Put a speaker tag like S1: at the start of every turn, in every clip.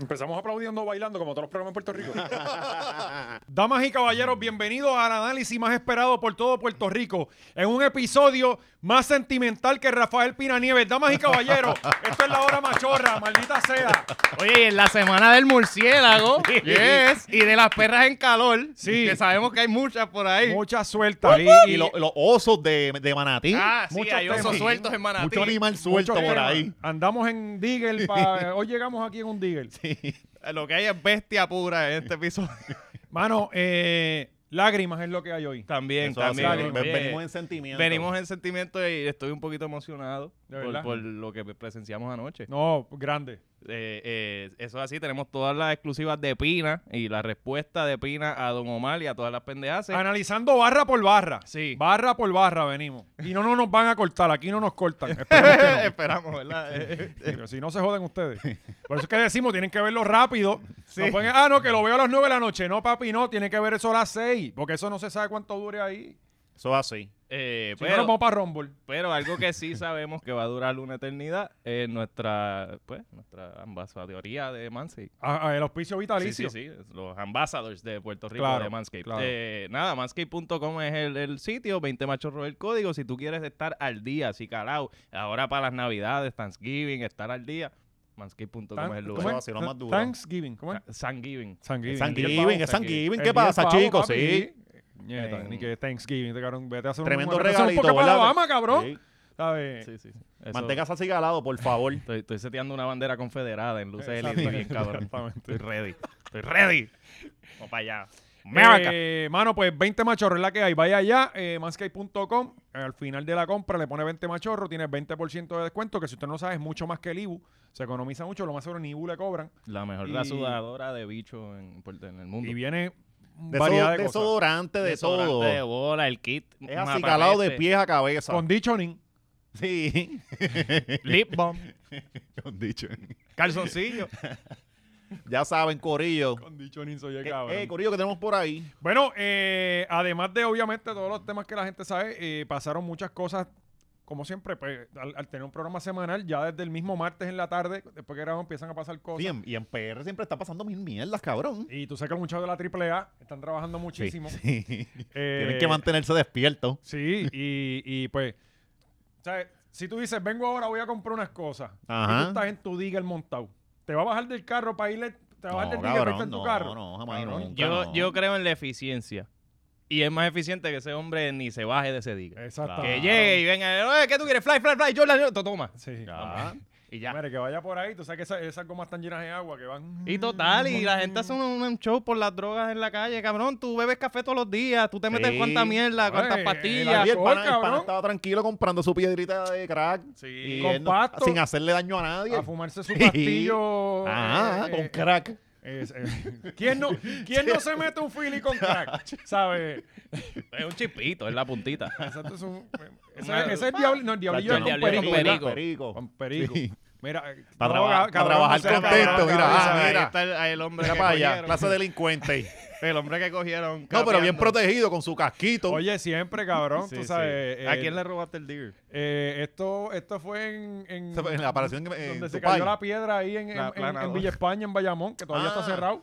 S1: Empezamos aplaudiendo, bailando, como todos los programas en Puerto Rico. Damas y caballeros, bienvenidos al análisis más esperado por todo Puerto Rico. En un episodio más sentimental que Rafael Pina Nieves. Damas y caballeros, esto es la hora machorra, maldita sea.
S2: Oye, y en la semana del murciélago, yes, y de las perras en calor,
S1: Sí.
S2: que sabemos que hay muchas por ahí.
S1: Mucha suelta ahí.
S3: Y lo- los osos de, de manatí.
S2: ah, sí,
S1: muchos
S2: hay osos
S1: temas.
S2: sueltos en Manatí.
S3: Mucho animal suelto
S1: Mucho
S3: por
S1: tema.
S3: ahí.
S1: Andamos en Digel. pa- eh, hoy llegamos aquí en un Digel.
S2: Lo que hay es bestia pura en este episodio.
S1: Mano, eh, lágrimas es lo que hay hoy.
S2: también,
S3: Eso
S2: también.
S1: así,
S3: hace-
S2: oye,
S3: ven- venimos en sentimiento.
S2: venimos en sentimiento y estoy un poquito emocionado
S1: De
S2: por,
S1: verdad.
S2: por lo que presenciamos anoche.
S1: No, grande.
S2: Eh, eh, eso es así, tenemos todas las exclusivas de Pina y la respuesta de Pina a Don Omar y a todas las pendejas.
S1: Analizando barra por barra.
S2: Sí.
S1: Barra por barra venimos. Y no, no nos van a cortar, aquí no nos cortan. Esperemos que no.
S2: Esperamos, ¿verdad? Eh,
S1: Pero si no se joden ustedes. Por eso es que decimos, tienen que verlo rápido. No pueden, ah, no, que lo veo a las 9 de la noche. No, papi, no, tiene que ver eso a las 6. Porque eso no se sabe cuánto dure ahí.
S3: Eso es así.
S2: eh,
S1: Si no, nos vamos para Rumble.
S2: Pero algo que sí sabemos que va a durar una eternidad es nuestra, pues, nuestra ambasadoría de Manscaped.
S1: A- a- Ah, el auspicio
S2: Sí, sí,
S1: vitalicio.
S2: sí, es los ambassadors de Puerto Rico
S1: Claro,
S2: de Manscaped.
S1: claro.
S2: Eh, nada, manscaped.com es el, el sitio, 20 machorro el código. Si tú quieres estar al día, si calao, ahora para las navidades, Thanksgiving, estar al día, manscaped.com es el
S1: ¿cómo
S2: lugar.
S3: Eso ha sido lo más duro.
S1: Thanksgiving. ¿Cómo es?
S2: Sa- Thanksgiving.
S1: Thanksgiving.
S3: San
S2: diez
S3: Giving,
S2: pavos,
S3: es San
S2: San
S3: Giving.
S1: El
S3: ¿Qué
S1: diez
S3: pasa,
S1: pavo,
S3: chicos?
S1: papi.
S3: Sí. Eh.
S1: Nieta,
S2: En-
S1: Ni que Thanksgiving, te cabrón, vete a hacer
S3: Tremendo
S1: un, vete a hacer un
S3: regalito,
S1: poca para
S3: ¿verdad?
S1: Alabama, cabrón.
S3: Sí.
S1: ¿Sabes?
S2: Sí, sí, sí. Eso-
S3: Manténgase así galado, por favor.
S2: Estoy, estoy seteando una bandera confederada en luces
S1: Exacto,
S2: Estoy bien cabrón.
S1: exactamente.
S2: Estoy ready. Estoy ready. Vamos para allá. America.
S1: Eh, mano, pues 20 machorros es la que hay. Vaya allá, eh, manscape.com. Al final de la compra le pone 20 machorros, tiene 20% de descuento, que si usted no sabe es mucho más que el IBU. Se economiza mucho, lo más seguro ni IBU le cobran.
S2: la mejor
S1: y-
S2: rasudadora de bicho en, por- en el mundo.
S1: Y viene
S3: De
S1: variedad de, cosas.
S3: desodorante, de
S2: Desodorante
S3: todo.
S2: de bola, el kit.
S3: Es
S2: mapa
S3: así galado de
S2: peste,
S3: pies a cabeza.
S1: Conditioning.
S3: Sí.
S2: Lip balm.
S3: Con dicho.
S2: Calzoncillo.
S3: Ya saben, Corillo.
S1: Conditioning soy el
S3: Eh,
S1: cabrón.
S3: eh, Corillo, que tenemos por ahí.
S1: Bueno, eh, además de obviamente todos los temas que la gente sabe, eh, pasaron muchas cosas, como siempre, pues, al, al tener un programa semanal, ya desde el mismo martes en la tarde, después que grabamos, empiezan a pasar cosas.
S3: Sí, en- y en PR siempre está pasando mil mierdas, cabrón.
S1: Y tú sabes que los muchachos de la AAA están trabajando
S3: Sí,
S1: muchísimo.
S3: sí.
S1: Eh,
S3: Tienen que mantenerse despiertos.
S1: Sí, y, y, pues, ¿sabes? Si tú dices, vengo ahora, voy a comprar unas cosas, y tú
S3: Ajá.
S1: estás en tu digger montado, te va a bajar del carro para irle, te va a bajar del digger para irte en tu
S3: no,
S1: carro.
S3: no, jamás y
S1: Cabrón.
S3: nunca,
S2: Yo,
S3: no.
S2: yo creo en la eficiencia. Y es más eficiente que ese hombre ni se baje de ese diga. Que
S1: Exactamente.
S3: Claro.
S2: llegue y venga, "Oye, ¿qué tú quieres? Fly, fly, fly, Jordan, Jordan". toma.
S1: Sí.
S3: Ah.
S2: Y ya.
S1: Mira, que vaya por ahí, tú sabes que esa- esas gomas están llenas de agua, que van...
S2: Y total, y la gente hace
S3: Mm.
S2: un, un show por las drogas en la calle, cabrón. Tú bebes café todos los días, tú te metes
S3: Sí.
S2: cuánta mierda, cuántas
S1: Ay,
S2: pastillas.
S1: la-
S3: Oye, el pana, el pana
S1: cabrón.
S3: estaba tranquilo comprando su piedrita de crack.
S2: Sí.
S3: Y
S1: Con
S3: él no-
S1: pasto.
S3: sin hacerle daño a nadie.
S1: A fumarse su pastillo...
S3: Ajá,
S1: eh,
S3: Ah, con
S1: eh,
S3: crack.
S1: es- eh, ¿Quién, no, ¿Quién no se mete un fili con crack? ¿Sabes?
S2: Es un chipito, es la puntita.
S1: Exacto, es un- ese,
S2: Una-
S1: ese es el diablo, no, el diablillo
S3: Chacho,
S1: es
S2: el
S1: con
S2: diablillo
S1: perico,
S2: con
S1: ¿verdad?
S2: perico.
S1: Con perico.
S3: Sí.
S1: Mira, eh,
S3: Pa'
S1: no,
S3: traba-
S1: ca-
S3: pa'
S1: cabrón,
S3: trabajar
S1: no seas
S3: contento,
S1: cabrón,
S3: mira,
S1: cabrón,
S3: ah,
S1: cabrón.
S3: mira.
S2: el, el hombre
S3: Mira
S2: que
S3: para allá,
S2: cogieron.
S3: clase delincuente.
S2: El hombre que cogieron.
S3: No, pero bien
S2: capeando.
S3: protegido con su casquito.
S1: Oye, siempre, cabrón,
S2: Sí,
S1: tú
S2: sí.
S1: sabes.
S2: ¿A
S1: eh,
S2: quién le robaste el digger?
S1: eh, esto, esto fue en, en,
S3: Esto fue en la aparición que- en
S1: donde se
S3: Dubái.
S1: cayó la piedra ahí en, en- en-
S2: La
S1: en
S2: aplanadora.
S1: Villa España, en Bayamón, que todavía
S3: Ah.
S1: está cerrado.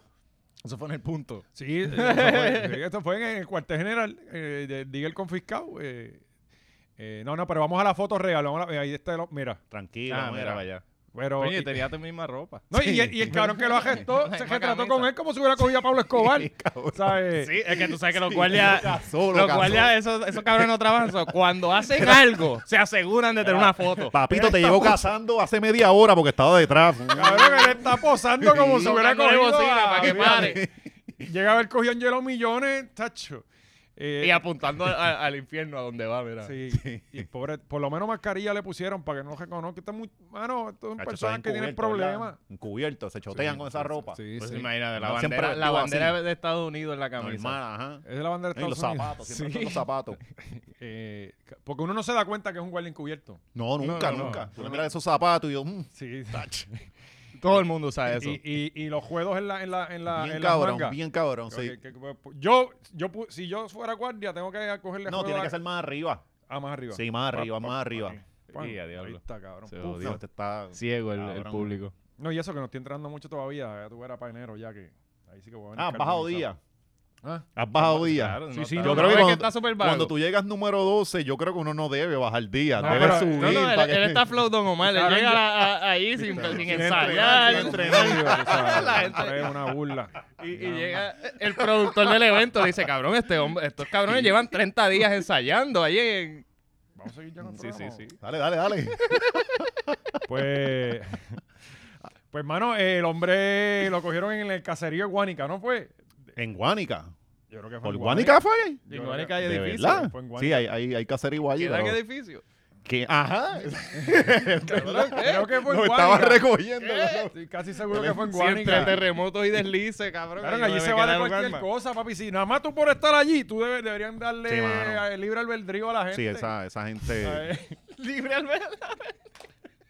S2: Eso fue en el punto.
S1: Sí, eh, eso fue- eh, esto fue en el cuartel general eh, de Digel confiscado. eh, eh, no, no, pero vamos a la foto real. vamos a la- ahí está, el- mira.
S3: Tranquilo,
S2: ah, mira
S3: mira.
S2: para allá.
S1: Pero,
S2: Oye, tenía tu misma ropa.
S1: No, y, el, y el cabrón que lo arrestó
S2: La
S1: se
S2: misma
S1: retrató
S2: camisa.
S1: con él como si hubiera cogido a Pablo Escobar. eh, ¿sabes?
S3: eh,
S2: Sí, es que tú sabes que los guardias.
S3: Cazó, lo
S2: Los
S3: cazó.
S2: guardias, esos, esos cabrones no trabajan. so, Cuando hacen algo, se aseguran de tener una foto.
S3: Papito te llevó cazando hace media hora porque estaba detrás.
S1: Cabrón, él está posando como si hubiera
S2: Tocándole
S1: cogido.
S2: bocina
S1: a-
S2: para que pare.
S1: Llega a ver cogido Angelo Millones, tacho. Eh,
S2: Y apuntando a- al infierno a donde va, mira.
S1: sí, y pobre, por lo menos mascarilla le pusieron para que no reconozca. Está muy, mano, esto es un
S3: Cacho,
S1: personas
S3: está
S1: que tienen
S3: encubierto, ¿verdad?
S1: problemas.
S3: Encubierto, se chotean con esa ropa.
S1: Sí,
S2: Pues
S1: sí.
S2: imagínate, la
S3: No, siempre
S2: bandera, la
S3: activo
S2: bandera
S3: así.
S2: de Estados Unidos en la camisa.
S3: Normal, ajá.
S1: Esa es la bandera de
S3: Y los
S1: Estados Unidos.
S3: zapatos, siempre son los zapatos.
S1: Sí, eh, porque uno no se da cuenta que es un guardia encubierto.
S3: No, nunca,
S2: No, no,
S3: nunca.
S1: no.
S3: Tú le miras esos zapatos y yo, mm,
S1: Sí.
S3: tach.
S2: Todo el mundo sabe eso.
S1: Y, y, y los juegos en la en la en la
S3: bien
S1: en las
S3: cabrón,
S1: mangas.
S3: bien cabrón, sí.
S1: Que- que- que- yo, yo, pu- si yo fuera guardia, tengo que cogerle
S3: No,
S1: juego
S3: tiene
S1: a-
S3: que ser más arriba.
S1: ah, más arriba.
S3: Sí, más arriba, más arriba.
S1: Pan,
S2: Y a
S1: ahí
S2: diablo.
S1: está, cabrón.
S2: Se
S1: Puf,
S2: jodió.
S3: No, te está...
S2: Ciego el, el
S3: Cabrón.
S2: público.
S1: No, y eso que no estoy entrando mucho todavía. Ya tú eras para enero ya que. Ahí sí que voy a venir
S3: Ah, has bajado
S1: carbonizado.
S3: día.
S1: Ah,
S3: Has bajado día.
S2: Claro,
S1: Sí, sí,
S2: está-
S1: yo
S3: creo que
S2: ves
S3: cuando-
S2: está súper vago.
S3: Cuando tú llegas número 12, yo creo que uno no debe bajar día.
S1: No,
S3: debe
S1: pero-
S3: subir.
S2: No, no, él,
S3: para que-
S2: él está flow Don Omar, él
S1: Claro,
S2: llega a- a- ahí sin, sin ensayar.
S1: sin entrenar, o sea,
S2: La
S1: siempre
S2: gente-
S1: Es una burla.
S2: Y, y llega el productor del evento, dice, cabrón, este hombre, estos cabrones llevan 30 días ensayando ahí en...
S1: Vamos a seguir ya con el
S2: Sí, sí,
S1: programa.
S2: sí.
S3: Dale, dale, dale.
S1: Pues. Pues, mano, eh, el hombre lo cogieron en el caserío de Guánica, ¿no fue?
S3: en Guánica.
S1: Yo creo que fue
S3: ¿Por
S1: en
S3: Guánica fue?
S1: Yo
S2: en
S1: creo
S2: Guánica
S1: que-
S2: hay
S3: ¿De
S2: edificios.
S3: verdad?
S1: fue en Guánica.
S3: Sí, hay, hay, hay caserío allí.
S2: ¿Quedan
S3: pero-
S2: edificios?
S3: ¿Qué? Ajá.
S2: Cabrón,
S1: Creo que fue en
S3: Lo estaba
S1: Guánica.
S3: recogiendo. cabrón.
S1: Estoy casi seguro que fue en
S2: Si entre
S1: Guánica.
S2: terremotos y deslices, cabrón.
S1: Claro,
S2: ahí
S1: allí
S2: no
S1: se
S2: debe
S1: vale
S2: quedar un
S1: cualquier
S2: alma.
S1: cosa, papi. Si nada más tú por estar allí, tú debe- deberían darle
S3: Sí, mano.
S1: eh, libre albedrío a la gente.
S3: Sí, esa, esa gente.
S1: Eh,
S2: Libre al ver-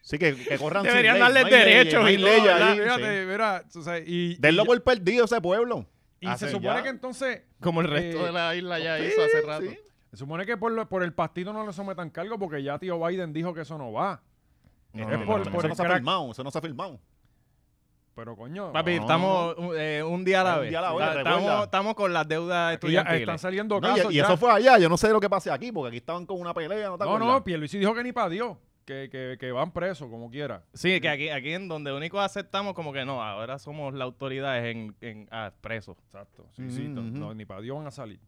S3: Sí, que, que corran sin
S2: Deberían
S3: ley,
S2: darles
S3: no hay leyes,
S2: derechos
S3: no hay
S2: y todo,
S3: leyes
S2: ¿verdad?
S3: ahí,
S1: Fíjate,
S3: sí.
S1: mira, tú sabes, y,
S3: Denlo por perdido ese pueblo.
S1: y se
S3: Hacen
S1: supone
S3: ya.
S1: que entonces,
S2: Como el resto
S1: Eh,
S2: de la isla ya
S3: sí,
S2: hizo hace rato.
S3: sí.
S1: se supone que por, lo- por el pastito no le sometan cargo porque ya tío Biden dijo que eso no va.
S3: No,
S1: Es
S3: no,
S1: por-
S3: no,
S1: por
S3: eso
S1: el
S3: no se ha
S1: crack.
S3: filmado, eso no se ha filmado.
S1: Pero coño,
S2: Papi,
S3: No.
S2: estamos un- eh, un día a la
S3: Un
S2: vez.
S3: día a la vez,
S2: Está-
S3: recuerda.
S2: estamos, estamos con las deudas
S1: aquí ya
S2: estudiantiles.
S1: están saliendo
S3: No,
S1: casos.
S3: y, y
S1: ya.
S3: eso fue allá, yo no sé lo que pasé aquí, porque aquí estaban con una pelea, ¿no te
S1: no, no,
S3: acuerdas?
S1: Pierluisi dijo que ni para Dios, que, que, que van presos como quiera.
S2: Sí, que aquí, aquí en donde único aceptamos como que no, ahora somos la autoridad es en, en ah, presos.
S1: Exacto. Sí, sí,
S3: Ujú,
S1: to-
S3: Mm, ujú.
S1: no, ni para Dios van a salir.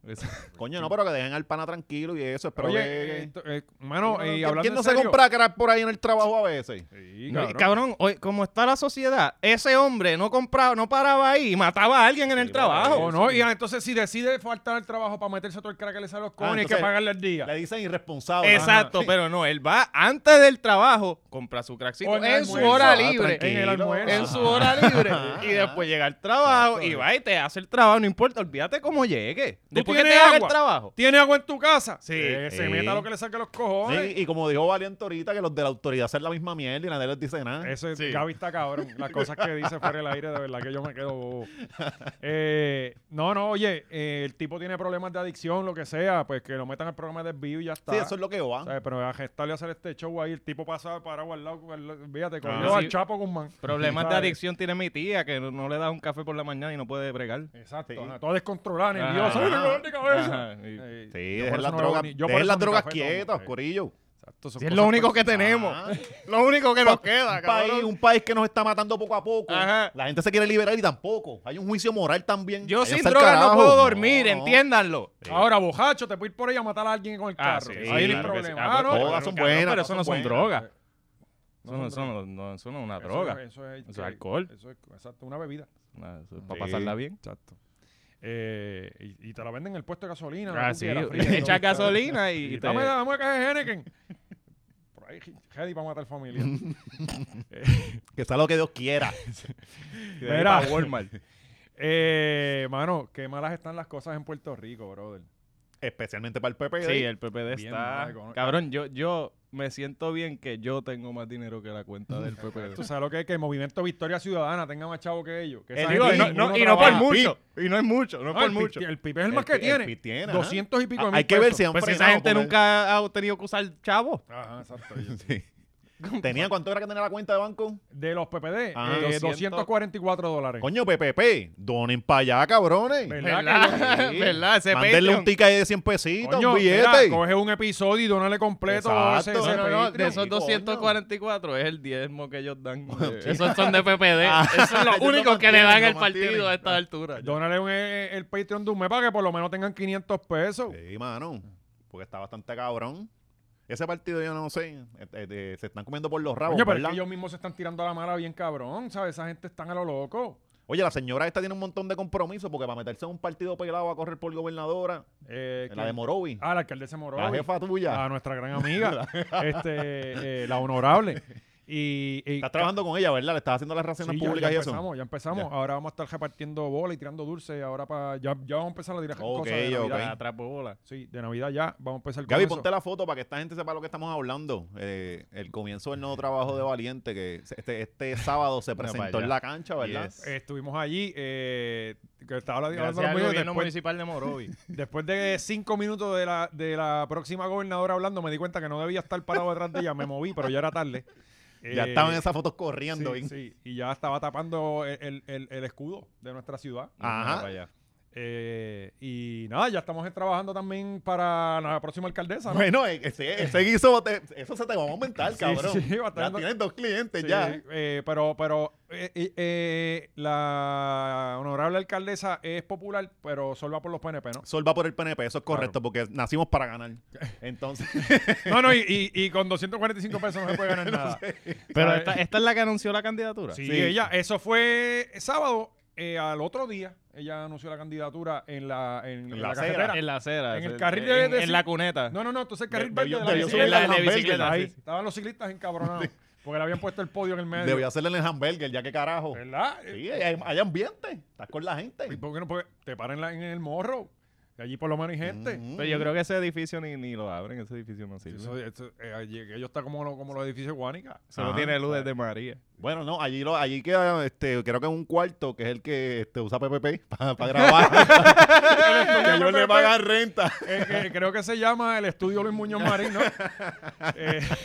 S3: Coño, no, pero que dejen al pana tranquilo y eso, espero
S1: Oye,
S3: que...
S1: eh, to- eh, mano,
S3: ¿Quién-
S1: y hablando
S3: ¿Quién no
S1: en
S3: se
S1: serio,
S3: compra crack por ahí en el trabajo a veces?
S1: Sí,
S2: No,
S1: cabrón.
S2: y Cabrón, hoy, como está la sociedad, ese hombre no compraba, no paraba ahí y mataba a alguien en el
S3: Sí,
S2: trabajo.
S1: O Ah, oh, no, y entonces si decide faltar al trabajo para meterse todo el crack que le sale a los cojones, hay que
S3: Ah, entonces-
S1: pagarle el día.
S3: Le dicen irresponsable.
S2: Exacto,
S3: Ajá.
S2: pero no, él va antes del trabajo, compra su craxito
S1: O en
S2: en,
S1: el
S2: su
S1: almuerzo,
S2: hora
S1: ah,
S2: libre.
S1: tranquilo. En el almuerzo.
S2: En su
S3: Ajá.
S2: hora libre.
S3: Ajá.
S2: Y después llega al trabajo y va y te hace el trabajo, no importa, olvídate cómo llegue. Después que te
S1: tienes
S2: haga el
S1: agua?
S2: trabajo.
S1: ¿Tiene agua en tu casa?
S2: Sí.
S1: Que se
S3: Sí.
S1: meta lo que le saque los
S3: Sí,
S1: cojones.
S3: y como dijo Valiente ahorita, que los de la autoridad hacen la misma mierda y nadie les dice nada.
S1: Eso es,
S2: Sí.
S1: Gaby está cabrón. Las cosas que dice fuera del aire, de verdad que yo me quedo bobo. Eh, no, no, oye, eh, el tipo tiene problemas de adicción, lo que sea, pues que lo metan al programa de desvío y ya está.
S3: sí, eso es lo que va.
S1: ¿Sabes? Pero a gestarle a hacer este show ahí, el tipo pasaba parado al lado, al- fíjate, cogió
S2: sí.
S1: al Chapo Guzmán.
S2: Problemas de
S1: ¿Sabes?
S2: adicción tiene mi tía, que no, no le da un café por la mañana y no puede bregar.
S1: Exacto,
S3: Sí.
S1: ajá, toda descontrolada, nerviosa.
S2: Ajá.
S1: ¡Ay, tengo dolor de cabeza!
S2: Ajá, y-
S1: Eh,
S3: Sí,
S1: yo por
S3: dejen
S1: eso
S3: las
S1: no bebo
S3: drogas,
S1: ni- yo por
S3: dejen
S1: eso
S3: las
S1: ni
S3: drogas
S1: café tomo,
S3: quietas,
S1: eh.
S3: Corillo.
S1: Exacto, son
S2: Si es
S1: cosas
S2: lo único que
S1: personales.
S2: tenemos.
S3: Ah.
S2: Lo único que nos queda,
S3: Un país,
S2: cabrón.
S3: un país que nos está matando poco a poco.
S2: Ajá.
S3: La gente se quiere liberar y tampoco. Hay un juicio moral también.
S2: Yo
S3: Váyanse
S2: sin
S3: al
S2: droga no
S3: carajo.
S2: puedo dormir,
S3: No, no.
S2: entiéndanlo.
S3: Sí.
S1: Ahora, bojacho, te puedo ir por ahí a matar a alguien con el carro.
S2: Ah, sí,
S1: ahí
S2: sí,
S1: no hay
S2: claro que sí.
S1: problema.
S2: Ah,
S1: Ah,
S2: pues,
S1: no,
S3: Todas
S2: cabrón,
S3: son
S2: cabrón,
S3: buenas,
S2: Pero
S3: todas
S2: eso no
S3: son
S2: son
S3: buenas.
S2: drogas.
S1: No
S2: Eso no,
S1: son
S2: eso no- no- eso no es una
S1: Eso-
S2: droga.
S1: Eso es,
S2: Eso es alcohol.
S1: Eso es exacto, una bebida.
S2: Para
S3: Sí.
S2: pasarla bien.
S1: Exacto. Eh, y, y te la venden en el puesto de gasolina. donde
S2: Ah,
S1: tú
S2: sí.
S1: quieras, fría, donde
S2: Echas
S1: tú quieras.
S2: gasolina y
S1: Y
S2: te...
S1: dame, dame una caja de Henneken. Por ahí, Hedy para matar familia.
S3: Que sea lo que Dios quiera.
S2: te da
S1: Mira.
S2: pa' Walmart.
S1: eh, mano, qué malas están las cosas en Puerto Rico, brother.
S3: Especialmente para el PP.
S2: Sí, el PPD
S1: Bien
S2: está...
S1: mal, con-
S2: Cabrón, yo, yo me siento bien que yo tengo más dinero que la cuenta del PPD.
S1: Tú sabes lo que es que el Movimiento Victoria Ciudadana tenga más chavo que ellos. Que
S2: Eh,
S1: esa
S2: digo,
S1: gente
S2: no-
S1: ninguno
S2: no- y no por
S1: trabaja.
S2: mucho. Y no es mucho, no
S1: No,
S2: es por
S1: el Pi-
S2: mucho.
S1: El PIB es el más que
S3: Pi-
S1: tiene.
S3: tiene, ajá.
S1: 200 y pico de
S3: Ah,
S1: mil
S3: Hay que ver
S1: pesos.
S3: si han
S2: Pues esa
S3: frenado
S2: gente
S3: con el-
S2: nunca ha tenido que usar chavo.
S1: Ajá, exacto. ellos.
S3: Sí. ¿Tenía cuánto era que tenía la cuenta de banco?
S1: De los PPD,
S3: Ah,
S1: eh,
S2: 200.
S1: 244 dólares.
S3: Coño, PPP, donen para allá, cabrones.
S1: ¿Verdad?
S2: ¿Verdad?
S3: Sí.
S2: ¿Verdad? Ese
S3: Mándenle
S2: Patreon.
S3: un ticket ahí de 100 pesitos,
S1: Coño,
S3: un
S1: mira,
S3: billete.
S1: coge un episodio y donale completo a ese-
S3: Exacto.
S1: ese
S2: No, no, no, de
S1: Patreon.
S2: esos
S3: Coño.
S2: 244 es el diezmo que ellos dan. eh, esos son de PPD.
S3: Ah,
S2: Esos son los
S3: ellos lo
S2: únicos que le dan
S3: mantienen,
S2: al
S3: lo
S2: partido
S3: mantienen.
S2: a esta altura.
S1: Dónale un, eh, el Patreon de un mes para que por lo menos tengan 500 pesos.
S3: Sí, mano. Porque está bastante cabrón. Ese partido yo no sé. eh, eh, eh, se están comiendo por los rabos,
S1: Coño, pero es
S3: ¿verdad?
S1: que ellos mismos se están tirando a la mala bien cabrón, ¿sabes? Esa gente están a lo loco.
S3: Oye, la señora esta tiene un montón de compromisos porque para meterse en un partido pelado a correr por gobernadora,
S1: Eh,
S3: la
S1: que-
S3: de Morovi,
S1: Ah, la alcaldesa Moró.
S3: la jefa tuya.
S1: A nuestra gran amiga, este, eh, la honorable. Y, y-
S3: Estás trabajando con ella, ¿verdad? Le estás haciendo las
S1: Sí,
S3: relaciones
S1: ya-
S3: públicas
S1: ya
S3: y eso.
S1: empezamos, ya empezamos. Ahora vamos a estar repartiendo bola y tirando dulce. Ahora para ya, ya vamos a empezar a tirar
S3: Ok,
S1: cosas de
S3: ok.
S2: Ah,
S1: Navidad.
S2: trapobola.
S1: Sí, de Navidad ya vamos a empezar con
S3: Gaby,
S1: eso.
S3: ponte la foto para que esta gente sepa lo que estamos hablando. Eh, el comienzo del nuevo trabajo de Valiente, que se- este, este sábado se
S2: para
S3: presentó en
S2: allá.
S3: la cancha, ¿verdad?
S2: Yes.
S1: Eh, Estuvimos allí, eh, que estaba hablando
S2: Gracias
S1: hablando
S2: al
S1: conmigo,
S2: gobierno
S1: después,
S2: municipal de Morovi.
S1: después de cinco minutos de la, de la próxima gobernadora hablando, me di cuenta que no debía estar parado detrás de ella, me moví, pero ya era tarde.
S3: Ya
S1: Eh,
S3: estaban esas fotos corriendo.
S1: sí,
S3: bien.
S1: sí, y ya estaba tapando el- el, el- el escudo de nuestra ciudad.
S3: Ajá.
S2: Para allá.
S1: Eh, y nada, ya estamos trabajando también para la próxima alcaldesa. ¿no?
S3: Bueno, eh, ese, ese guiso, te- eso se te va a aumentar,
S1: Sí,
S3: cabrón.
S1: sí, va a estar
S3: ya
S1: dando-
S3: tienes dos clientes
S1: Sí,
S3: Pues, ya.
S1: eh, pero pero eh, eh, eh, la honorable alcaldesa es popular, pero solo va por los PNP, ¿no?
S3: Sol va por el PNP, eso es correcto, porque nacimos para ganar. Entonces,
S1: No, no, y, y- y con 245 pesos no se puede ganar nada.
S2: Pero
S1: ¿Sabes?
S2: esta, esta es la que anunció la candidatura.
S1: Sí,
S3: Sí.
S1: ella, eso fue sábado, eh, al otro día, ella anunció la candidatura en la, en, en
S3: la
S1: la
S3: acera.
S1: carretera.
S2: En la acera.
S1: En
S2: o sea,
S1: el carril de-
S2: en,
S1: de-
S2: en la cuneta.
S1: No, no, no, entonces el carril
S3: De-
S1: verde
S3: debió-
S1: de la
S3: debió
S1: bicicleta.
S2: subirla en la
S1: Ahí
S2: bicicleta,
S3: Ah,
S2: sí, sí.
S1: estaban los ciclistas encabronados porque le habían puesto el podio en el medio.
S3: debió hacerle en el hamburger, ya que carajo.
S1: ¿Verdad? Eh,
S3: Sí, hay, hay ambiente, estás con la gente.
S1: ¿Y por qué no puede- te paran en, la- en el morro? Y allí por lo menos hay gente.
S3: Ujú.
S2: Pero yo creo que ese edificio ni, ni lo abren, ese edificio no sirve.
S1: Eso, eso, eh, allí- ellos están como, lo- como los edificios guánica.
S2: Solo
S3: Ajá.
S2: tiene luz desde María.
S3: Bueno, no, allí, lo, allí queda, este, creo que un cuarto, que es el que este, usa PPP para grabar. que ellos le pagan renta.
S1: Eh, que- creo que se llama el estudio Luis Muñoz Marín, ¿no? Eh,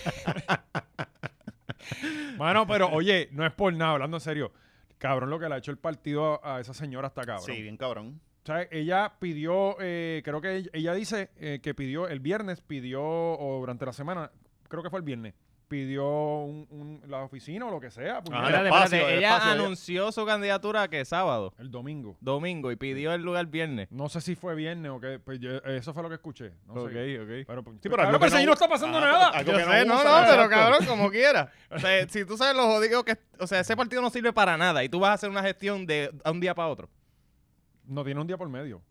S1: Mano, pero oye, no es por nada, hablando en serio. Cabrón, lo que le ha hecho el partido a, a esa señora hasta cabrón.
S3: Sí, bien cabrón.
S1: O sea, ella pidió, eh, creo que ella, ella dice eh, que pidió el viernes, pidió, o durante la semana, creo que fue el viernes, pidió un, un- la oficina o lo que sea. pues,
S2: Ah,
S1: puñeta.
S3: el espacio, el
S2: ella
S3: espacio, ella-
S2: anunció su candidatura que sábado,
S1: El domingo.
S2: domingo, y pidió el lugar viernes.
S1: No sé si fue viernes o qué, pues yo- eso fue lo que escuché. No sé.
S2: ok.
S1: Pero, pues,
S3: Sí, pero
S1: cabrón,
S3: algo que
S1: pues ahí
S3: no-
S1: no está pasando
S3: Ah,
S1: nada.
S3: algo
S2: Yo
S3: que no
S2: sé, no,
S3: usa,
S2: no, pero
S3: exacto.
S2: cabrón, como quiera. O sea, si tú sabes lo jodido que es, o sea, ese partido no sirve para nada y tú vas a hacer una gestión de a un día para otro.
S1: No tiene un día por medio.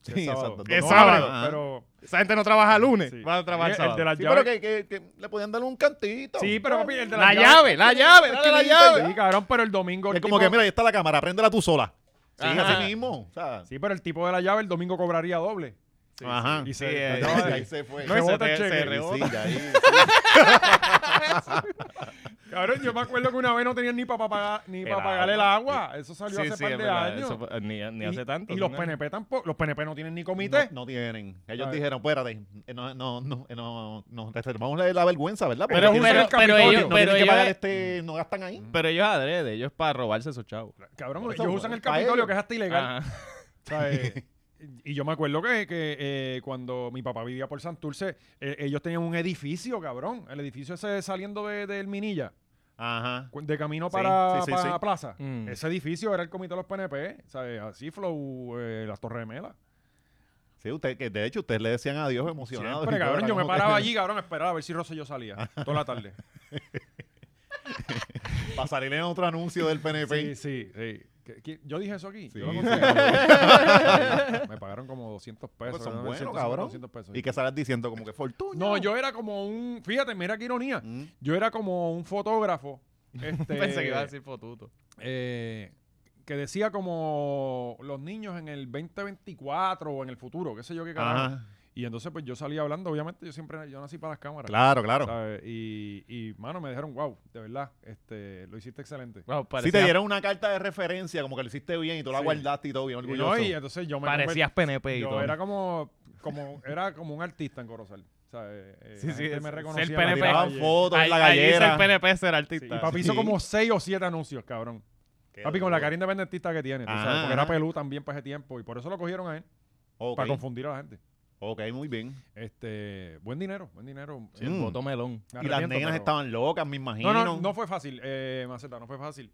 S3: Sí,
S1: Es sábado.
S3: exacto.
S2: Es
S1: No,
S2: sábado.
S1: pero-
S3: Ajá.
S1: Pero,
S2: Esa gente no trabaja lunes,
S1: Sí.
S2: va a trabajar
S1: El
S2: sábado.
S1: de las
S3: Sí,
S1: llaves-
S3: pero que, que- que le podían darle un cantito.
S1: Sí, pero papi, el de
S2: La
S1: las
S2: llave, la llave, dale la llave.
S1: Sí, cabrón, pero el domingo. el
S3: Es como
S1: tipo-
S3: que, mira, ahí está la cámara, préndela tú sola. Sí,
S2: Ajá.
S3: así mismo. o sea,
S1: Sí, pero el tipo de la llave el domingo cobraría doble.
S3: Ajá.
S1: Y
S2: Sí,
S1: se-
S2: eh,
S1: no,
S3: No,
S1: eh,
S3: ahí se fue.
S1: No, rebota
S2: se-
S1: el
S2: se
S1: cheque.
S2: rebota.
S3: Sí, ya ahí, sí.
S1: Cabrón, yo me acuerdo que una vez no tenían ni para pagar, ni
S2: El
S1: para pagarle el
S2: agua.
S1: agua. Eso salió
S2: Sí,
S1: hace
S2: sí,
S1: par
S2: es
S1: de
S2: verdad,
S1: años.
S2: eso fue- ni,
S1: Y-
S2: ni hace tanto.
S1: Y los
S2: ¿no?
S1: PNP tampoco. Los PNP no tienen ni
S3: No,
S1: comité.
S3: no tienen. Ellos
S1: Ah.
S3: dijeron, espérate, eh, no, no, no, eh, no, nos reservamos la, la vergüenza, ¿verdad? Porque
S2: Pero, pero,
S3: no tienen-
S1: el
S2: pero
S1: Capitolio,
S2: ellos,
S3: no
S2: pero,
S3: tienen que pagar
S2: ellos,
S3: este, no gastan ahí.
S2: pero ellos adrede, ellos para robarse esos chavos.
S1: Cabrón,
S3: Por eso,
S1: ellos usan el
S3: pa'
S1: Capitolio,
S3: ellos.
S1: que es hasta ilegal.
S2: Ajá.
S1: ¿sabes? y yo me acuerdo que, que, eh, cuando mi papá vivía por Santurce, eh, ellos tenían un edificio, cabrón. El edificio ese saliendo de- del Minilla,
S3: Ajá.
S1: cu- de camino
S3: Sí,
S1: para,
S3: sí, sí,
S1: para
S3: sí.
S1: Plaza.
S2: Mm.
S1: Ese edificio era el comité de los PNP, ¿sabes? Así, Flow, eh, las Torres Gemelas.
S3: Sí, usted, que de hecho ustedes le decían adiós emocionados.
S1: Siempre,
S3: y todo,
S1: cabrón.
S3: era
S1: Yo me
S3: como
S1: paraba
S3: que-
S1: allí, cabrón, a esperar a ver si Rosselló salía toda la tarde.
S3: Para salir en otro anuncio del
S1: Sí,
S3: PNP.
S1: sí, sí. ¿Qué- qué- Yo dije eso aquí.
S3: Sí.
S1: Yo lo conté. me pagaron como 200 pesos.
S3: Pues son
S1: ¿no?
S3: buenos,
S1: 150,
S3: cabrón.
S1: 200 pesos.
S3: Y que sales diciendo como que fortuna.
S1: No, yo era como un. Fíjate, mira qué ironía.
S3: Mm.
S1: Yo era como un fotógrafo. este,
S2: Pensé que iba a decir fotuto.
S1: eh, que decía como los niños en el 2024 o en el futuro, qué sé yo qué carajo.
S3: Ajá.
S1: Y entonces, pues yo salía hablando, obviamente, yo siempre yo nací para las cámaras.
S3: Claro, claro.
S1: ¿sabes? Y, y, mano, me dijeron, wow, de verdad, este, lo hiciste excelente.
S2: Wow,
S3: Si
S2: parecía-
S3: te dieron una carta de referencia, como que lo hiciste bien y tú la
S1: Sí.
S3: guardaste y todo bien
S1: Y,
S3: orgulloso.
S1: no, y entonces yo me
S2: Parecías PNP y
S1: Yo
S2: todo.
S1: era como, como, era como un artista en Corozal. ¿sabes? Eh,
S2: Sí,
S1: la
S2: sí,
S1: gente
S2: es-
S1: me
S2: ser
S1: reconocía. en la
S2: PNP.
S1: calle.
S3: Tiraban fotos en la
S2: Ahí- ahí dice
S3: gallera.
S2: el PNP ser
S1: Sí,
S2: artista.
S1: y papi hizo
S3: Sí.
S1: como seis o siete anuncios, cabrón.
S3: Qué
S1: Papi, con la
S3: duro.
S1: cara independentista que tiene, tú
S3: Ajá,
S1: sabes, porque era
S3: ajá.
S1: pelú también para ese tiempo y por eso lo cogieron a él,
S3: Ok,
S1: para confundir a la gente.
S3: ok, muy bien.
S1: Este, buen dinero, buen dinero.
S3: Sí,
S1: Eh,
S2: El
S3: Mm.
S2: voto melón.
S1: me
S3: Y las
S1: arrepiento,
S3: negras
S1: pero-
S3: estaban locas, me imagino.
S1: No, no, no fue fácil, eh, Maceta, no fue fácil.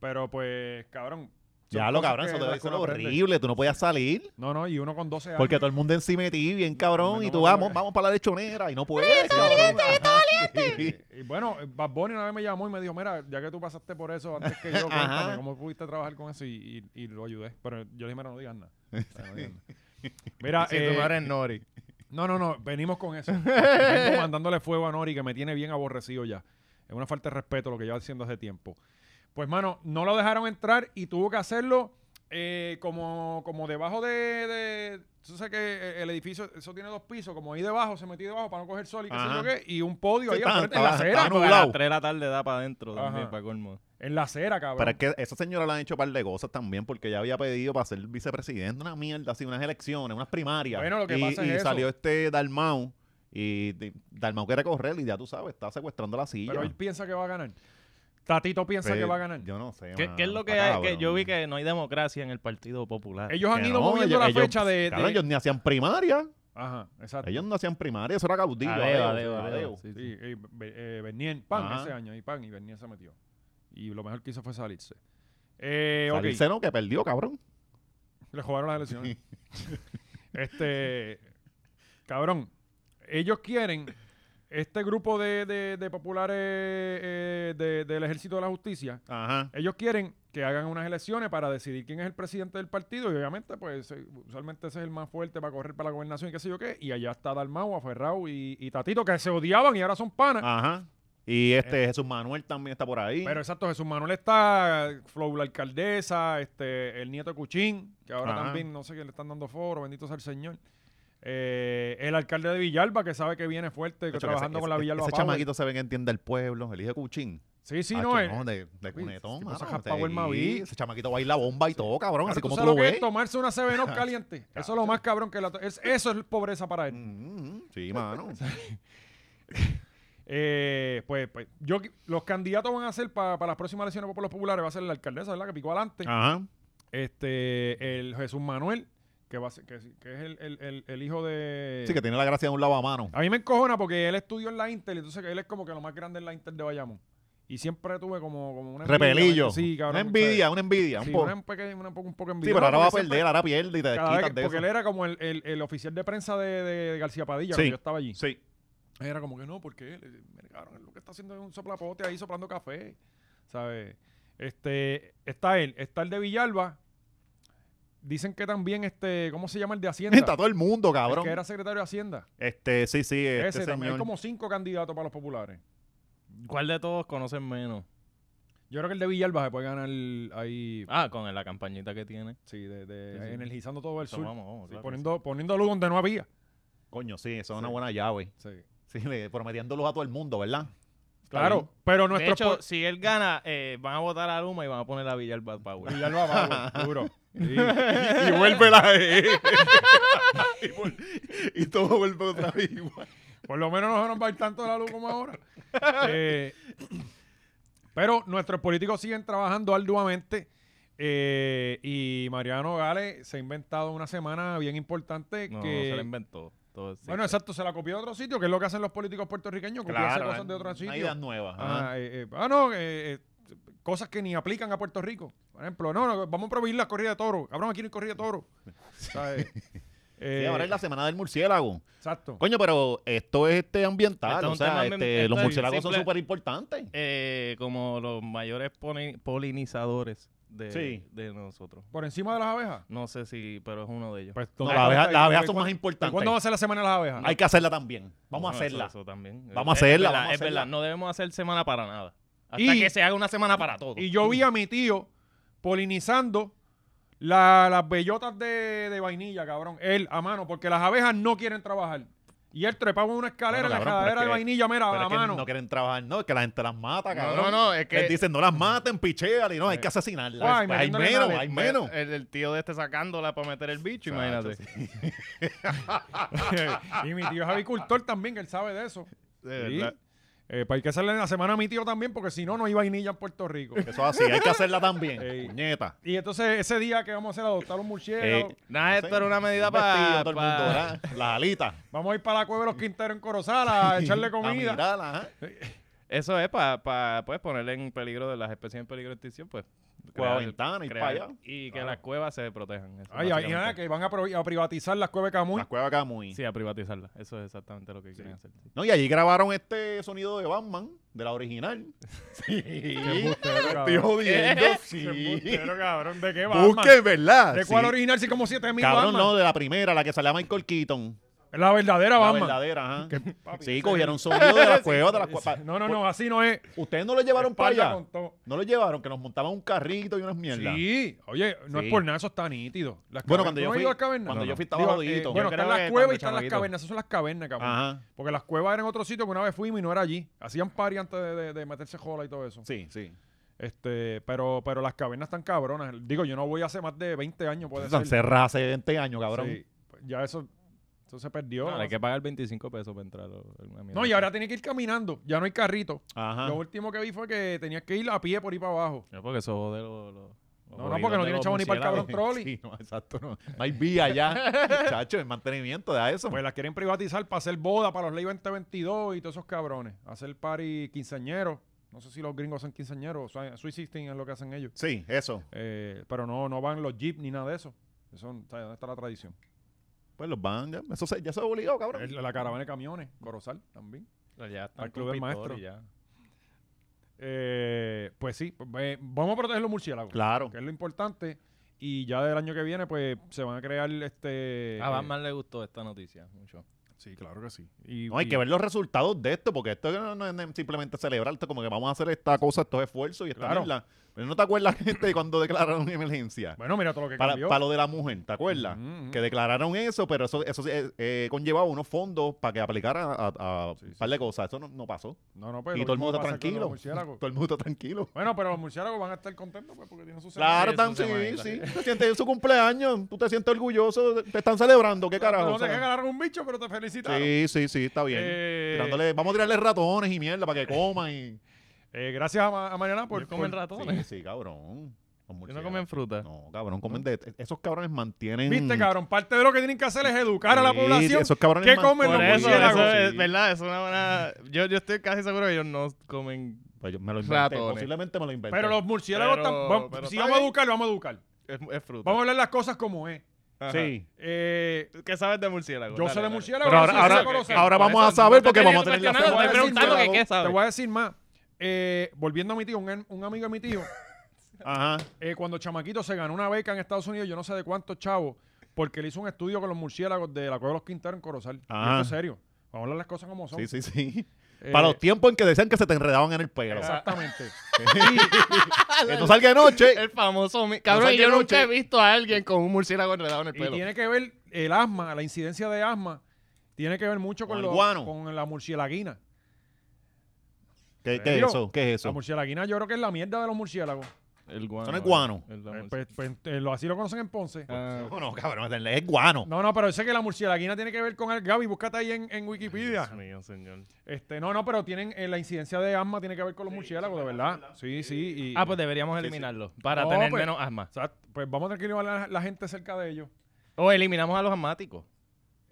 S1: Pero pues, cabrón. son
S3: Ya lo
S1: cosas
S3: cabrón,
S1: que
S3: eso debe
S1: la
S3: ser
S1: escuela aprende.
S3: horrible. Tú no podías salir
S1: No, no, y uno con 12 años.
S3: porque todo el mundo encima de ti, bien cabrón.
S1: No,
S3: y
S1: no
S3: tú
S1: me
S3: vamos,
S1: acuerdo.
S3: vamos para la lechonera y no puedes. cabrón.
S1: Eh, Y bueno, eh, Bad Bunny una vez me llamó y me dijo, mira, ya que tú pasaste por eso antes que yo, cuéntame
S3: Ajá.
S1: cómo pudiste trabajar con eso y, y- y lo ayudé. Pero yo le dije, mira, no digas nada. O sea, no digas nada. Mira,
S2: Si tú
S1: eh,
S2: no eres Nori.
S1: No, no, no, venimos con eso. Vengo mandándole fuego a Nori, que me tiene bien aborrecido ya. Es una falta de respeto lo que lleva haciendo hace tiempo. Pues, mano, no lo dejaron entrar y tuvo que hacerlo eh, como, como debajo de. de tú sabes que eh, el edificio, eso tiene dos pisos, como ahí debajo, se metió debajo para no coger sol y qué sé
S3: Ajá.
S1: yo qué, y un podio
S3: Sí,
S1: ahí
S3: estaba-
S1: al frente, en la
S3: estaba-
S1: acera.
S3: estaba
S2: Porque a
S3: nublado.
S2: las 3 de la tarde da para adentro también,
S1: Ajá.
S2: para colmo.
S1: En la acera, cabrón.
S3: Pero es que esa señora le han hecho un par de cosas también, porque ella había pedido para ser vicepresidente, una mierda, así, unas elecciones, unas primarias.
S1: Bueno, lo que
S3: y,
S1: pasa es
S3: y
S1: eso.
S3: salió este Dalmau y Y de- Dalmau quiere correr y ya tú sabes, está secuestrando la silla.
S1: Pero él piensa que va a ganar. Tatito piensa
S3: Pero
S1: que va a ganar.
S3: Pues, Yo no sé.
S2: ¿Qué,
S3: mano,
S2: qué es lo que
S3: está
S2: hay? Que
S3: cabrón.
S2: yo vi que no hay democracia en el Partido Popular.
S1: Ellos han
S3: Que
S1: ido
S3: no,
S1: moviendo
S3: ellos-
S1: la
S3: ellos-
S1: fecha de.
S3: Claro,
S1: de-
S3: ellos ni hacían primaria.
S1: Ajá, exacto.
S3: Ellos no hacían primaria. Eso era caudillo.
S2: Adeo,
S3: adeo,
S2: adeo,
S3: adeo.
S2: adeo. Sí,
S1: Sí,
S2: sí.
S1: y Be- eh, Bernier, pan
S3: Ajá.
S1: ese año, y pan, y Bernier se metió. Y lo mejor que hizo fue salirse. Eh, ok,
S3: Salirse no, que perdió, cabrón.
S1: le jugaron las elecciones. este, cabrón, ellos quieren, este grupo de, de- de populares eh, de- del Ejército de la Justicia,
S3: Ajá.
S1: ellos quieren que hagan unas elecciones para decidir quién es el presidente del partido y obviamente pues eh, usualmente ese es el más fuerte para correr para la gobernación y qué sé yo qué y allá está Dalmau, Aferrao y, y Tatito que se odiaban y ahora son panas
S3: Ajá. Y este Jesús Manuel también está por ahí.
S1: Ah. Eh. Pero exacto, Jesús Manuel está, Flow la alcaldesa, este, el nieto de Cuchín, que ahora
S3: Ajá.
S1: también no sé qué le están dando foro, bendito sea el Señor. Eh, el alcalde de Villalba, que sabe que viene fuerte, que
S3: Chacho,
S1: trabajando
S3: ese-
S1: con la
S3: ese-
S1: Villalba
S3: Ese
S1: Power.
S3: chamaquito se ve que entiende el pueblo. Elige Cuchín.
S1: Sí, sí,
S3: Hacho,
S1: no es.
S3: de, de
S1: Uy,
S3: cunetón,
S1: ese tipo
S3: mano.
S1: saca Power
S3: Sí,
S1: Mavi.
S3: Ese chamaquito baila bomba y todo, cabrón.
S1: Claro,
S3: así
S1: tú
S3: como tú
S1: sabes
S3: lo
S1: que es
S3: ves.
S1: tomarse una CBN caliente. Eso es lo más cabrón que la... to- es- eso es pobreza para él.
S3: Mm, mm, Sí, mano.
S1: Eh, pues, pues, yo, qui- los candidatos van a ser para las próximas elecciones por los populares, va a ser la alcaldesa, ¿verdad? Que picó adelante.
S3: Ajá.
S1: Este, el Jesús Manuel, que, va a ser- que, que es el, el- el- el hijo de...
S3: Sí, que tiene la gracia de un lavamano.
S1: A mí me encojona porque él estudió en la Inter, entonces él es como que lo más grande en la Inter de Bayamón. Y siempre tuve como, como una envidia,
S3: Repelillo.
S1: Ah, Sí, cabrón.
S3: Una envidia, una envidia.
S1: o sea, sí,
S3: un po-
S1: una peque- una un poco, un poco
S3: Sí,
S1: envidia.
S3: pero ahora va a
S1: porque
S3: perder,
S1: siempre-
S3: ahora pierde y
S1: cada vez
S3: te
S1: que-
S3: desquitas de
S1: porque él
S3: eso.
S1: era como el, el- el oficial de prensa de, de García Padilla,
S3: Sí.
S1: cuando yo estaba allí.
S3: Sí.
S1: Era como que no, porque él, eh, mira, cabrón, él lo que está haciendo es un soplapote ahí soplando café, ¿sabes? Este, está él, está el de Villalba. Dicen que también, este, ¿cómo se llama el de Hacienda?
S3: Está todo el mundo,
S1: El
S3: cabrón.
S1: que era secretario de Hacienda.
S3: Este, sí, sí, este
S1: Ese también. Hay
S3: señor.
S1: como cinco candidatos para los populares.
S2: ¿Cuál de todos conocen menos?
S1: Yo creo que el de Villalba se puede ganar ahí,
S2: Ah, con la campañita que tiene.
S1: sí, de, de-
S2: Sí, sí.
S1: energizando todo el
S2: Eso,
S1: sur.
S2: vamos, vamos,
S1: Sí,
S2: claro que
S1: poniendo, poniendo luz donde no había.
S3: Coño, sí, eso es una
S1: Sí.
S3: buena llave.
S1: Sí.
S3: Sí, le prometiéndolos a todo el mundo, ¿verdad? Está
S1: Claro,
S3: bien.
S1: pero
S2: sí. De
S1: nuestro...
S2: hecho, si él gana, eh, van a votar a Luma y van a poner a Villalba Power.
S1: Villalba va, güey, duro. Sí.
S3: Y vuelve la y, vol- y todo vuelve otra vez igual.
S1: Por lo menos no se nos va a ir tanto la luz como ahora. Eh, pero nuestros políticos siguen trabajando arduamente. eh, y Mariano Gales se ha inventado una semana bien importante
S2: No, no
S1: que.
S2: se la inventó. Todo sí.
S1: bueno, exacto, se la copió de otro sitio, que es lo que hacen los políticos puertorriqueños, copiarse cosas de otro
S3: hay-
S1: sitio.
S3: hay ideas nuevas. ajá.
S1: Ah, eh, eh, ah, no, eh, eh, cosas que ni aplican a Puerto Rico. Por ejemplo, no, no, vamos a prohibir la corrida de toro. Cabrón, aquí no hay corrida de toro. ¿sabes?
S3: Sí,
S1: Eh,
S3: ahora es la semana del murciélago.
S1: Exacto.
S3: Coño, pero esto es este ambiental,
S2: Esto es
S3: o
S2: un
S3: sea,
S2: tema
S3: este,
S2: ambiental,
S3: los murciélagos son
S2: simple-
S3: súper importantes.
S2: Eh, como los mayores poli- polinizadores de,
S3: Sí.
S2: de nosotros.
S1: Por encima de las abejas.
S2: No sé si, pero es uno de ellos.
S1: Pues,
S3: No,
S1: ¿dónde
S3: las abejas
S1: está?
S3: las abejas
S1: ¿Y
S3: son
S1: ¿Y
S3: más
S1: ¿Cuándo va a
S3: importantes.
S1: ser la semana de las abejas?
S3: Hay que hacerla también. Vamos a
S2: No, eso-
S3: hacerla.
S2: eso también.
S3: Vamos a
S2: Es-
S3: hacerla,
S2: Es verdad,
S3: vamos a
S2: es verdad.
S3: hacerla.
S2: No debemos hacer semana para nada. Hasta
S1: Y-
S2: que se haga una semana para todo.
S1: Y yo vi a mi tío polinizando la- las bellotas de, de vainilla, cabrón. Él, a mano, porque las abejas no quieren trabajar. Y él trepaba en una escalera
S3: Bueno,
S1: en la
S3: cabrón, pero
S1: cadera
S3: es
S1: de
S3: que-
S1: vainilla, mira,
S3: Pero
S1: a
S3: es que
S1: mano.
S3: no quieren trabajar, no, es que la gente las mata,
S2: Ah, No,
S3: cabrón.
S2: no, no, es que- Eh.
S3: Les dicen, no las maten, pichéale, no, hay que asesinarlas.
S1: Guay,
S3: Pues hay
S1: metiéndole
S3: menos,
S1: nalgas.
S3: hay menos.
S2: El, el tío de este sacándola para meter el bicho, imagínate.
S3: Chacho,
S1: y mi tío es avicultor también, que él sabe de eso.
S2: De
S1: Sí.
S2: verdad.
S1: Eh, pues hay que hacerle en la semana a mi tío también, porque si no, no hay vainilla en Puerto Rico.
S3: Eso así, hay que hacerla también.
S1: Ey.
S3: Puñeta.
S1: y entonces, ese día que vamos a hacer, adoptar un murciélago.
S3: Eh,
S2: Nada,
S3: No
S2: esto
S3: sé,
S2: era una medida
S3: un vestido,
S2: para.
S3: todo el mundo, ¿verdad? Las alitas.
S1: Vamos a ir para la cueva de los Quinteros en Corozal a echarle
S3: A
S1: comida.
S3: mirarla, ajá.
S2: Eso es para pues, ponerle en peligro de las especies en peligro de extinción, pues.
S3: Cueva
S2: crear-
S3: ventana y
S2: crear-
S3: para allá.
S2: Y que
S3: Claro.
S2: las cuevas se protejan. eso
S1: Ay, ay,
S2: básicamente.
S1: nada, que van a, pro- a privatizar las cuevas de Camuy.
S3: Las cuevas Camuy.
S2: Sí, a privatizarla. Eso es exactamente lo que quieren hacer. sí.
S3: No, y allí grabaron este sonido de Batman, de la original.
S1: Ah.
S3: Sí.
S1: embustero,
S3: Estoy
S1: cabrón.
S3: jodiendo,
S1: Qué
S3: sí.
S1: embustero, cabrón. ¿De qué Batman?
S3: Busquen, ¿verdad?
S1: ¿De cuál
S3: Sí.
S1: original? Sí, como 7000
S3: Cabrón,
S1: Batman.
S3: no, de la primera, la que salía Michael Keaton.
S1: La verdadera
S3: La
S1: Batman.
S3: verdadera, ajá.
S1: papi,
S3: Sí, cogieron sonido de las cuevas, de las cuevas.
S1: No, no, no, así no es.
S3: Ustedes no lo llevaron Pues, para
S1: Espalda
S3: allá.
S1: con todo.
S3: No lo llevaron, que nos montaban un carrito y unas mierdas.
S1: Sí, oye, no
S3: Sí.
S1: es por nada, eso está nítido. Las
S3: Bueno,
S1: cavernas-
S3: cuando
S1: ¿tú
S3: yo
S1: no has
S3: fui-
S1: ido a las cavernas?
S3: cuando
S1: No,
S3: yo
S1: no.
S3: fui estaba
S1: Digo, eh,
S3: jodidito.
S1: bueno,
S2: Yo
S1: están
S2: creo que
S1: las cuevas y
S2: cuando
S1: están las
S2: chamaquito.
S1: cavernas. Esas son las cavernas, cabrón.
S3: Ajá.
S1: Porque las cuevas eran otro sitio que una vez fuimos y no era allí. Hacían party antes de, de- de meterse jola y todo eso.
S3: Sí, sí.
S1: Este, pero, pero las cavernas están cabronas. Digo, yo no voy hace más de 20 años, puede
S3: Están
S1: ser.
S3: cerradas hace 20 años, cabrón.
S1: Sí, pues ya eso Eso se perdió.
S2: Claro, hay que pagar 25 pesos para entrar. o- una mierda
S1: No, y
S2: así.
S1: ahora tiene que ir caminando. Ya no hay carrito.
S3: Ajá.
S1: Lo último que vi fue que tenías que ir a pie por ahí para abajo.
S2: No, porque eso jode los... los- los
S1: No, no,
S2: jodidos
S1: porque no
S2: de
S1: tiene
S2: los
S1: chavo ni para el
S2: murciélagos.
S1: cabrón trolley.
S3: Sí, no, exacto. No, No hay vía ya. Chacho, el mantenimiento de eso.
S1: Pues la quieren privatizar para hacer boda para los ley 2022 y todos esos cabrones. Hacer party quinceañeros. No sé si los gringos son quinceañeros. O sea, Sweet 16 es lo que hacen ellos.
S3: sí, eso.
S1: Eh, pero no, no van los jeeps ni nada de eso. Eso, o sea, ¿dónde está la tradición?
S3: Pues los van, ya, eso se, ya se obligó,
S1: El-
S3: cabrón.
S1: La caravana de camiones, Corozal también.
S2: Ya están
S1: Al club
S2: con
S1: del maestro.
S2: Victoria ya.
S1: Eh, pues sí, pues, eh, vamos a proteger los murciélagos.
S3: Claro.
S1: Que es lo importante. Y ya del año que viene, pues se van a crear este.
S2: A
S1: eh,
S2: Ah, Batman le gustó esta noticia mucho.
S1: Sí, claro que sí. Y,
S3: No, hay
S1: y-
S3: que ver los resultados de esto, porque esto no, no es simplemente celebrar, esto como que vamos a hacer esta cosa, estos esfuerzos y esta
S1: Claro.
S3: mierda. Pero no te acuerdas, gente, cuando declararon emergencia.
S1: Bueno, mira todo lo que
S3: Para,
S1: cambió.
S3: para lo de la mujer, ¿te acuerdas?
S1: Ujú, ujú.
S3: Que declararon eso, pero eso, eso eh, eh, conllevaba unos fondos para que aplicara a, a- a
S1: Sí,
S3: un
S1: sí,
S3: par de cosas. Eso no, no pasó.
S1: No, no, pues,
S3: y
S1: lo
S3: todo el
S1: mismo
S3: mundo
S1: pasa con
S3: está
S1: los
S3: tranquilo.
S1: murciélagos.
S3: Todo el mundo está tranquilo.
S1: Bueno, pero los murciélagos van a estar contentos pues, porque tienen su
S3: Claro,
S1: semana.
S3: están, sí, sí. Te sientes en su cumpleaños, tú te sientes orgulloso, te están celebrando, ¿qué carajo?
S1: No
S3: O
S1: te
S3: sea,
S1: cagaron un bicho, pero te felicitaron.
S3: sí, sí, sí, está bien.
S1: Eh,
S3: Tirándole- vamos a tirarle ratones y mierda para que coman y...
S1: eh, gracias a, Ma- a Mariana por.
S2: Ellos comen
S1: por-
S2: ratones.
S3: Sí, sí, cabrón. Los
S2: Ellos no
S3: murciélagos.
S2: comen fruta.
S3: No, cabrón, comen de... Esos cabrones mantienen...
S1: Viste, cabrón, parte de lo que tienen que hacer es educar a la
S3: Mm. Sí,
S1: población.
S3: esos cabrones
S1: ¿Qué
S3: man-
S1: comen
S2: Por
S1: los
S2: eso,
S1: murciélagos?
S2: eso es
S3: Sí.
S2: verdad, es una buena... Yo, yo estoy casi seguro que ellos no comen...
S3: Pues yo me lo inventé,
S2: Ratones.
S3: posiblemente me lo inventé.
S1: Pero los murciélagos
S2: Pero-
S1: tam- vam-
S2: pero
S1: Si
S2: está
S1: vamos a
S2: bien.
S1: educar, vamos a educar.
S2: Es, es fruta.
S1: Vamos a hablar las cosas como es.
S2: Ajá.
S3: Sí.
S1: Eh,
S2: ¿Tú ¿Qué sabes de murciélago?
S1: Yo
S2: Dale,
S1: sé de
S2: dale.
S1: murciélago,
S3: Pero
S1: yo
S3: ahora,
S1: sé de
S3: ahora,
S1: Corozal.
S3: ahora
S2: Por
S3: vamos
S2: eso,
S3: a
S2: no
S3: saber
S2: te
S3: porque
S2: estoy
S3: vamos a tener la
S2: cuestionando,
S1: te
S3: foto
S1: estoy
S3: del
S1: preguntando
S2: que
S3: murciélago.
S2: qué sabes.
S1: te voy a decir más. Eh, volviendo a mi tío, un, un amigo de mi tío,
S3: Ajá.
S1: eh, cuando Chamaquito se ganó una beca en Estados Unidos, yo no sé de cuántos chavos, porque le hizo un estudio con los murciélagos de la Cueva de los Quinteros en Corozal. Y
S3: Ajá.
S1: esto es serio. Vamos a hablar las cosas como son.
S3: Ah. Sí, sí, sí.
S1: Eh,
S3: Para los tiempos en que decían que se te enredaban en el pelo.
S1: Exactamente.
S3: Que tú salgas de noche.
S4: El famoso. mi- Cabrón,
S3: Gonzalo
S4: yo nunca
S3: Noche.
S4: he visto a alguien con un murciélago enredado en el
S1: y
S4: pelo.
S1: tiene que ver el asma, la incidencia de asma, tiene que ver mucho con,
S3: Con el
S1: lo-
S3: guano.
S1: con la murciélaguina.
S3: ¿Qué, qué es
S1: Pero-
S3: eso? ¿Qué es
S1: La
S3: eso?
S1: murciélaguina yo creo que es la mierda de los murciélagos.
S2: El guano.
S3: Son el guano.
S2: el
S1: Eh,
S2: guano.
S1: pues, pues, eh, lo- así lo conocen en Ponce.
S2: Ah,
S3: No, no, cabrón, es guano.
S1: No, no, pero sé que la murciélaguina tiene que ver con el Gaby, búscate ahí en, en Wikipedia.
S2: Dios mío, señor.
S1: Este, no, no, pero tienen eh, la incidencia de asma tiene que ver con los murciélagos, de verdad. Sí, sí. y-
S2: Ah, pues deberíamos eliminarlo para
S1: No,
S2: tener
S1: pues-
S2: menos asma.
S1: o sea, pues vamos a tener que llevar a la, la gente cerca de ellos.
S2: O eliminamos a los asmáticos.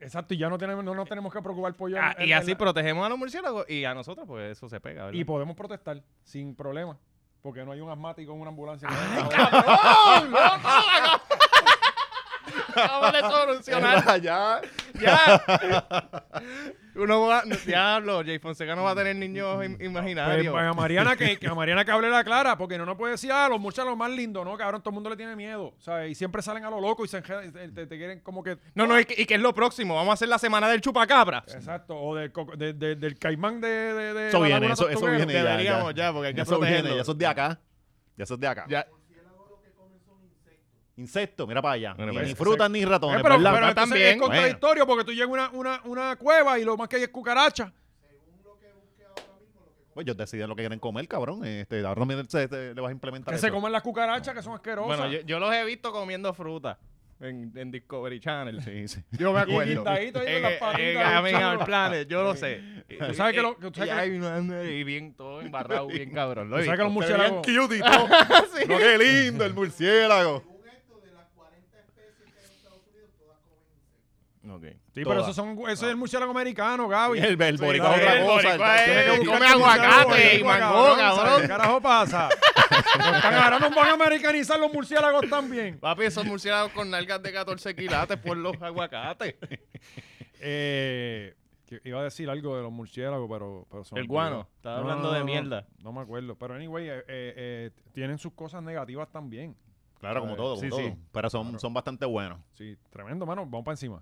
S1: Exacto, y ya no tenemos, no nos tenemos que preocupar por ellos.
S2: Ah,
S1: en-
S2: y
S1: en
S2: así
S1: la-
S2: protegemos a los murciélagos y a nosotros, pues eso se pega, ¿verdad?
S1: y podemos protestar sin problema. Porque no hay un asmático en una ambulancia.
S4: Vamos a solucionar.
S3: Allá.
S2: ¡Ya! Uno va... Diablo, Jay Fonseca no va a tener niños im-
S1: Pues,
S2: imaginarios.
S1: pues, a Mariana que, que a Mariana que hable la clara, porque no nos puede decir, ah, los murciélagos más lindos, ¿no? Cabrón, todo el mundo le tiene miedo. ¿sabes? Y siempre salen a lo loco y se enje- te- te- te quieren como que
S2: No, no, ¿y qué, y qué es lo próximo? Vamos a hacer la semana del chupacabra.
S1: Exacto, o del, coco- de- de- del caimán de, de, de
S3: Eso
S1: la
S3: viene,
S1: laguna
S3: eso, eso
S1: tortuguero.
S3: viene. ya,
S2: Deberíamos ya, porque hay que
S3: eso
S2: protegerlo.
S3: viene, ya eso es de acá. Ya eso es de acá.
S2: Ya.
S3: Insectos, mira para allá.
S2: Mira
S3: ni
S2: para
S3: ni
S2: allá.
S3: frutas ni
S1: Eh,
S3: ratones,
S1: pero
S3: ¿verdad?
S1: pero
S2: Ah,
S1: entonces
S2: también,
S1: es contradictorio porque tú llegas a una, una, una cueva y lo más que hay es cucaracha.
S3: Pues ellos deciden lo que quieren comer, cabrón. Este, ahora no me- se- se- le vas a implementar
S1: Que
S3: eso.
S1: se comen las cucarachas que son asquerosas.
S2: Bueno, yo, yo los he visto comiendo fruta en, en Discovery Channel.
S3: Sí, sí.
S2: Yo me
S1: y
S2: acuerdo. Eh,
S1: guindadito ahí con
S2: En-
S1: las patitas.
S2: en
S1: bien
S2: Gaming
S1: chulo.
S2: Our Planet, yo lo sé.
S1: Tú sabes que lo- que tú sabes
S2: y,
S1: que-
S2: hay una- y bien todo embarrado, bien cabrón. Lo
S1: Tú
S2: he
S1: sabes que los
S2: visto.
S1: murciélagos...
S3: cute y todo. Pero qué lindo el murciélago.
S2: Ok.
S1: Sí,
S3: todas.
S1: pero eso, son, eso es el murciélago americano, Gaby.
S3: El, el boricua
S1: el
S3: es otra cosa.
S2: boricua
S3: el-
S2: es-
S3: tiene que buscar-
S4: come
S1: que
S4: aguacate
S1: murciélago
S4: y
S1: boricua,
S4: mango,
S1: ¿sabes
S4: cabrón.
S1: ¿Qué carajo pasa? Nos están- ahora nos van a americanizar los murciélagos también.
S4: Papi, esos murciélagos con nalgas de 14 quilates por los aguacates.
S1: Eh, que iba a decir algo de los murciélagos, pero... pero se me
S2: El
S1: olvidó.
S2: guano. Estaba hablando de mierda.
S1: No me acuerdo. Pero anyway, eh, eh, eh, tienen sus cosas negativas también.
S3: Claro, como todo, como
S1: Sí,
S3: todo.
S1: sí.
S3: Pero son, son bastante buenos.
S1: Sí, tremendo, mano. Vamos para encima.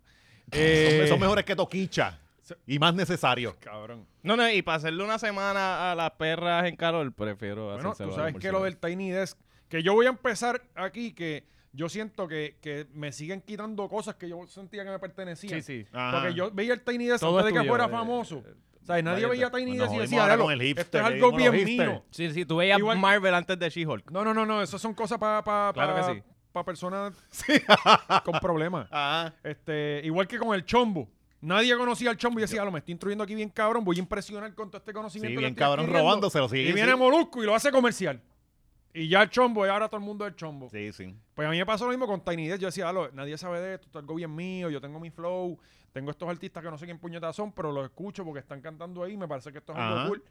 S3: Son-
S1: Eh,
S3: son mejores que Toquicha.
S1: se-
S3: Y más necesarios.
S1: Eh, Cabrón.
S2: No, no, y para hacerle una semana a las perras en Carol, prefiero
S1: Bueno,
S2: hacérselo
S1: tú
S2: a
S1: sabes
S2: los
S1: que lo
S2: murciélagos.
S1: del Tiny Desk, que yo voy a empezar aquí, que yo siento que, que me siguen quitando cosas que yo sentía que me pertenecían.
S2: Sí, sí.
S3: Ajá.
S1: Porque yo veía el Tiny Desk
S2: Todo
S1: antes de
S2: es
S1: que
S2: tuyo,
S1: fuera
S2: eh,
S1: famoso.
S2: eh,
S1: O sea, nadie
S2: vaya,
S1: veía Tiny
S3: nos
S1: Desk y
S3: jodimos
S1: decía,
S3: ahora
S1: "Diablo,
S3: con el
S1: esto
S3: hipster,
S1: es
S3: le
S1: algo
S3: dimos los
S1: bien
S3: hipster".
S1: mío.
S2: Sí, sí, tú veías
S1: Igual-
S2: Marvel antes de She-Hulk.
S1: No, no, no, no. Esas son cosas para pa,
S2: Claro
S1: pa-
S2: que sí.
S1: pa personas con problemas.
S3: Ajá.
S1: Este, igual que con el chombo. Nadie conocía al chombo y decía, "Ah, lo me estoy instruyendo aquí bien cabrón, voy a impresionar con todo este
S3: Sí,
S1: conocimiento. que
S3: bien
S1: estoy
S3: cabrón
S1: adquiriendo".
S3: robándoselo, sí.
S1: Y
S3: sí.
S1: viene Molusco y lo hace comercial. Y ya el chombo, y ahora todo el mundo es el chombo.
S3: Sí, sí.
S1: Pues a mí me pasó lo mismo con Tiny Desk. Yo decía, "Alo, nadie sabe de esto, esto es algo bien mío, yo tengo mi flow, tengo estos artistas que no sé quién puñetas son, pero los escucho porque están cantando ahí, me parece que esto es
S3: Ajá.
S1: algo cool.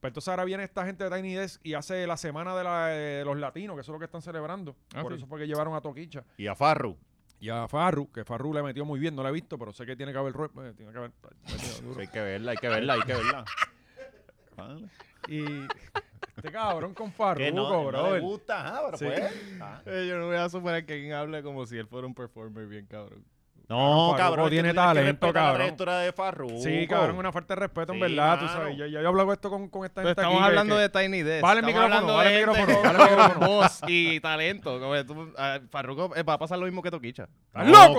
S1: Pero entonces ahora viene esta gente de Tiny Desk y hace la semana de, la- de los latinos, que eso es lo que están celebrando.
S2: Ah,
S1: Por
S2: sí.
S1: eso fue que llevaron a Toquicha
S3: Y a Farru.
S1: y a Farru, que Farru le metió muy bien, no la he visto, pero sé que tiene que haber... ro- eh, tiene que haber metido duro.
S3: Sí, hay que verla, hay que verla, hay que verla. Vale.
S1: Y este cabrón con Farru,
S3: Ah, Que no, no le
S1: brother.
S3: gusta, ajá, pero
S1: Sí. Ah.
S3: pues. ajá.
S2: Eh, yo no voy a superar que alguien hable como si él fuera un performer bien cabrón.
S3: No,
S1: Farruko
S3: cabrón. es que
S1: tiene
S3: tú tienes que
S1: talento,
S3: respetar
S1: cabrón.
S3: La trayectoria de Farru.
S1: Sí, cabrón, una falta de respeto, en
S3: Sí,
S1: verdad, tú
S3: mano.
S1: sabes. Yo, yo, he hablado esto con, con esta gente
S2: Entonces, estamos
S1: aquí, que-
S2: hablando
S1: que-
S2: de Tiny Desk.
S1: Vale el
S2: estamos
S1: micrófono,
S2: hablando
S1: vale
S2: de
S1: el
S2: gente
S1: micrófono,
S2: con
S1: vale el micrófono.
S2: Voz y talento. Como tú, ah, Farruko eh, va a pasar lo mismo que Toquicha.
S1: ¡Estás
S3: No,
S1: loco,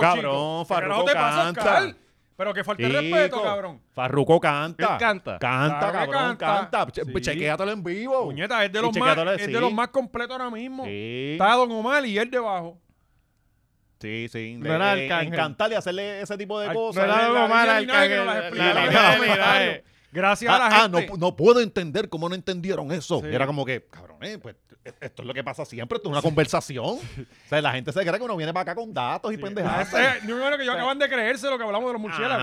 S1: chico! ¿Qué carajo
S3: cabrón, Farruko
S1: te pasa,
S3: canta.
S1: Oscar? Pero que falta el
S3: Chico,
S1: respeto, cabrón.
S3: Farruko canta.
S2: Él canta.
S3: Canta,
S1: Claro que
S3: cabrón,
S1: canta.
S3: canta.
S1: Sí.
S3: Che, Chequéatelo en vivo.
S1: Puñeta, es de
S3: Y
S1: los más,
S3: chequéatelo,
S1: es
S3: sí.
S1: de los más completos ahora mismo.
S3: Sí,
S1: Está Don Omar y él debajo.
S3: sí, sí.
S2: No era
S3: Le-
S2: Arcángel.
S3: en cantar y hacerle ese tipo de
S1: Al-
S3: cosas.
S1: no era
S3: Le-
S1: Don Omar,
S2: La
S1: al
S2: línea
S1: que nos las
S2: la-
S1: explica
S3: la-
S1: en
S3: la-
S1: los comentarios.
S2: la-
S1: Gracias a la
S3: Ah, ah,
S1: gente.
S3: no, no puedo entender cómo no entendieron eso.
S1: Sí.
S3: Era como que, cabrones, pues e- esto es lo que pasa siempre, esto es una conversación. o sea, la gente se cree que uno viene para acá con datos y pendejadas.
S1: Ese- yo Eh, me imagino que yo acaban de creerse lo que hablamos de los murciélagos.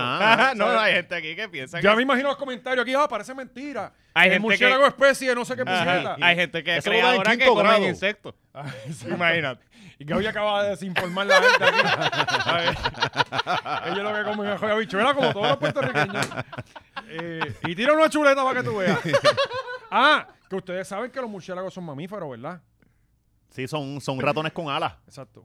S3: Ajá.
S2: no, hay gente aquí que piensa
S1: Ya me imagino los comentarios aquí, ah, parece mentira.
S2: Hay
S1: el
S2: gente
S1: murciélago especie, no sé qué
S2: Ajá,
S1: puñeta.
S2: Hay gente que
S3: Eso
S2: cree
S3: lo da en
S2: ahora que
S3: quinto
S2: comen
S3: grado.
S2: insectos.
S1: Ah, exacto.
S2: Imagínate.
S1: Y que hoy acaba de desinformar la gente aquí. Ellos lo que comen es joya bichuela, como todos los puertorriqueños. Eh, y tira una chuleta para que tú veas. Ah, que ustedes saben que los murciélagos son mamíferos, ¿verdad?
S3: Sí, son, son ratones con alas.
S1: Exacto.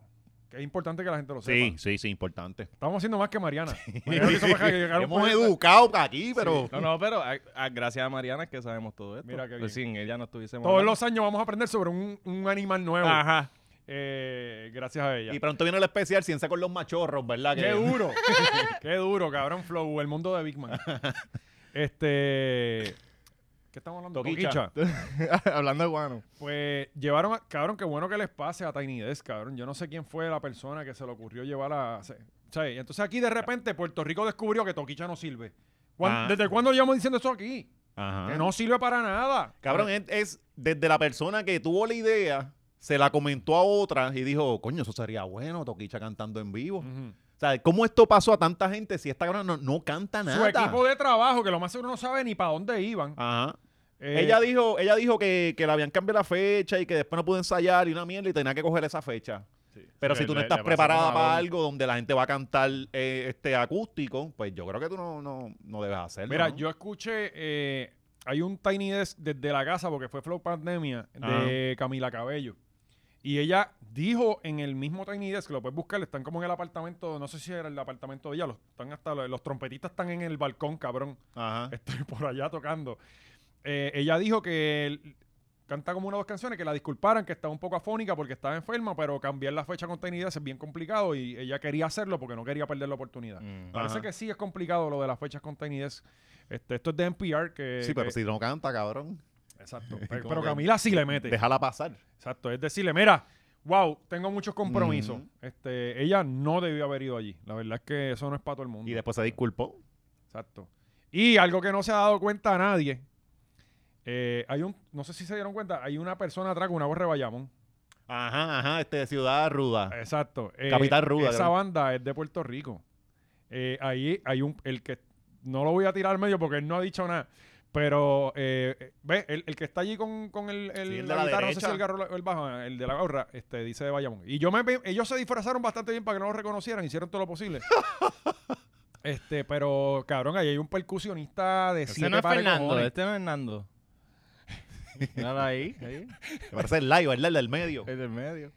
S1: Que es importante que la gente lo sepa.
S3: Sí, sí, sí, importante.
S1: Estamos haciendo más que Mariana. Mariana hizo más que llegar un
S3: Hemos
S1: poquito-
S3: educado aquí, pero
S2: No, no, pero a- a- gracias a Mariana es que sabemos todo esto.
S1: Mira qué
S2: Pues sin ella no estuviésemos.
S1: Todos
S2: hablando.
S1: los años vamos a aprender sobre un, un animal nuevo.
S2: Ajá.
S1: Eh, gracias a ella.
S3: Y pronto viene el especial Ciencia con los Machorros, ¿verdad?
S1: Qué
S3: Que-
S1: duro. Qué duro, cabrón. Flow, el mundo de Big Man. Este. ¿Qué estamos hablando?
S3: Toquicha.
S1: Toquicha.
S2: Hablando de guano.
S1: Pues llevaron a. Cabrón, qué bueno que les pase a Tiny Desk, cabrón. Yo no sé quién fue la persona que se le ocurrió llevar a. se- ¿sabes? Y Entonces aquí de repente Puerto Rico descubrió que Toquicha no sirve. ¿Cuán-
S3: Ah.
S1: ¿Desde cuándo llevamos diciendo eso aquí?
S3: Ajá.
S1: Que no sirve para nada. Pues,
S3: Cabrón, es, es desde la persona que tuvo la idea, se la comentó a otra y dijo, coño, eso sería bueno, Toquicha cantando en vivo.
S1: Ujú.
S3: O sea, ¿cómo esto pasó a tanta gente si esta cabrona no, no canta nada?
S1: Su equipo de trabajo, que lo más seguro no sabe ni para dónde iban.
S3: Ajá.
S1: Eh,
S3: ella dijo, ella dijo que, que le habían cambiado la fecha y que después no pudo ensayar y una mierda y tenía que coger esa fecha. Pero si tú no estás preparada para algo donde la gente va a cantar eh, este acústico, pues yo creo que tú no, no, no debes hacerlo.
S1: Mira,
S3: ¿no?
S1: yo escuché, eh, hay un Tiny Desk desde la casa, porque fue Flow Pandemia, de Camila Cabello. Y ella dijo en el mismo Tiny Desk, que lo puedes buscar, están como en el apartamento, no sé si era el apartamento de ella, los, están hasta, los, los trompetistas están en el balcón, cabrón.
S3: Ajá.
S1: Estoy por allá tocando. Eh, ella dijo que el- canta como una o dos canciones, que la disculparan, que estaba un poco afónica porque estaba enferma, pero cambiar la fecha con Tiny Desk es bien complicado y ella quería hacerlo porque no quería perder la oportunidad.
S2: Mm.
S1: Parece
S3: Ajá.
S1: que sí es complicado lo de las fechas con Tiny Desk. Este, esto es de NPR que...
S3: Sí, pero
S1: que-
S3: si no canta, cabrón,
S1: Exacto. Pero,
S3: ¿Cómo
S1: pero
S3: que?
S1: Camila sí le mete.
S3: déjala pasar.
S1: Exacto. Es decirle, mira, wow, tengo muchos compromisos.
S3: Ujú.
S1: este, ella no debió haber ido allí. La verdad es que eso no es para todo el mundo.
S3: Y después se disculpó.
S1: Exacto. Y algo que no se ha dado cuenta a nadie. eh, hay un, no sé si se dieron cuenta, hay una persona atrás con una voz de Bayamón.
S3: Ajá, ajá, este, ciudad ruda.
S1: Exacto. Eh,
S3: Capital Ruda,
S1: Esa
S3: creo.
S1: banda es de Puerto Rico. Eh, ahí hay un. El que. No lo voy a tirar al medio porque él no ha dicho nada. Pero, eh, ¿ves? El, el que está allí con, con el, el-
S3: Sí, el de
S1: la
S3: la
S1: guitarra, no sé si
S3: derecha.
S1: el, garro- el bajo, el de la gorra, este, dice de Bayamón. Y yo me, vi- ellos se disfrazaron bastante bien para que no lo reconocieran, hicieron todo lo posible. este, pero, cabrón, ahí hay un percusionista de
S2: Este
S1: siete
S2: no es
S1: pares de
S2: Fernando,
S1: cojones.
S2: este no es Hernando. Míralo ahí, ahí,
S3: Me parece el live, ¿verdad? El del medio.
S2: el del medio.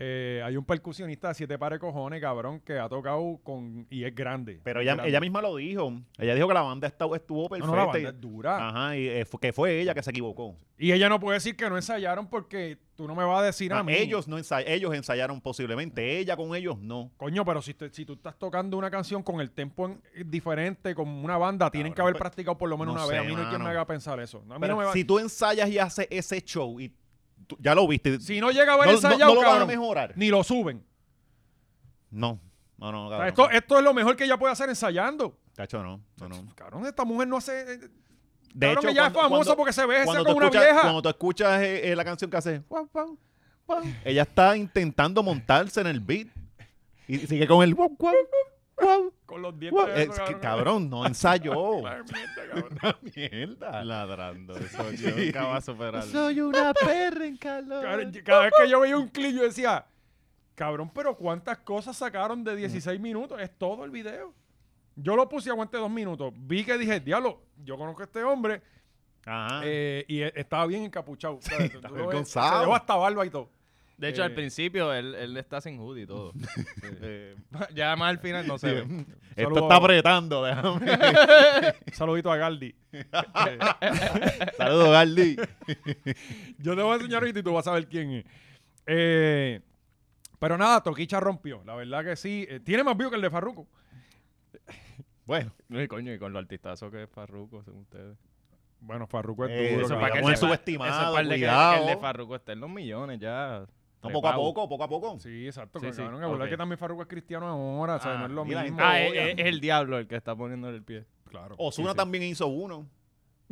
S1: Eh, hay un percusionista de siete pares de cojones, cabrón, que ha tocado con... y es grande.
S3: Pero
S1: es
S3: ella,
S1: grande.
S3: ella misma lo dijo. Ella dijo que la banda estuvo, estuvo
S1: No,
S3: perfecta.
S1: no, la
S3: y-
S1: banda es dura.
S3: Ajá, y eh, fu- que fue ella que se equivocó.
S1: Y ella no puede decir que no ensayaron porque tú no me vas a decir a
S3: Ah,
S1: mí.
S3: ellos no ensay- ellos ensayaron posiblemente, ella con ellos no.
S1: Coño, pero si, te- si tú estás tocando una canción con el tempo en- eh, diferente, con una banda, tienen que
S3: Cabrón,
S1: haber
S3: pues,
S1: practicado por lo menos
S3: no
S1: una vez.
S3: sé,
S1: A mí no hay quien
S3: mano.
S1: me haga pensar eso. A mí
S3: Pero
S1: no me va-
S3: si
S1: si,
S3: tú ensayas y haces ese show y tú- ya lo viste,
S1: no llega a haber
S3: no, no-
S1: ensayado,
S3: no lo van a
S1: cabrón,
S3: mejorar.
S1: ni lo suben.
S3: No, no, no,
S1: O sea,
S3: cabrón.
S1: esto, esto es lo mejor que ella puede hacer ensayando.
S3: Tacho, no. no, no.
S1: eh, Cabrón, esta mujer no hace. eh,
S3: De
S1: cabrón,
S3: hecho,
S1: ella es famosa porque se ve
S3: cuando
S1: con
S3: tú
S1: una
S3: escuchas,
S1: vieja.
S3: Cuando tú escuchas eh, eh, la canción que hace, guau, guau, guau, ella está intentando montarse en el beat y sigue con el guau, guau, guau,
S1: Con los dientes.
S3: guau. Es que, cabrón, no ensayó. Mierda.
S4: Ladrando. Eso yo nunca va a superar.
S3: Soy una perra en calor.
S1: Cabrón, yo- Cada vez que yo veía un clip, yo decía, cabrón, pero ¿cuántas cosas sacaron de 16 minutos? Es todo el video. Yo lo puse y aguanté dos minutos. Vi que dije, diablo, yo conozco a este hombre
S3: Ajá.
S1: eh, y e- estaba bien encapuchado. ¿sabes? Tú- tú lo ves,
S3: avergonzado.
S1: Se llevó hasta barba y todo.
S2: De hecho,
S1: Eh.
S2: al principio él, él está sin hoodie y todo. Eh, ya más al final no se ve.
S3: Esto
S1: Saludos.
S3: está apretando, déjame.
S1: Un saludito a Galdi.
S3: Saludos, Gardi.
S1: Yo te voy a enseñar ahorita y tú vas a ver quién es. Eh, pero nada, Toquicha rompió. La verdad que sí. Eh, tiene más view que el de Farruko.
S3: Bueno,
S2: Ay, coño, y con los artistazos que es Farruko, según ustedes.
S1: Bueno, Farruko es
S3: Eh,
S1: duro.
S3: eso es
S1: cabrón.
S3: para que
S2: él
S3: muy
S2: sepa-
S3: subestimado,
S2: eso es para el de que-
S3: cuidado.
S2: que el de Farruko está en los millones ya.
S3: no, poco a
S2: trepado.
S3: poco, poco a poco.
S1: Sí, exacto.
S2: Sí,
S1: que
S2: sí,
S1: cabrón, que verdad
S2: ok.
S1: que también Farruko es cristiano ahora, o sea,
S3: Ah,
S1: no es lo
S3: y la
S1: mismo.
S3: gente-
S2: Ah, es, es- es el diablo el que está poniendo el pie.
S3: Ah,
S1: claro.
S3: Osuna
S2: Sí, sí.
S3: también hizo uno.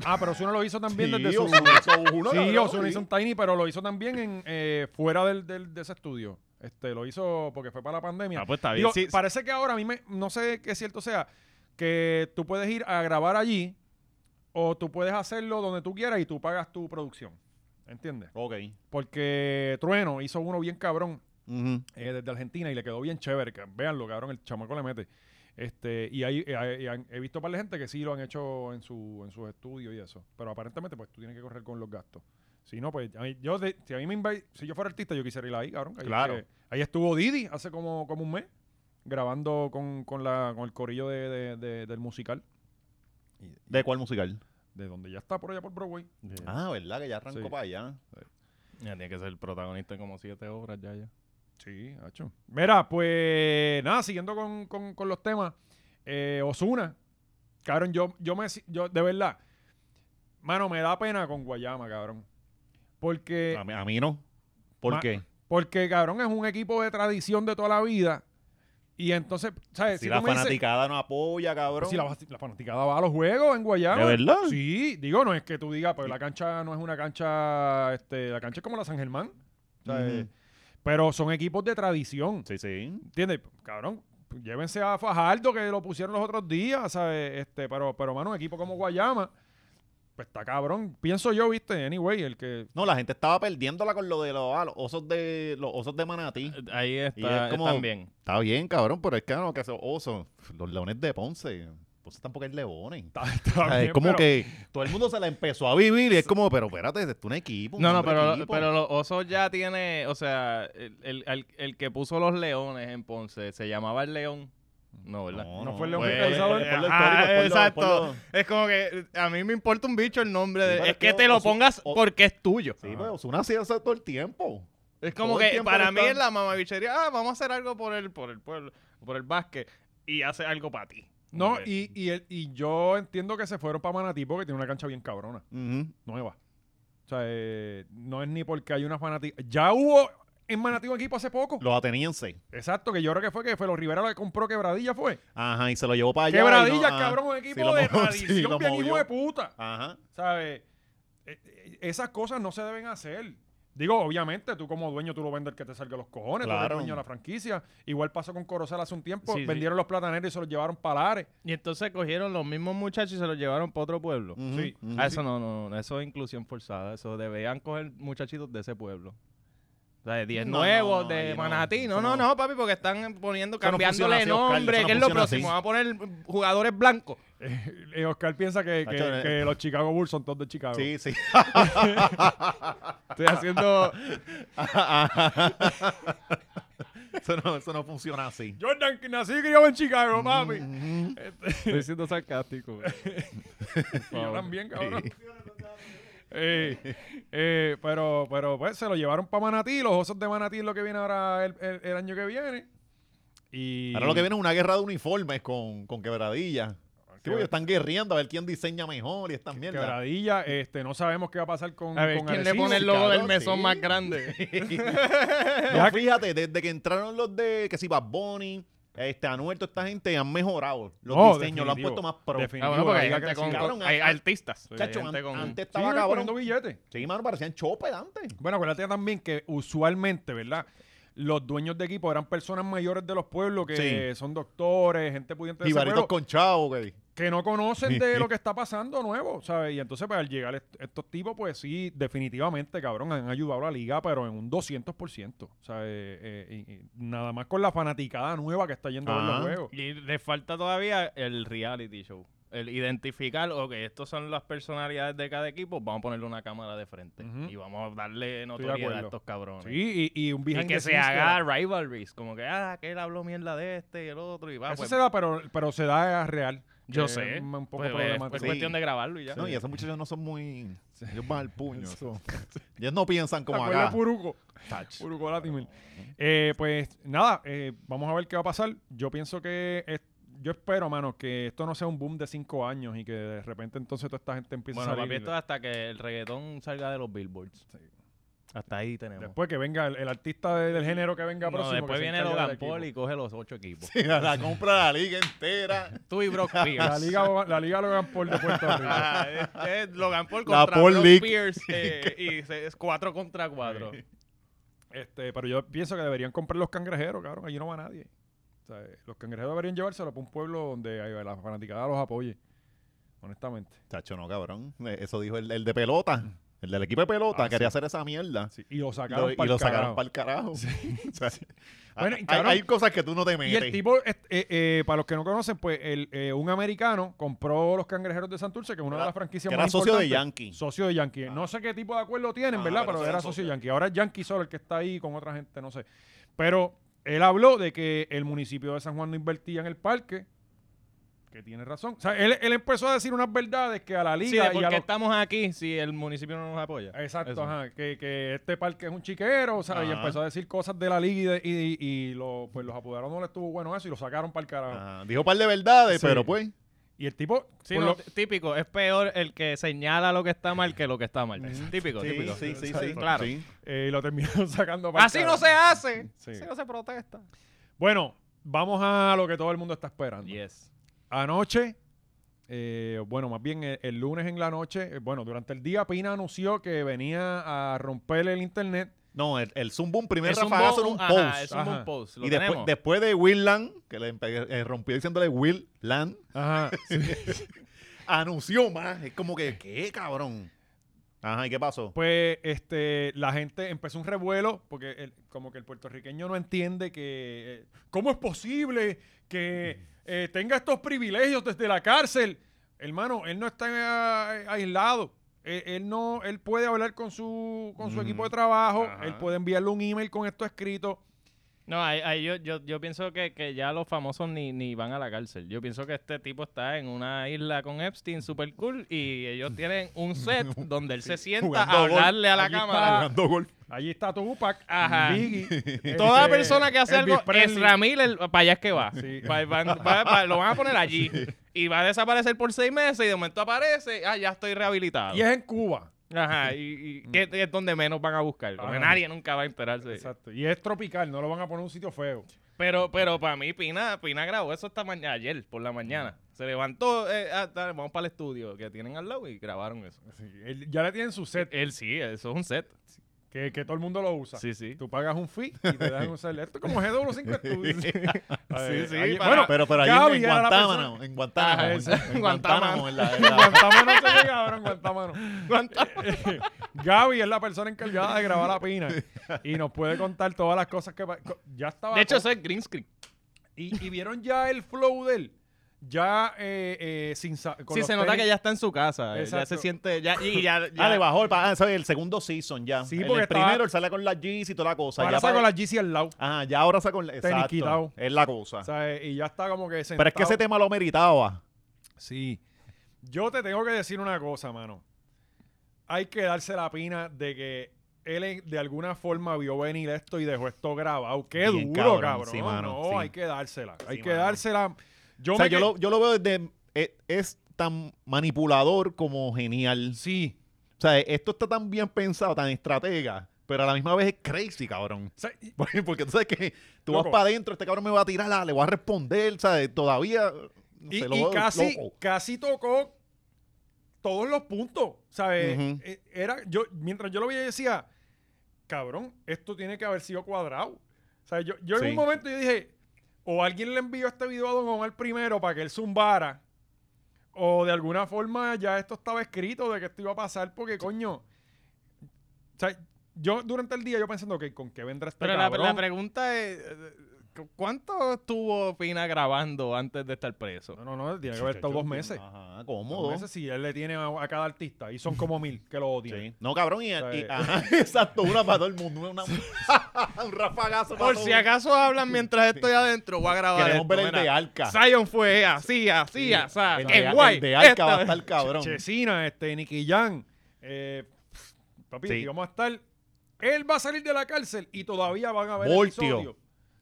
S1: Ah, pero Ozuna lo hizo también
S3: Sí,
S1: desde su...
S3: Ozuna hizo uno.
S1: sí,
S3: cabrón,
S1: Ozuna
S3: sí.
S1: hizo un Tiny, pero lo hizo también en, eh, fuera del, del- de ese estudio. Este, lo hizo porque fue para la pandemia.
S2: Ah, pues está bien.
S1: Digo,
S2: Sí,
S1: parece que ahora a mí me, no sé qué cierto sea, que tú puedes ir a grabar allí o tú puedes hacerlo donde tú quieras y tú pagas tu producción. ¿Entiendes?
S3: Ok.
S1: Porque Trueno hizo uno bien cabrón
S3: Ujú.
S1: eh, desde Argentina y le quedó bien chévere. que- véanlo, cabrón, el chamaco le mete. Este, y ahí eh, y han- he visto para la gente que sí lo han hecho en, su, en sus estudios y eso. Pero aparentemente, pues tú tienes que correr con los gastos. Si no, pues a mí- yo, de- si a mí me invi- si yo fuera artista, yo quisiera ir ahí, cabrón. Ahí, es
S3: Claro.
S1: que- ahí estuvo Didi hace como, como un mes grabando con, con, la, con el corillo de, de- de- del musical,
S3: ¿De cuál musical?
S1: de donde ya está por allá por Broadway.
S3: Ah, ¿verdad? Que ya arrancó
S1: Sí.
S3: para allá.
S2: Ya tiene que ser el protagonista en como siete obras ya, ya.
S1: Sí, hacho. Mira, pues nada, siguiendo con, con- con los temas, eh, Osuna, cabrón, yo, yo me, si- yo, de verdad, mano, me da pena con Guayama, cabrón. Porque,
S3: A mí, a mí no. ¿Por
S1: Eh, Ma-
S3: qué?
S1: porque, cabrón, es un equipo de tradición de toda la vida. Y entonces, ¿sabes?
S3: Si, la
S1: eh, tú me dices-
S3: fanaticada no apoya, cabrón.
S1: si la, la fanaticada va a los juegos en Guayama.
S3: ¿De verdad?
S1: Sí, digo, no es que tú digas, pues la cancha no es una cancha, este, la cancha es como la San Germán. ¿sabes?
S3: Ujú.
S1: Pero son equipos de tradición.
S3: Sí, sí.
S1: ¿Entiendes? Cabrón, pues, llévense a Fajardo que lo pusieron los otros días, ¿sabes? Este, pero, pero mano, un equipo como Guayama, pues está cabrón. Pienso yo, viste, anyway, el que.
S3: No, la gente estaba perdiéndola con lo de los, ah, los osos de los osos de Manatí.
S2: Ahí
S3: Y
S2: está,
S3: es como-
S2: están bien.
S3: Está bien, cabrón, pero es que no, que esos osos, los leones de Ponce, Ponce tampoco es leones.
S1: Está, está
S3: O sea,
S1: bien,
S3: Ah, es como
S1: pero-
S3: que todo el mundo se la empezó a vivir y es como, pero espérate, es un equipo. un
S2: No, no,
S3: hombre
S2: pero,
S3: equipo.
S2: pero los osos ya tiene, o sea, el, el- al- el que puso los leones en Ponce se llamaba el león. No, ¿verdad?
S1: no fue el león
S3: pues,
S1: fiscalizador.
S3: es por lo
S2: Ajá,
S3: histórico, es por lo-
S2: exacto.
S3: por lo-
S2: Es como que eh, a mí me importa un bicho el nombre.
S3: Sí,
S2: de-
S3: pero
S2: es
S3: es
S2: que
S3: que
S2: te lo
S3: Osu-
S2: pongas
S3: O-
S2: porque es tuyo.
S3: pues, Sí, pero Osuna hacía eso todo el tiempo.
S2: Es como
S3: todo el
S2: que
S3: tiempo
S2: para
S3: le
S2: mí
S3: están-
S2: es la mamabichería. Ah, vamos a hacer algo por el, por el pueblo, por el básquet. Y hace algo para ti.
S1: No,
S2: Como que-
S1: y, y, el- y yo entiendo que se fueron para Manatí porque tiene una cancha bien cabrona,
S3: Ujú.
S1: nueva. O sea, eh, no es ni porque hay una fanática. Ya hubo en Manatí un equipo hace poco.
S3: Los atenienses.
S1: Exacto, que yo creo que fue que fue los Rivera lo que compró quebradilla, fue.
S3: Ajá, y se lo llevó para allá. y no-
S1: Quebradilla,
S3: ajá.
S1: cabrón, un
S3: Sí,
S1: equipo
S3: lo
S1: de
S3: movió, sí,
S1: tradición
S3: lo
S1: bien hijo
S3: movió.
S1: de puta.
S3: Ajá.
S1: ¿sabes? Eh, eh, Esas cosas no se deben hacer. Digo, obviamente, tú como dueño, tú lo vendes el que te salga los cojones, tú
S3: Claro.
S1: eres dueño de la franquicia. Igual pasó con Corozal hace un tiempo,
S2: Sí, sí.
S1: vendieron los plataneros y se los llevaron para Lares.
S2: Y entonces cogieron los mismos muchachos y se los llevaron para otro pueblo.
S3: Ujú,
S1: Sí.
S3: ujú.
S2: Ah, eso no, no, no, eso es inclusión forzada. Eso deberían coger muchachitos de ese pueblo. O sea, de 10
S3: No,
S2: nuevos,
S3: no, no, ahí
S2: de
S3: no.
S2: Manatí. No,
S3: Eso
S2: no,
S3: no.
S2: no, papi, porque están poniendo,
S3: Eso no funciona
S2: cambiándole
S3: así, Oscar,
S2: nombre.
S3: eso no
S2: ¿Qué es lo
S3: funciona así.
S2: próximo? Van a poner jugadores blancos.
S1: Eh, eh, Oscar piensa que, que-
S3: Tacho, eh.
S1: que los Chicago Bulls son todos de Chicago.
S3: Sí, sí.
S2: Estoy haciendo.
S3: eso, no, eso no funciona así.
S1: Jordan, que nací y criado en
S3: Mm,
S1: Chicago, papi.
S2: estoy siendo sarcástico.
S1: Y yo también, cabrón. Eh, eh, pero, pero pues se lo llevaron para Manatí. Los osos de Manatí es lo que viene ahora el, el- el año que viene. Y
S3: Ahora lo que viene es una guerra de uniformes con, con quebradillas. Sí, porque están guerriendo a ver quién diseña mejor y están mierda.
S1: Quebradilla, este, no sabemos qué va a pasar con,
S2: A ver,
S1: con
S2: ¿quién le
S1: Arecibo.
S2: pone el logo del
S3: cabrón,
S2: mesón
S3: sí.
S2: más grande?
S3: No, fíjate, desde que entraron los de que si Bad Bunny, este, Anuel, toda esta gente han mejorado los
S1: No,
S3: diseños, lo han
S1: definitivo.
S3: puesto más pro.
S1: Definitivo.
S4: Ah, bueno, porque hay
S1: diga
S4: gente
S1: que
S4: con,
S1: sí.
S3: Cabrón,
S4: con- hay
S3: an-
S4: artistas. hay
S3: Chacho,
S4: gente
S3: an-
S4: con-
S3: antes
S1: Sí,
S3: estaba
S1: poniendo
S3: cabrón.
S1: billetes.
S3: Sí, mano, parecían chope, Dante.
S1: Bueno, acuérdate también que usualmente, ¿verdad? Los dueños de equipo eran personas mayores de los pueblos que son doctores, gente pudiente de ese pueblo,
S3: con chavo, güey.
S1: que no conocen de lo que está pasando nuevo, ¿sabes? Y entonces, pues, al llegar est- estos tipos, pues sí, definitivamente, cabrón, han ayudado a la liga, pero en un 200%, ¿sabes? Eh, y- y nada más con la fanaticada nueva que está yendo a ver los
S3: Ajá.
S1: juegos.
S2: Y le falta todavía el reality show. El identificar, ok, estos son las personalidades de cada equipo, vamos a ponerle una cámara de frente
S1: Ujú.
S2: y vamos a darle
S1: de
S2: notoriedad a
S1: acuerdo.
S2: estos cabrones.
S1: Sí, y, y un
S2: Y
S1: behind
S2: que
S1: the
S2: se
S1: scenes que-
S2: haga rivalries, como que, ah, que él habló mierda de este y el otro, y va,
S1: Eso
S2: pues,
S1: se da, pero, pero se da eh, real.
S2: yo
S1: Eh,
S2: sé,
S1: Es un poco
S2: pues,
S1: problemático.
S2: es cuestión
S3: Sí.
S2: de grabarlo y ya.
S3: No, y esos muchachos no son muy. Ellos van al puño. eso. Ellos no piensan
S1: ¿Te
S3: como
S1: acuerdas,
S3: acá.
S1: Puruco?
S3: Tach.
S1: Uruguay Latimer. Eh, pues nada, eh, vamos a ver qué va a pasar. Yo pienso que es- yo espero, mano, que esto no sea un boom de cinco años y que de repente entonces toda esta gente empiece
S2: Bueno,
S1: a salir.
S2: papi, esto es hasta que el reggaetón salga de los billboards. Hasta ahí tenemos.
S1: Después que venga el, el artista de- del género que venga
S2: No,
S1: próximo. que
S2: después
S1: se
S2: viene
S1: encargue del
S2: Logan
S1: equipo.
S2: Paul y coge los ocho equipos.
S3: Sí, la, la compra la liga entera.
S2: Tú y Brock
S1: La
S2: Pierce.
S1: liga, la liga Logan Paul de Puerto Rico.
S2: Ah, es- es Logan Paul
S3: La
S2: contra
S3: Paul
S2: Brock
S3: League.
S2: Pierce eh, y se- es 4 contra 4.
S1: Este, pero yo pienso que deberían comprar los cangrejeros, cabrón. Allí no va nadie. O sea, eh, los cangrejeros deberían llevárselo para un pueblo donde eh, la fanaticada los apoye. Honestamente.
S3: Tacho, no, cabrón. Eh, Eso dijo el, el de pelota. El del equipo de pelota
S1: Ah,
S3: quería hacer esa mierda.
S1: Sí, Y lo
S3: Lo-
S1: sacaron
S3: y
S1: para
S3: lo sacaron para el carajo. O sea, ah,
S1: Bueno, y
S3: hay,
S1: cabrón-
S3: hay cosas que tú no te metes.
S1: Y el tipo, est- eh, eh, para los que no conocen, pues el, eh, un americano compró los cangrejeros de Santurce, que es una
S3: Era-
S1: de las franquicias
S3: que
S1: más
S3: era socio de
S1: importantes.
S3: Yankee.
S1: Socio de Yankee. No sé qué tipo de acuerdo tienen,
S3: Ah,
S1: ¿verdad?
S3: pero
S1: Pero,
S3: sí
S1: era
S3: era
S1: socio
S3: socio.
S1: de Yankee. Ahora es Yankee solo el que está ahí con otra gente, no sé. Pero él habló de que el municipio de San Juan no invertía en el parque, que tiene razón. O sea, él, él empezó a decir unas verdades que a la
S2: Sí, de
S1: liga y
S2: por
S1: a Eh,
S2: qué
S1: los...
S2: estamos aquí si el municipio no nos apoya.
S1: Exacto,
S2: Eso.
S1: ajá, que, que este parque es un chiquero, o sea, y
S3: Ajá.
S1: empezó a decir cosas de la liga y, de- y, y lo- pues los apoderados no le estuvo bueno eso y lo sacaron para el carajo.
S3: Ajá, Ah, dijo un par de verdades,
S1: Sí.
S3: pero pues.
S1: Y el tipo,
S2: Sí,
S1: por
S2: no,
S1: lo-
S2: t- típico, es peor el que señala lo que está mal que lo que está mal. Típico, típico. Claro.
S3: Sí.
S1: eh, lo terminaron sacando para el
S2: Así no
S1: carajo.
S2: se hace.
S1: Sí.
S2: Así no se protesta.
S1: Bueno, vamos a lo que todo el mundo está esperando.
S2: Yes.
S1: Anoche, eh, bueno, más bien el, el lunes en la noche, eh, bueno, durante el día Pina anunció que venía a romper el internet.
S3: No, el, el Zoom Boom primer
S2: Es un
S3: rafagazo era
S2: bo-
S3: un
S2: ajá,
S3: post.
S2: es un
S1: Ajá.
S2: post. Lo
S3: y después,
S2: tenemos.
S3: después de Will Land, que le empe- eh, rompió diciéndole Will Land,
S1: Ajá.
S3: anunció más. Es como que, ¿qué, cabrón? Ajá, ¿y qué pasó?
S1: Pues este, la gente empezó un revuelo porque el- como que el puertorriqueño no entiende que eh, cómo es posible que eh, tenga estos privilegios desde la cárcel. Hermano, él no está eh, aislado. Eh, él no, él puede hablar con su con su
S3: Ujú.
S1: equipo de trabajo.
S3: Ajá.
S1: Él puede enviarle un email con esto escrito.
S2: No, ahí- ahí yo, yo, yo pienso que, que ya los famosos ni, ni van a la cárcel. Yo pienso que este tipo está en una isla con Epstein, super cool, y ellos tienen un set donde él se sienta
S3: Jugando
S2: a
S3: golf.
S2: hablarle a la
S1: Allí está.
S2: cámara.
S3: Jugando golf.
S1: Allí está Tupac,
S2: Ajá.
S1: Biggie,
S2: Toda
S1: este,
S2: persona que hace
S1: Elvis
S2: algo,
S1: Presley.
S2: es Ramil, para allá es que va.
S1: Sí.
S2: Va- van- va- va- lo van a poner allí. Y va a desaparecer por seis meses y de momento aparece, ah, ya estoy rehabilitado.
S1: Y es en Cuba.
S2: Ajá, y, y que, que es donde menos van a buscar. Porque
S1: Ajá.
S2: nadie nunca va a enterarse.
S1: Exacto. Y es tropical, no lo van a poner en un sitio feo.
S2: Pero, pero para mí, Pina, Pina grabó eso esta mañana, ayer, por la mañana. Se levantó, eh, ah, dale, vamos para el estudio que tienen al lado y grabaron eso.
S1: Sí, él- ya le tienen su set.
S2: Él sí, eso es un set.
S1: Que, que todo el mundo lo usa.
S2: Sí, sí.
S1: Tú pagas un fee y te dan un sal- Esto es como GW5 Studios.
S2: sí, para-
S1: Bueno,
S3: Pero, pero ahí
S1: Gaby
S3: en
S1: era la
S3: Guantánamo, en Guantánamo,
S1: Ajá,
S3: en,
S1: ese-
S3: en
S2: Guantánamo.
S3: Guantánamo, en la, en la-
S1: Guantánamo se ve, cabrón, Guantánamo. Gaby es la persona encargada de grabar la pina y nos puede contar todas las cosas que... pa- co- Ya estaba...
S2: De hecho, eso es green screen.
S1: y, y vieron ya el flow de él. Ya eh, eh, sin... sa- con
S2: Sí,
S1: los
S2: se nota
S1: tenis.
S2: que ya está en su casa. eh, Ya se
S1: Exacto.
S2: siente, ya, y ya, ya-
S3: Ah, le bajó el, pa- ah, ¿sabes? el segundo season ya.
S1: Sí,
S3: En
S1: porque
S3: el
S1: estaba-
S3: primero él sale con las G's y toda la cosa.
S1: Ahora
S3: ya
S1: está con
S3: para-
S1: la GC al lado.
S3: Ajá, ya ahora está con la
S1: Tenis quitado.
S3: Exacto, es la cosa.
S1: O sea, y ya está como que sentado.
S3: Ah. Pero es que ese tema lo meritaba.
S1: Sí. Yo te tengo que decir una cosa, mano. Hay que darse la pina de que él en- de alguna forma vio venir esto y dejó esto grabado. Qué
S3: Bien
S1: duro, cabrón.
S3: cabrón, sí, mano,
S1: no,
S3: sí.
S1: hay que dársela. hay
S3: Sí,
S1: que
S3: mano.
S1: dársela. Yo
S3: o sea,
S1: me
S3: yo
S1: que-
S3: lo, yo lo veo desde. Es, es tan manipulador como genial.
S1: Sí.
S3: O sea, esto está tan bien pensado, tan estratega, Pero a la misma vez es crazy, cabrón.
S1: O sea, y-
S3: Porque porque tú sabes que tú
S1: Loco.
S3: vas para adentro, este cabrón me va a tirar, ah, le voy a responder, ¿sabes? Todavía. no
S1: Y,
S3: sé, lo
S1: y
S3: veo
S1: casi,
S3: loco.
S1: casi tocó todos los puntos, ¿sabes?
S3: Ujú.
S1: Eh, Era, yo, mientras yo lo veía, yo decía, cabrón, esto tiene que haber sido cuadrado. O sea, yo, yo en
S3: Sí.
S1: un momento yo dije, o alguien le envió este video a Don Omar primero para que él zumbara, o de alguna forma ya esto estaba escrito de que esto iba a pasar, porque coño, o sea, yo durante el día yo pensando, que ¿con qué vendrá este
S2: Pero la,
S1: cabrón?
S2: la pregunta es, eh, cu- ¿cuánto estuvo Pina grabando antes de estar preso?
S1: no, no, no, tiene que haber estado dos meses.
S3: Ajá,
S1: Dos
S3: cómodo.
S1: meses Pues, sí, él le tiene a, a cada artista y son como mil que lo odian.
S3: Sí. No, cabrón, y, y-
S1: ¿Sabes?
S3: ajá, exacto, una para todo el mundo, una- un rafagazo
S4: Por
S3: para todo
S4: si
S3: el mundo.
S4: acaso hablan mientras estoy adentro, voy a grabar.
S3: Queremos
S4: esto,
S3: ver el
S4: mira.
S3: de Arca.
S4: Zion fue así, así, así.
S3: El de,
S4: En
S3: el
S4: guay.
S3: de Arca
S4: esta
S3: va a
S4: vez.
S3: estar cabrón.
S1: Chesina, este, Nicky Jan, eh, papi,
S3: Sí.
S1: aquí vamos a estar. Él va a salir de la cárcel y todavía van a ver
S3: Voltio.
S1: episodios.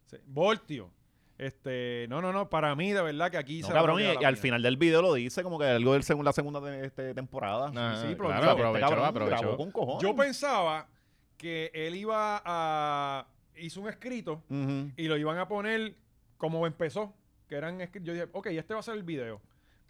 S1: Sí, Voltio. Este, no, no, no, para mí de verdad que aquí
S3: No,
S1: se la
S3: cabrón, y,
S1: van a
S3: y
S1: quedar la
S3: al
S1: mía.
S3: final del video lo dice como que algo de la segunda te- este, temporada.
S2: No,
S1: sí, pero yo-
S2: Ah, claro,
S3: Este
S2: aprovechó,
S3: cabrón
S2: aprovechó.
S3: grabó con cojones.
S1: Yo pensaba que él iba a hizo un escrito
S3: Ujú.
S1: y lo iban a poner como empezó, que eran escri- yo dije, ok, este va a ser el video.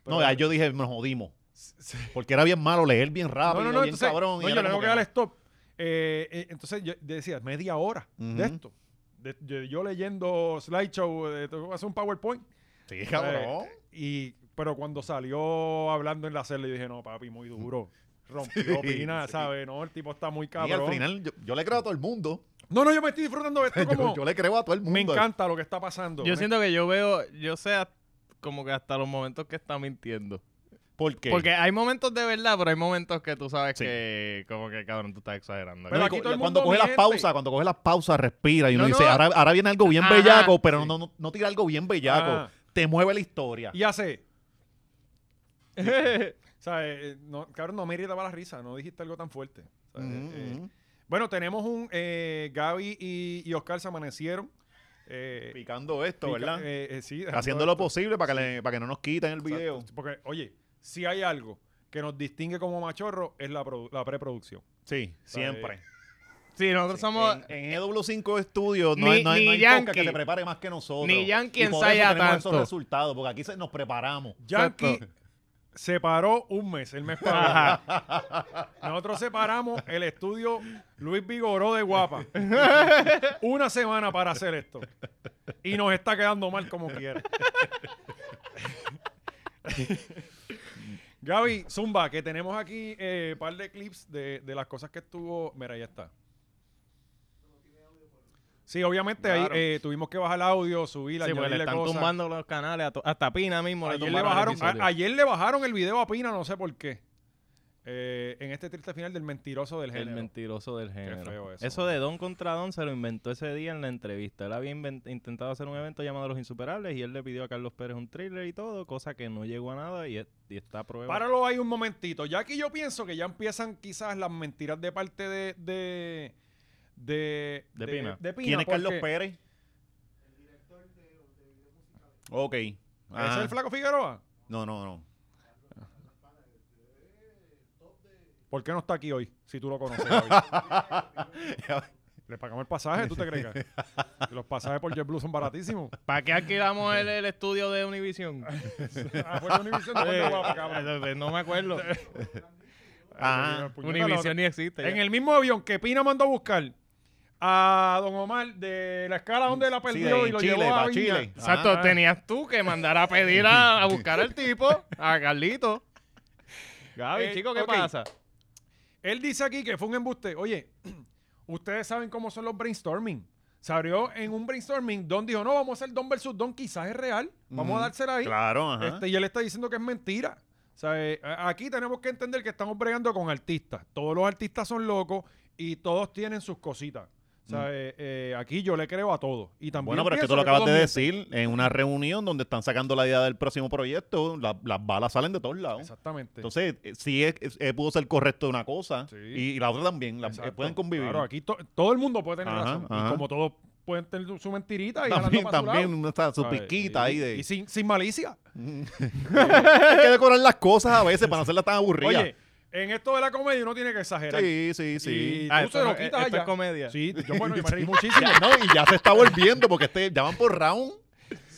S1: Pero-
S3: No, ahí yo dije, nos jodimos.
S1: Sí.
S3: Porque era bien malo leer bien rápido,
S1: No, no, no,
S3: bien
S1: entonces,
S3: cabrón. y
S1: no, yo
S3: era
S1: le tengo
S3: como
S1: que
S3: que-
S1: darle stop. Eh, eh, entonces yo decía, media hora
S3: Ujú.
S1: de esto. De- de- yo leyendo slideshow, de, de- hacer un PowerPoint.
S3: Sí, cabrón.
S1: Eh, y, pero cuando salió hablando en la celda, yo dije, no, papi, muy duro. Rompió Pina,
S3: sí.
S1: ¿sabes? No, el tipo está muy
S3: Y al
S1: cabrón.
S3: final, yo, yo le creo a todo el mundo.
S1: No, no, yo me estoy disfrutando de esto
S3: Yo-
S1: como...
S3: Yo, le creo a todo el mundo.
S1: me encanta lo que está pasando.
S2: Yo
S1: Me-
S2: siento que yo veo, yo sé a- como que hasta los momentos que está mintiendo.
S3: ¿Por qué?
S2: Porque hay momentos de verdad, pero hay momentos que tú sabes
S3: Sí.
S2: que como que cabrón, tú estás exagerando.
S1: Pero
S3: No, y
S1: aquí
S3: cu-
S1: todo el
S3: cuando
S1: mundo
S3: coge las
S1: miente.
S3: pausas, cuando coge las pausas, respira y uno
S2: No,
S3: dice,
S2: no.
S3: Ahora, ahora viene algo bien
S2: Ajá.
S3: bellaco, pero no, no, no tira algo bien bellaco.
S1: Ah.
S3: Te mueve la historia.
S1: Y hace... ¿Sabes? Eh, No, cabrón, no me irritaba la risa. No dijiste algo tan fuerte. ¿sabes?
S3: Ujú,
S1: Eh,
S3: ujú.
S1: Bueno, tenemos un. Eh, Gaby y, y Oscar se amanecieron. eh,
S3: Picando esto,
S1: pica-
S3: ¿verdad?
S1: eh, eh, sí, dejando
S3: Haciendo lo
S1: esto.
S3: posible para que, le- para que no nos quiten el
S1: Exacto.
S3: video.
S1: Porque, oye, si hay algo que nos distingue como machorro es la, produ- la preproducción.
S3: Sí, siempre.
S1: Eh,
S2: Sí, nosotros somos...
S3: En, en EW5 Studios no,
S2: Ni-
S3: hay- no hay,
S2: ni
S3: no hay podcast
S2: Yankee.
S3: que se prepare más que nosotros.
S2: Ni Yankee
S3: Y por eso
S2: ensaya
S3: tenemos esos
S2: tanto.
S3: resultados, porque aquí se, nos preparamos.
S1: Yankee
S2: Exacto.
S1: se paró un mes, el mes pasado. Nosotros separamos el estudio Luis Vigoró de Guapa. Una semana para hacer esto. Y nos está quedando mal como quiera. Gaby, Zumba, que tenemos aquí un par de clips de, de las cosas que estuvo. Mira, ya está. Sí, obviamente
S4: Claro.
S1: ahí eh, tuvimos que bajar el audio, subir,
S2: Sí, porque le
S1: añadirle
S2: están
S1: cosas.
S2: tumbando los canales, a to- hasta Pina mismo
S1: Ayer le,
S2: tumbaron el
S1: bajaron,
S2: episodio.
S1: a- ayer le bajaron el video a Pina, no sé por qué. Eh, en este triste final del mentiroso del
S2: El
S1: género.
S2: mentiroso del género.
S1: feo eso,
S2: eso. de Don contra Don se lo inventó ese día en la entrevista. Él había invent- intentado hacer un evento llamado Los Insuperables y él le pidió a Carlos Pérez un thriller y todo, cosa que no llegó a nada y, es- y está a prueba.
S1: Páralo ahí un momentito. Ya que yo pienso que ya empiezan quizás las mentiras de parte de. de, de,
S2: De Pina.
S3: ¿Quién es Carlos
S1: porque-
S3: Pérez? El director de, Ok.
S1: ¿Ese
S3: Ajá.
S1: es
S2: Ah.
S1: el Flaco Figueroa?
S3: Ah. No, no, no.
S1: ¿Por qué no está aquí hoy? Si tú lo conoces. Gaby? le pagamos el pasaje, ¿tú te crees? que- Los pasajes por JetBlue son baratísimos.
S2: ¿Para qué alquilamos el, el estudio de Univision?
S1: Ah, fue de Univision, no fue de Guapa, cabrón.
S2: Eh, no me acuerdo.
S3: Ah,
S1: Puñeta, la otra.
S2: Univision ni existe.
S1: En
S2: ya.
S1: el mismo avión que Pina mandó a buscar a Don Omar de la escala donde la perdió
S3: de
S1: y lo
S3: Chile,
S1: llevó a
S3: pa'
S1: Viña.
S3: Chile.
S2: Exacto,
S1: Ajá.
S2: tenías tú que mandar a pedir a, a buscar al tipo, a Carlito. Gaby,
S1: Eh,
S2: chico, ¿qué
S1: ok.
S2: pasa?
S1: Él dice aquí que fue un embuste. Oye, ustedes saben cómo son los brainstorming. Se abrió en un brainstorming. Don dijo, no, vamos a hacer Don versus Don. Quizás es real. Vamos a
S3: Ujú.
S1: dársela ahí.
S3: Claro, ajá.
S1: Este, y él está diciendo que es mentira. O sea, eh, a- aquí tenemos que entender que estamos bregando con artistas. Todos los artistas son locos y todos tienen sus cositas. O sea, eh, eh, aquí yo le creo a todos. Y también
S3: Bueno, pero es que
S1: pienso
S3: tú lo acabas
S1: todos
S3: de
S1: mienten.
S3: decir en una reunión donde están sacando la idea del próximo proyecto, la- las balas salen de todos lados.
S1: Exactamente.
S3: Entonces, eh, sí es- es- eh, pudo ser correcto una cosa
S1: Sí.
S3: y, y la otra también, las- eh,
S1: Exacto.
S3: pueden convivir.
S1: Claro, aquí to- todo el mundo puede tener
S3: Ajá,
S1: razón. Y
S3: ajá.
S1: como todos pueden tener su mentirita y
S3: también,
S1: jalando pa' su
S3: también
S1: lado,
S3: uno está su
S1: ¿sabes?
S3: piquita
S1: Y-
S3: ahí de...
S1: Y sin, sin malicia.
S3: Hay que decorar las cosas a veces para no hacerlas tan aburridas.
S1: Oye, en esto de la comedia uno tiene que exagerar.
S3: Sí, sí, sí.
S1: Y
S2: Ah,
S1: tú
S2: esto
S1: se
S2: no-
S1: lo
S2: eh,
S1: quitas
S2: esto es
S1: allá.
S2: comedia.
S1: Sí, yo bueno, yo me reí muchísimo.
S3: Ya, no, y ya se está volviendo porque este, ya van por round. O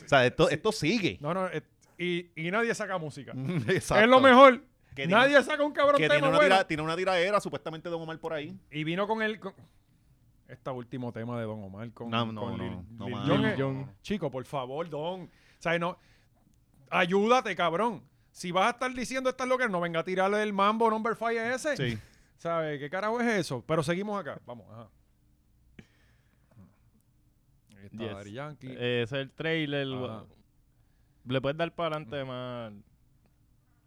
S3: sea, esto, esto sigue.
S1: No, no, eh, y, y nadie saca música.
S3: Exacto.
S1: Es lo mejor.
S3: Que tiene-
S1: Nadie saca un cabrón
S3: Que
S1: tema
S3: tiene una,
S1: bueno.
S3: tira- tiene una tiradera supuestamente de Omar por ahí.
S1: Y vino con el... con- Este último tema de Don Omar con,
S3: No, no,
S1: con
S3: no,
S1: Lil-
S3: no,
S1: Lil
S3: mano,
S1: Jon
S3: no,
S1: es-
S3: no.
S1: Chico, por favor, Don. O sea, no... Ayúdate, cabrón. Si vas a estar diciendo estas locas, no venga a tirarle el mambo number five a ese.
S3: Sí.
S1: ¿Sabe qué carajo es eso? Pero seguimos acá. Vamos, ajá. Ahí está
S2: Yes.
S1: Daddy Yankee.
S2: Eh, ese es el trailer.
S1: Ajá.
S2: Le puedes dar para adelante más.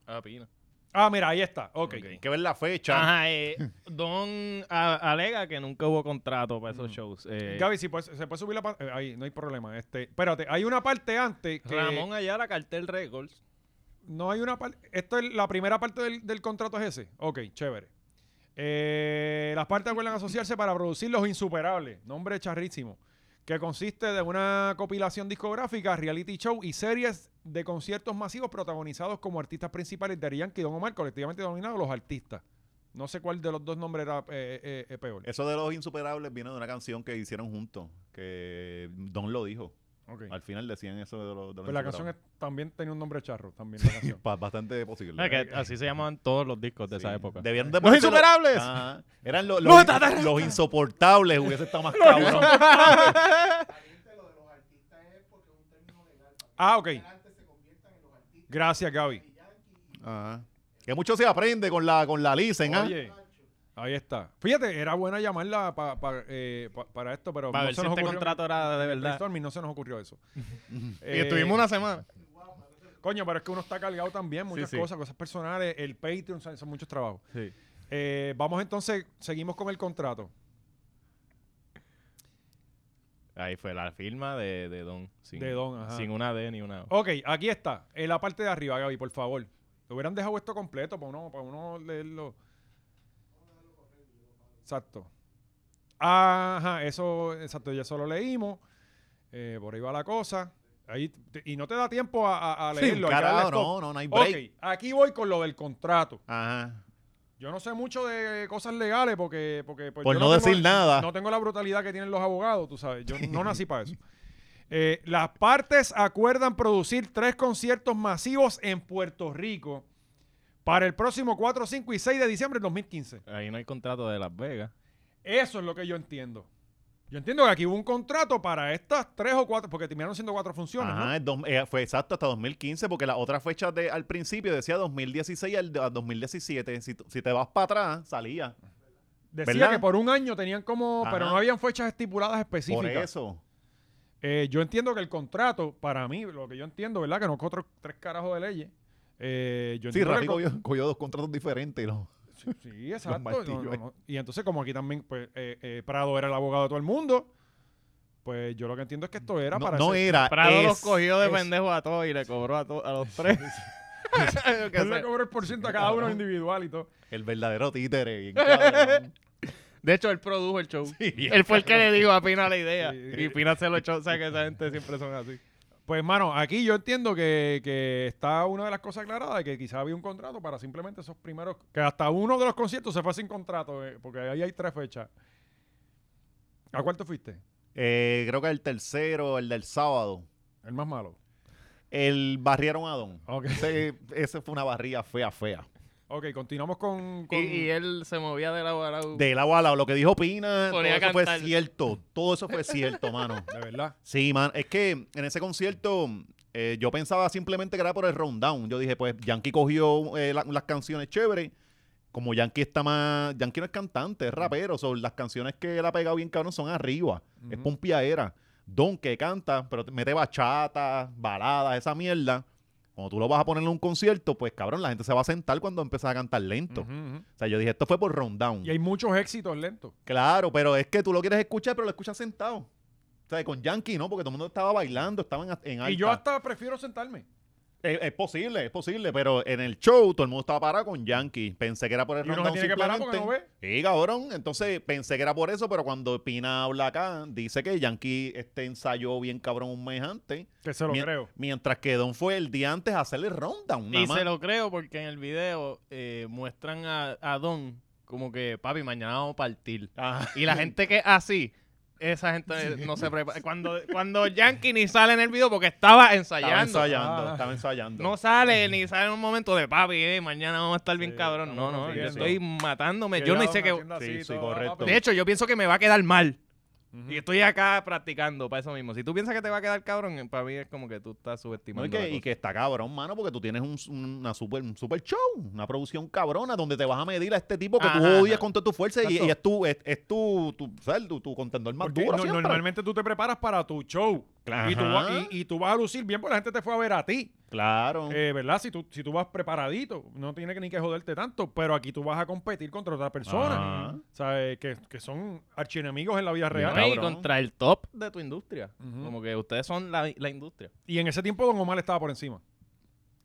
S2: Ah, pina.
S1: Ah, mira, ahí está. Ok.
S3: Hay que ver la fecha.
S2: Ajá, eh, Don a- alega que nunca hubo contrato para esos
S1: Mm.
S2: shows. Eh,
S1: Gaby, si puedes- se puede subir la pa- eh, Ahí, no hay problema. Este, espérate, hay una parte antes. Que
S2: Ramón Ayala, Cartel Records.
S1: No hay una parte. Esto es la primera parte del, del contrato es ese. Ok, chévere. Eh, las partes acuerdan asociarse para producir Los Insuperables, nombre charrísimo, que consiste de una compilación discográfica, reality show y series de conciertos masivos protagonizados como artistas principales de Arián y Don Omar, colectivamente denominados Los Artistas. No sé cuál de los dos nombres era eh, eh, eh, peor.
S3: Eso de los insuperables viene de una canción que hicieron juntos. Que Don lo dijo.
S1: Ok.
S3: Al final decían eso de los. De los
S1: Pero Pues la
S3: insuperables.
S1: canción es- también tenía un nombre charro, también la canción.
S3: Pa- Bastante posible.
S2: Ah, que así se llamaban todos los discos de
S3: Sí.
S2: esa época.
S3: Debieron de
S1: ¡Los
S3: ponérselo-
S1: insuperables!
S3: Ajá. Eran los,
S1: ¡Los
S3: los,
S1: extraterrestres!
S3: los insoportables. Hubiese estado más cabrón.
S1: Ah, ok. Gracias, Gaby.
S3: Ajá. Que mucho se aprende con la, con la Lisen, ¿ah?
S1: Oye, ahí está. Fíjate, era buena llamarla pa- pa- eh, pa- para esto, pero
S2: Para
S1: no
S2: ver
S1: se
S2: si
S1: nos
S2: este
S1: ocurrió.
S2: contrato era de verdad.
S1: brainstorming, no se nos ocurrió eso.
S4: Y
S1: Eh,
S4: estuvimos una semana.
S1: Coño, pero es que uno está cargado también, muchas
S2: sí.
S1: cosas, cosas personales, el Patreon, son, son muchos trabajos.
S2: Sí.
S1: Eh, vamos entonces, seguimos con el contrato.
S2: Ahí fue la firma de, de Don. Sin,
S1: De Don, ajá. Oh.
S2: Sin una D ni una O.
S1: Ok, aquí está, en la parte de arriba, Gaby, por favor. Lo hubieran dejado esto completo para uno, para uno leerlo. Exacto. Ajá, eso, exacto, ya eso lo leímos. Eh, por ahí va la cosa. Ahí, te- y no te da tiempo a, a- a
S3: Sí,
S1: leerlo. allá
S3: carajo,
S1: en la stop.
S3: no, no, no hay break.
S1: Ok, aquí voy con lo del contrato.
S3: Ajá.
S1: Yo no sé mucho de cosas legales porque... porque pues,
S3: Por
S1: yo
S3: no
S1: tengo-
S3: decir nada.
S1: No tengo la brutalidad que tienen los abogados, tú sabes. Yo no nací para eso. Eh, las partes acuerdan producir tres conciertos masivos en Puerto Rico para el próximo 4, 5 y 6 de diciembre del 2015.
S2: Ahí no hay contrato de Las Vegas.
S1: Eso es lo que yo entiendo. Yo entiendo que aquí hubo un contrato para estas tres o cuatro, porque terminaron siendo cuatro funciones,
S3: Ajá,
S1: ¿no?
S3: es dos- eh, fue exacto hasta 2015, porque la otra fecha de, al principio decía 2016 al a 2017. Si, tú- si te vas para atrás, salía.
S1: Decía
S3: ¿verdad?
S1: que por un año tenían como, pero
S3: Ajá.
S1: no habían fechas estipuladas
S3: Por
S1: específicas.
S3: eso.
S1: Eh, yo entiendo que el contrato, para mí, lo que yo entiendo, ¿verdad? Que no otros tres carajos de leyes. Eh, yo
S3: Sí,
S1: entiendo
S3: Rafi
S1: que el
S3: cogió, cogió dos contratos diferentes. ¿no?
S1: con- sí, sí, exacto. No,
S3: martillos eh.
S1: no,
S3: ahí.
S1: no. Y entonces, como aquí también, pues, eh, eh, Prado era el abogado de todo el mundo, pues yo lo que entiendo es que esto era
S3: No,
S1: para.
S3: no
S1: hacer-
S3: era.
S2: Prado
S3: es-
S2: los cogió de
S1: es-
S2: pendejo a todos y le cobró a, to- a los tres. Yo qué
S1: Él le
S2: sé.
S1: cobró el por ciento a cada uno individual y todo.
S3: El verdadero títere. bien cabrón.
S2: de hecho, él produjo el show.
S3: Sí,
S2: Él fue el que le dijo a Pina la idea.
S1: Sí.
S2: Y Pina se lo echó. O sea, que esa gente siempre son así.
S1: Pues, mano, aquí yo entiendo que, que está una de las cosas aclaradas, de que quizá había un contrato para simplemente esos primeros. Que hasta uno de los conciertos se fue sin contrato, eh, porque ahí hay tres fechas. ¿A cuál te fuiste?
S3: Eh, creo que el tercero, el del sábado.
S1: El más malo.
S3: El barrieron a Don.
S1: Ok,
S3: Ese, ese fue una barría fea, fea.
S1: okay continuamos con.
S2: Y,
S1: con-
S2: y él se movía de lado a lado.
S3: De la bala, lo que dijo Pina, todo
S2: Ponía a
S3: eso fue
S2: cantar.
S3: cierto. Todo eso fue cierto, mano.
S1: De verdad.
S3: Sí, man, es que en ese concierto eh, yo pensaba simplemente que era por el rundown. Yo dije, pues Yankee cogió eh, la- las canciones chéveres. Como Yankee está más. Yankee no es cantante, es rapero. so, las canciones que él ha pegado bien cabrón son arriba. Es
S1: Ujú.
S3: pompiadera. Don que canta, pero te- mete bachata, baladas, esa mierda. Cuando tú lo vas a poner en un concierto, pues cabrón, la gente se va a sentar cuando empieza a cantar lento.
S1: Ujú, ujú.
S3: O sea, yo dije, esto fue por rundown.
S1: Y hay muchos éxitos lentos.
S3: Claro, pero es que tú lo quieres escuchar, pero lo escuchas sentado. O sea, con Yankee no, porque todo el mundo estaba bailando, estaban en alta. Eh,
S1: Y yo hasta prefiero sentarme.
S3: Es, es posible, es posible, pero en el show todo el mundo estaba parado con Yankee. Pensé que era por
S1: Y
S3: el
S1: uno se
S3: rundown
S1: tiene que parar porque
S3: simplemente. Sí, cabrón. Entonces pensé que era por eso, pero cuando Pina habla acá, dice que Yankee este, ensayó bien cabrón un mes antes.
S1: Que se lo
S3: Mien-
S1: creo.
S3: Mientras que Don fue el día antes a hacerle rundown. nada
S2: Y
S3: más.
S2: se lo creo porque en el video eh, muestran a, a Don como que, papi, mañana vamos a partir.
S3: Ajá.
S2: Y la gente que es así, esa gente no se prepara. Cuando, cuando Yankee ni sale en el video porque estaba
S3: Estaba
S2: ensayando.
S3: ensayando,
S1: Ah.
S3: estaba ensayando.
S2: No sale ni sale en un momento de papi, eh, mañana vamos a estar bien cabrón. No,
S1: estamos
S2: no, yo
S1: consiguiendo.
S2: estoy matándome. Yo no sé qué.
S3: Sí, sí, correcto.
S2: De hecho, yo pienso que me va a quedar mal.
S1: Ujú.
S2: Y estoy acá practicando para eso mismo. Si tú piensas que te va a quedar cabrón, eh, para mí es como que tú estás
S3: No,
S2: subestimando.
S3: y, que,
S2: la
S3: y
S2: cosa.
S3: que está cabrón, mano, porque tú tienes un, una super, un super show, una producción cabrona, donde te vas a medir a este tipo que tú
S2: Ajá,
S3: odias
S2: ajá.
S3: con toda tu fuerza y,
S1: Exacto.
S3: y es tu, es, es tu, tu, ¿sabes? tu, tu contendor más
S1: Porque
S3: duro.
S1: no-
S3: siempre.
S1: normalmente tú te preparas para tu show.
S3: Claro.
S1: Y tú, vas, y- y tú vas a lucir bien porque la gente te fue a ver a ti.
S3: Claro.
S1: Eh, ¿Verdad? Si tú, si tú vas preparadito, no tiene que ni que joderte tanto, pero aquí tú vas a competir contra otras personas.
S3: Ajá.
S1: ¿Sabes? Que, que son archienemigos en la vida
S2: No,
S1: real.
S2: y
S3: cabrón.
S2: contra el top de tu industria.
S1: Ujú.
S2: Como que ustedes son la, la industria.
S1: Y en ese tiempo Don Omar estaba por encima.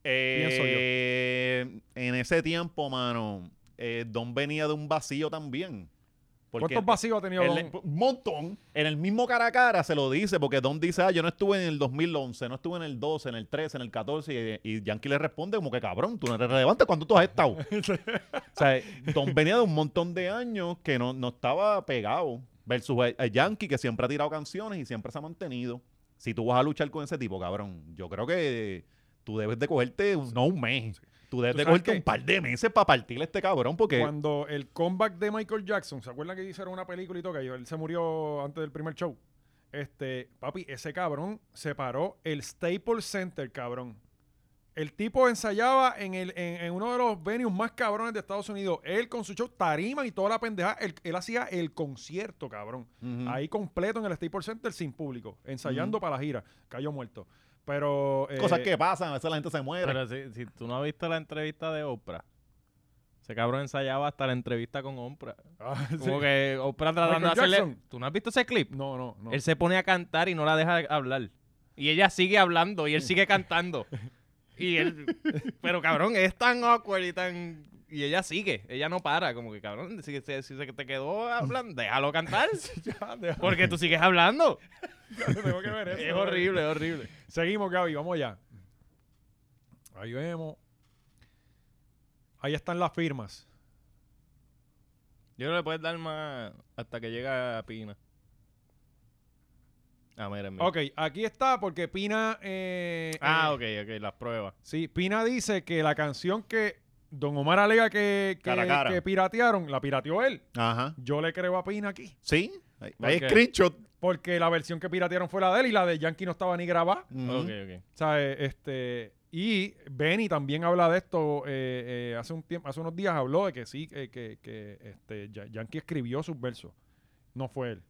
S1: pienso yo.
S3: Eh, En ese tiempo, mano, eh, Don venía de un vacío también. Porque
S1: ¿Cuántos vacíos ha tenido
S3: él-
S1: Don?
S3: un montón. En el mismo cara a cara se lo dice, porque Don dice, ah, yo no estuve en el 2011, no estuve en el 12, en el 13, en el 14, y, y Yankee le responde como que, cabrón, tú no eres relevante, ¿cuándo tú has estado? o sea, Don venía de un montón de años que no, no estaba pegado, versus a- a Yankee, que siempre ha tirado canciones y siempre se ha mantenido. Si tú vas a luchar con ese tipo, cabrón, yo creo que tú debes de cogerte, un- no un mes, tú debes
S1: ¿Tú
S3: de
S1: sabes
S3: cogerte
S1: qué?
S3: un par de meses para partirle a este cabrón, porque...
S1: Cuando el comeback de Michael Jackson, ¿se acuerdan que hicieron una película y todo? Que él se murió antes del primer show. Este, papi, ese cabrón se paró el Staples Center, cabrón. El tipo ensayaba en, el, en, en uno de los venues más cabrones de Estados Unidos. Él con su show, tarima y toda la pendeja. Él, él hacía el concierto, cabrón.
S3: Ujú.
S1: Ahí completo en el Staples Center sin público. Ensayando para la gira. Cayó muerto. Pero... eh,
S3: Cosas que pasan, a veces la gente se muere.
S2: Pero si, si tú no has visto la entrevista de Oprah, ese cabrón ensayaba hasta la entrevista con Oprah.
S1: Ah, sí.
S2: Como que Oprah tratando de
S1: Michael
S2: hacerle.
S1: Jackson.
S2: ¿Tú no has visto ese clip?
S1: No, no, no.
S2: Él se pone a cantar y no la deja hablar. Y ella sigue hablando y él sigue cantando. Y él, pero cabrón, es tan awkward y tan... Y ella sigue, ella no para, como que cabrón, si, si, si se te quedó hablando, déjalo cantar,
S1: Ya, deja-
S2: porque tú sigues hablando.
S1: tengo que ver eso.
S2: Es horrible, es horrible.
S1: Seguimos, Gaby, vamos allá. Ahí vemos. Ahí están las firmas.
S2: Yo no le puedes dar más hasta que llega Pina. Ah, mira, mira.
S1: Ok, aquí está porque Pina. eh,
S2: Ah,
S1: eh,
S2: ok, ok, las pruebas.
S1: Sí, Pina dice que la canción que Don Omar alega que, que-
S3: Cara a cara.
S1: que piratearon, la pirateó él.
S3: Ajá.
S1: Yo le creo a Pina aquí.
S3: Sí, hay,
S2: ¿Por
S3: hay
S2: qué?
S3: screenshot.
S1: Porque la versión que piratearon fue la de él y la de Yankee no estaba ni grabada.
S3: Ujú.
S2: Ok, ok.
S1: ¿Sabes? Este. Y Benny también habla de esto. eh, eh, hace un tiempo, hace unos días habló de que sí, eh, que, que, este, Ya- Yankee escribió sus versos. No fue él.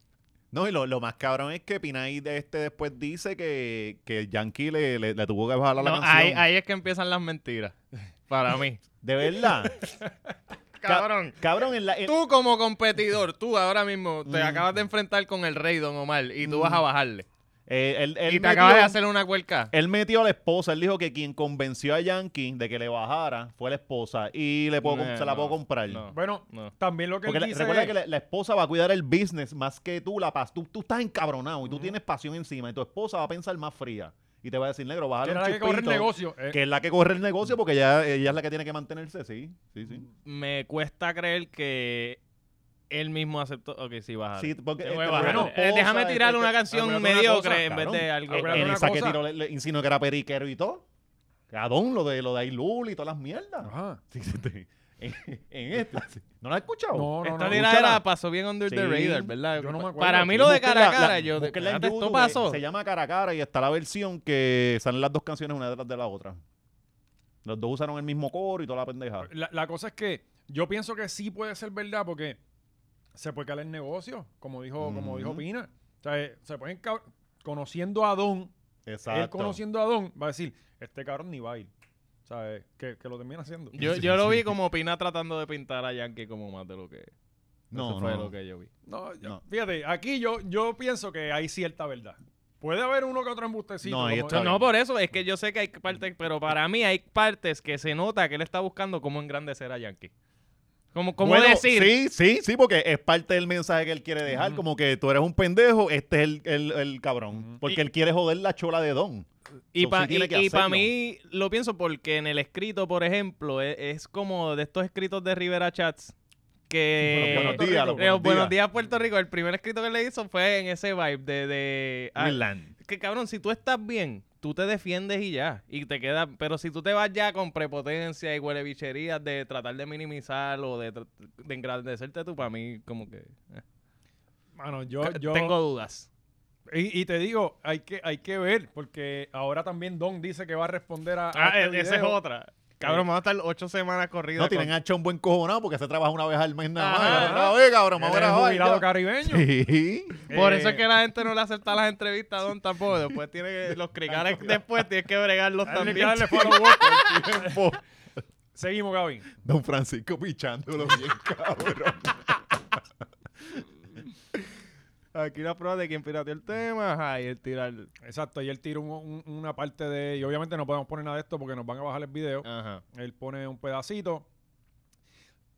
S3: No, y lo, lo más cabrón es que Pinay de este después dice que, que Yankee le, le- le tuvo que bajar la
S2: No,
S3: canción.
S2: ahí, ahí es que empiezan las mentiras, para mí.
S3: De verdad.
S2: Cabrón.
S3: cabrón, en la, en-
S2: Tú como competidor, tú ahora mismo te
S3: Mm.
S2: acabas de enfrentar con el rey Don Omar y tú vas
S3: Mm.
S2: a bajarle.
S3: eh, él, él
S2: y te
S3: metió-
S2: acabas de hacer una huelca.
S3: Él metió a la esposa. Él dijo que quien convenció a Yankee de que le bajara fue la esposa y le puedo, com-
S2: Eh,
S3: se la puedo
S2: no,
S3: comprar.
S2: no.
S1: Bueno,
S2: No.
S1: también lo que
S3: Ah. Porque
S1: él
S3: la-
S1: dice
S3: recuerda
S1: es-
S3: que la, la esposa va a cuidar el business más que tú, la paz. Tú, tú estás encabronado y tú tienes pasión encima y tu esposa va a pensar más fría y te va a decir, negro, bájale
S1: era
S3: un
S1: la que corre el
S3: chispito".
S1: negocio. eh.
S3: Que es la que corre el negocio porque ella, ella es la que tiene que mantenerse, sí. Sí, sí.
S2: Mm, Me cuesta creer que él mismo aceptó. Ok, sí, bajar.
S3: Sí, porque
S2: Te voy a
S3: este,
S2: bajar.
S1: bueno,
S2: Eh, déjame
S3: esposa,
S2: tirar
S3: este,
S2: una
S3: este,
S2: canción
S1: acuérdate una
S2: mediocre
S1: cosa,
S2: en vez
S3: cabrón.
S2: de algo.
S1: Acuérdate
S3: en
S1: una
S3: esa Eh, que
S1: cosa.
S3: tiró le, le insinuó que era periquero y todo. Adón, lo de lo de Ailul y todas las mierdas.
S1: Ajá.
S3: Sí, sí, sí. En, en esta. sí. ¿No la has escuchado?
S1: No, no,
S2: Esta
S1: no.
S2: tirada
S3: escúchala.
S2: era- pasó bien under the
S3: Sí,
S2: radar, ¿verdad?
S1: yo no me acuerdo.
S2: Para mí
S3: Sí,
S2: lo de
S3: busquen
S2: cara a
S3: la-
S2: cara,
S3: la-
S2: yo de-
S3: busquen la en
S2: espérate, esto
S3: YouTube, eh,
S2: pasó.
S3: Se llama cara a cara y está la versión que salen las dos canciones una detrás de la otra. Los dos usaron el mismo coro y toda la pendeja.
S1: La, la cosa es que yo pienso que sí puede ser verdad porque se puede caer el negocio, como dijo, como dijo
S3: Ujú.
S1: Pina. O sea, eh, se pueden cab- conociendo a Don, él conociendo a Don, va a decir, este cabrón ni va a ir. O sea, eh, que, que lo termina haciendo.
S2: Yo, yo lo vi como Pina tratando de pintar a Yankee como más de lo que.
S3: No,
S2: eso fue
S3: no.
S2: lo que yo vi.
S1: No, yo-
S3: No.
S1: fíjate, aquí yo, yo pienso que hay cierta verdad. Puede haber uno que otro embustecito.
S3: No, ahí
S1: como-
S3: está bien.
S2: No, por eso, es que yo sé que hay partes, pero para mí hay partes que se nota que él está buscando cómo engrandecer a Yankee. Como, como
S3: Bueno,
S2: decir,
S3: Sí, sí, sí, porque es parte del mensaje que él quiere dejar.
S2: Ujú.
S3: Como que tú eres un pendejo, este es el, el- el cabrón.
S1: Ujú.
S2: Y-
S3: Porque él quiere joder la chola de Don.
S2: Y
S3: So, sí
S2: para
S3: tiene que hacerlo.
S2: mí lo pienso porque en el escrito, por ejemplo, e- es, como de estos escritos de Rivera Chats que...
S3: Bueno, buenos
S1: Puerto
S3: días,
S1: Rico.
S3: los
S2: Eh,
S3: buenos,
S2: buenos
S3: días.
S2: días Puerto Rico. El primer escrito que le hizo fue en ese vibe de... de ah,
S3: Winland.
S2: que cabrón, si tú estás bien, tú te defiendes y ya. Y te queda. Pero si tú te vas ya con prepotencia y huelebicherías de tratar de minimizar o de, tra- de engrandecerte tú, para mí, como que. eh,
S1: Mano, yo,
S2: ca-
S1: yo-
S2: Tengo dudas.
S1: y, y te digo, hay que, hay que ver, porque ahora también Don dice que va a responder a. a
S2: Ah,
S1: este
S2: e- esa es
S1: video.
S2: otra. Cabrón, vamos a estar ocho semanas corridas.
S3: No, tienen
S2: con-
S3: a un buen cojonado porque se trabaja una vez al mes nada
S2: Ajá.
S3: más. Una vez, cabrón,
S1: Él
S3: más
S1: es
S3: una vez,
S1: jubilado
S3: ya.
S1: caribeño.
S3: Sí.
S2: Por
S1: Eh,
S2: eso es que la gente no le acepta las entrevistas a Don tampoco. Después tiene que. Los cricales después tienes que bregarlos
S1: Dale,
S2: también.
S1: dale follow up. Seguimos, Gaby.
S3: Don Francisco pichándolo bien, cabrón.
S2: Aquí la prueba de quién pirateó el tema. Ajá, y el tirar.
S1: Exacto, y él tira un- un- una parte de. Y obviamente no podemos poner nada de esto porque nos van a bajar el video.
S2: Ajá.
S1: Él pone un pedacito.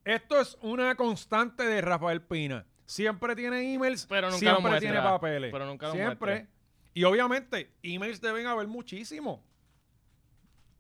S1: Esto es una constante de Rafael Pina. Siempre tiene emails,
S2: Pero nunca
S1: siempre
S2: lo muestra,
S1: tiene papeles.
S2: pero nunca lo
S1: siempre.
S2: muestra.
S1: Y obviamente, emails deben haber muchísimos.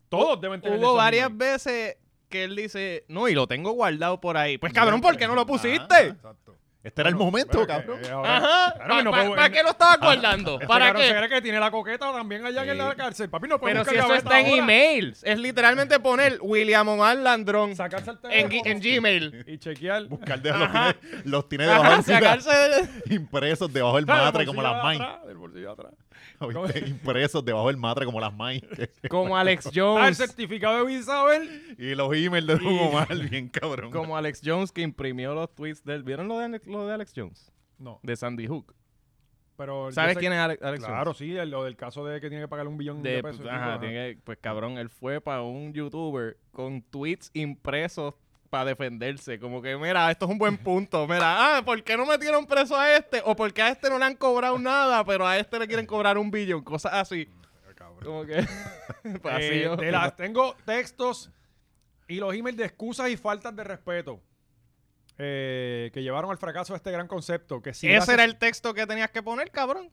S1: Todos deben tener
S2: Hubo
S1: esos
S2: varias
S1: emails.
S2: veces que él dice, no, y lo tengo guardado por ahí. Pues cabrón, ¿por qué no lo pusiste?
S3: Exacto. Este era el
S1: Bueno,
S3: momento,
S1: bueno, eh,
S3: cabrón.
S1: que- que ahora-
S2: Ajá.
S1: Claro que no
S2: ¿Para
S1: puedo-
S2: qué lo estabas guardando?
S1: Este
S2: ¿Para
S1: cabrón se
S2: qué?
S1: cree que tiene la coqueta también allá en la cárcel. Papi, no pues puede
S2: Pero
S1: buscar
S2: si eso
S1: gaveta
S2: está en
S1: ahora.
S2: emails. Es literalmente poner William Omar Landrón
S1: Sacarse el
S2: en, gi-
S1: teléfono
S2: en Gmail.
S1: y chequear.
S3: Buscar de los tiene, los tiene debajo
S2: Ajá,
S3: del mira,
S2: sacarse de-
S3: impresos debajo del
S1: Del
S3: matre como
S1: bolsillo
S3: las
S1: de
S3: main.
S1: atrás, Del bolsillo de atrás.
S3: ¿Viste? Impresos debajo del matre como las main.
S2: Como Alex
S1: Ah, el
S2: Jones.
S1: certificado de Isabel.
S3: Y los emails de Don Omar, bien cabrón.
S2: Como Alex Jones que imprimió los tweets del... ¿Vieron lo de, Ale- lo de Alex Jones?
S1: No,
S2: De Sandy Hook.
S1: pero. yo
S2: ¿Sabes
S1: sé-
S2: quién es Ale- Alex Jones?
S1: Claro, sí, el- lo del caso de que tiene que pagar un billón de,
S2: De-
S1: pesos.
S2: pues, ajá,
S1: tipo,
S2: tiene que- pues cabrón, él fue para un youtuber con tweets impresos para defenderse. Como que, mira, esto es un buen punto. Mira, ah, ¿por qué no metieron preso a este? O porque a este no le han cobrado nada, pero a este le quieren cobrar un billón. Cosas así. Como que. pues, así
S1: Eh,
S2: yo-
S1: de las- tengo textos y los emails de excusas y faltas de respeto eh, que llevaron al fracaso de este gran concepto. Que sí
S2: Ese era el texto que tenías que poner, cabrón.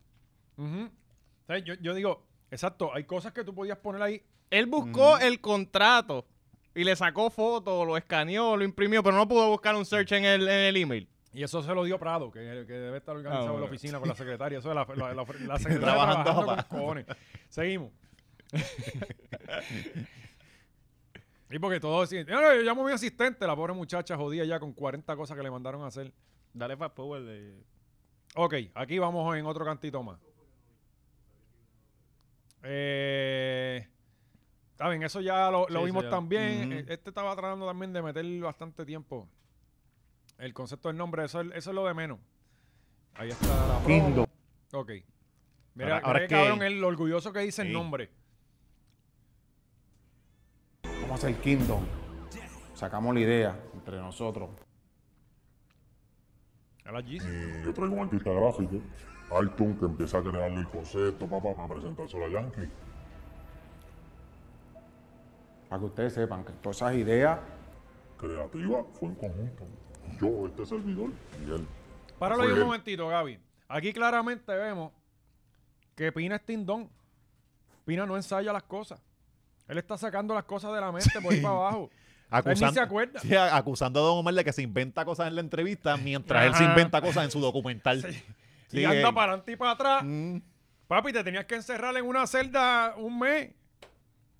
S1: Ujú. ¿Sabes? Yo, yo digo, exacto, hay cosas que tú podías poner ahí.
S2: Él buscó el contrato y le sacó foto, lo escaneó, lo imprimió, pero no pudo buscar un search en el, en el email.
S1: Y eso se lo dio Prado, que, que debe estar organizado en
S2: Ah, bueno.
S1: la oficina con la secretaria. Eso es la, la, la- la secretaria
S3: Trabajando,
S1: trabajando con
S3: papá.
S1: cojones. Seguimos. Y porque todos dicen, "No, no, yo llamo a mi asistente, la pobre muchacha jodía ya con 40 cosas que le mandaron a hacer.
S2: Dale fast power de.
S1: Ok, aquí vamos en otro cantito más. Eh, está bien, eso ya lo, lo
S2: Sí,
S1: vimos
S2: sí, ya.
S1: también.
S3: Ujú.
S1: Eh, Este estaba tratando también de meter bastante tiempo. El concepto del nombre, eso, es- eso es lo de menos. Ahí está la promo. Ok. Mira,
S3: Ahora- ahora
S1: mira
S3: es
S1: que
S3: que-
S1: cabrón, el orgulloso que dice el
S3: Sí.
S1: nombre.
S5: Vamos a hacer Kingdom. Sacamos la idea entre nosotros.
S1: A la Yeezy.
S3: Eh,
S6: Yo traigo un artista gráfico, Alton, que empieza a crearle el concepto, papá, para presentárselo a Yankee.
S5: Para que ustedes sepan que todas esas ideas
S6: Creativa fue en conjunto. Yo, este servidor y él.
S1: Páralo ahí
S6: Muy
S1: un
S6: bien.
S1: momentito, Gaby. Aquí claramente vemos que Pina es tindón. Pina no ensaya las cosas. Él está sacando las cosas de la mente por ahí para abajo. Él ni se acuerda.
S3: sí, a- acusando a Don Omar de que se inventa cosas en la entrevista mientras él se
S1: Ajá.
S3: inventa cosas en su documental. Sí, eh,
S1: y anda
S3: él-
S1: para adelante y para atrás.
S3: Mm.
S1: Papi, te tenías que encerrar en una celda un mes.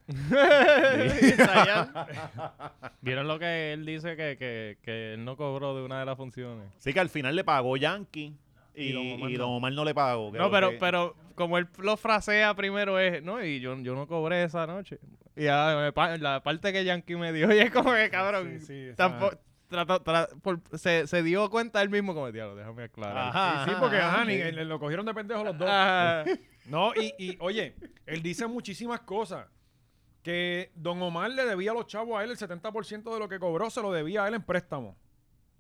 S2: ¿Vieron lo que él dice que, que, que él no cobró de una de las funciones?
S3: Sí, que al final le pagó Yankee y,
S2: Y Don Omar
S3: y
S2: no.
S3: Don Omar no le pagó.
S2: No,
S3: creo
S2: pero,
S3: que-
S2: pero como él lo frasea primero es, no, y yo, yo no cobré esa noche. Y ya, me pa- la parte que Yankee me dio, y es como que cabrón,
S1: Sí, sí, esa-
S2: tampoco, trató- tra- por- se, se dio cuenta él mismo como, diablo, déjame aclarar.
S3: Ajá,
S1: sí, sí,
S3: ajá,
S2: Ah,
S1: porque
S3: ajá.
S1: ajá, ni- le- lo cogieron de pendejo los dos.
S2: Ajá.
S1: No, y, y, oye, él dice muchísimas cosas. Que Don Omar le debía a los chavos a él el 70% de lo que cobró, se lo debía a él en préstamo.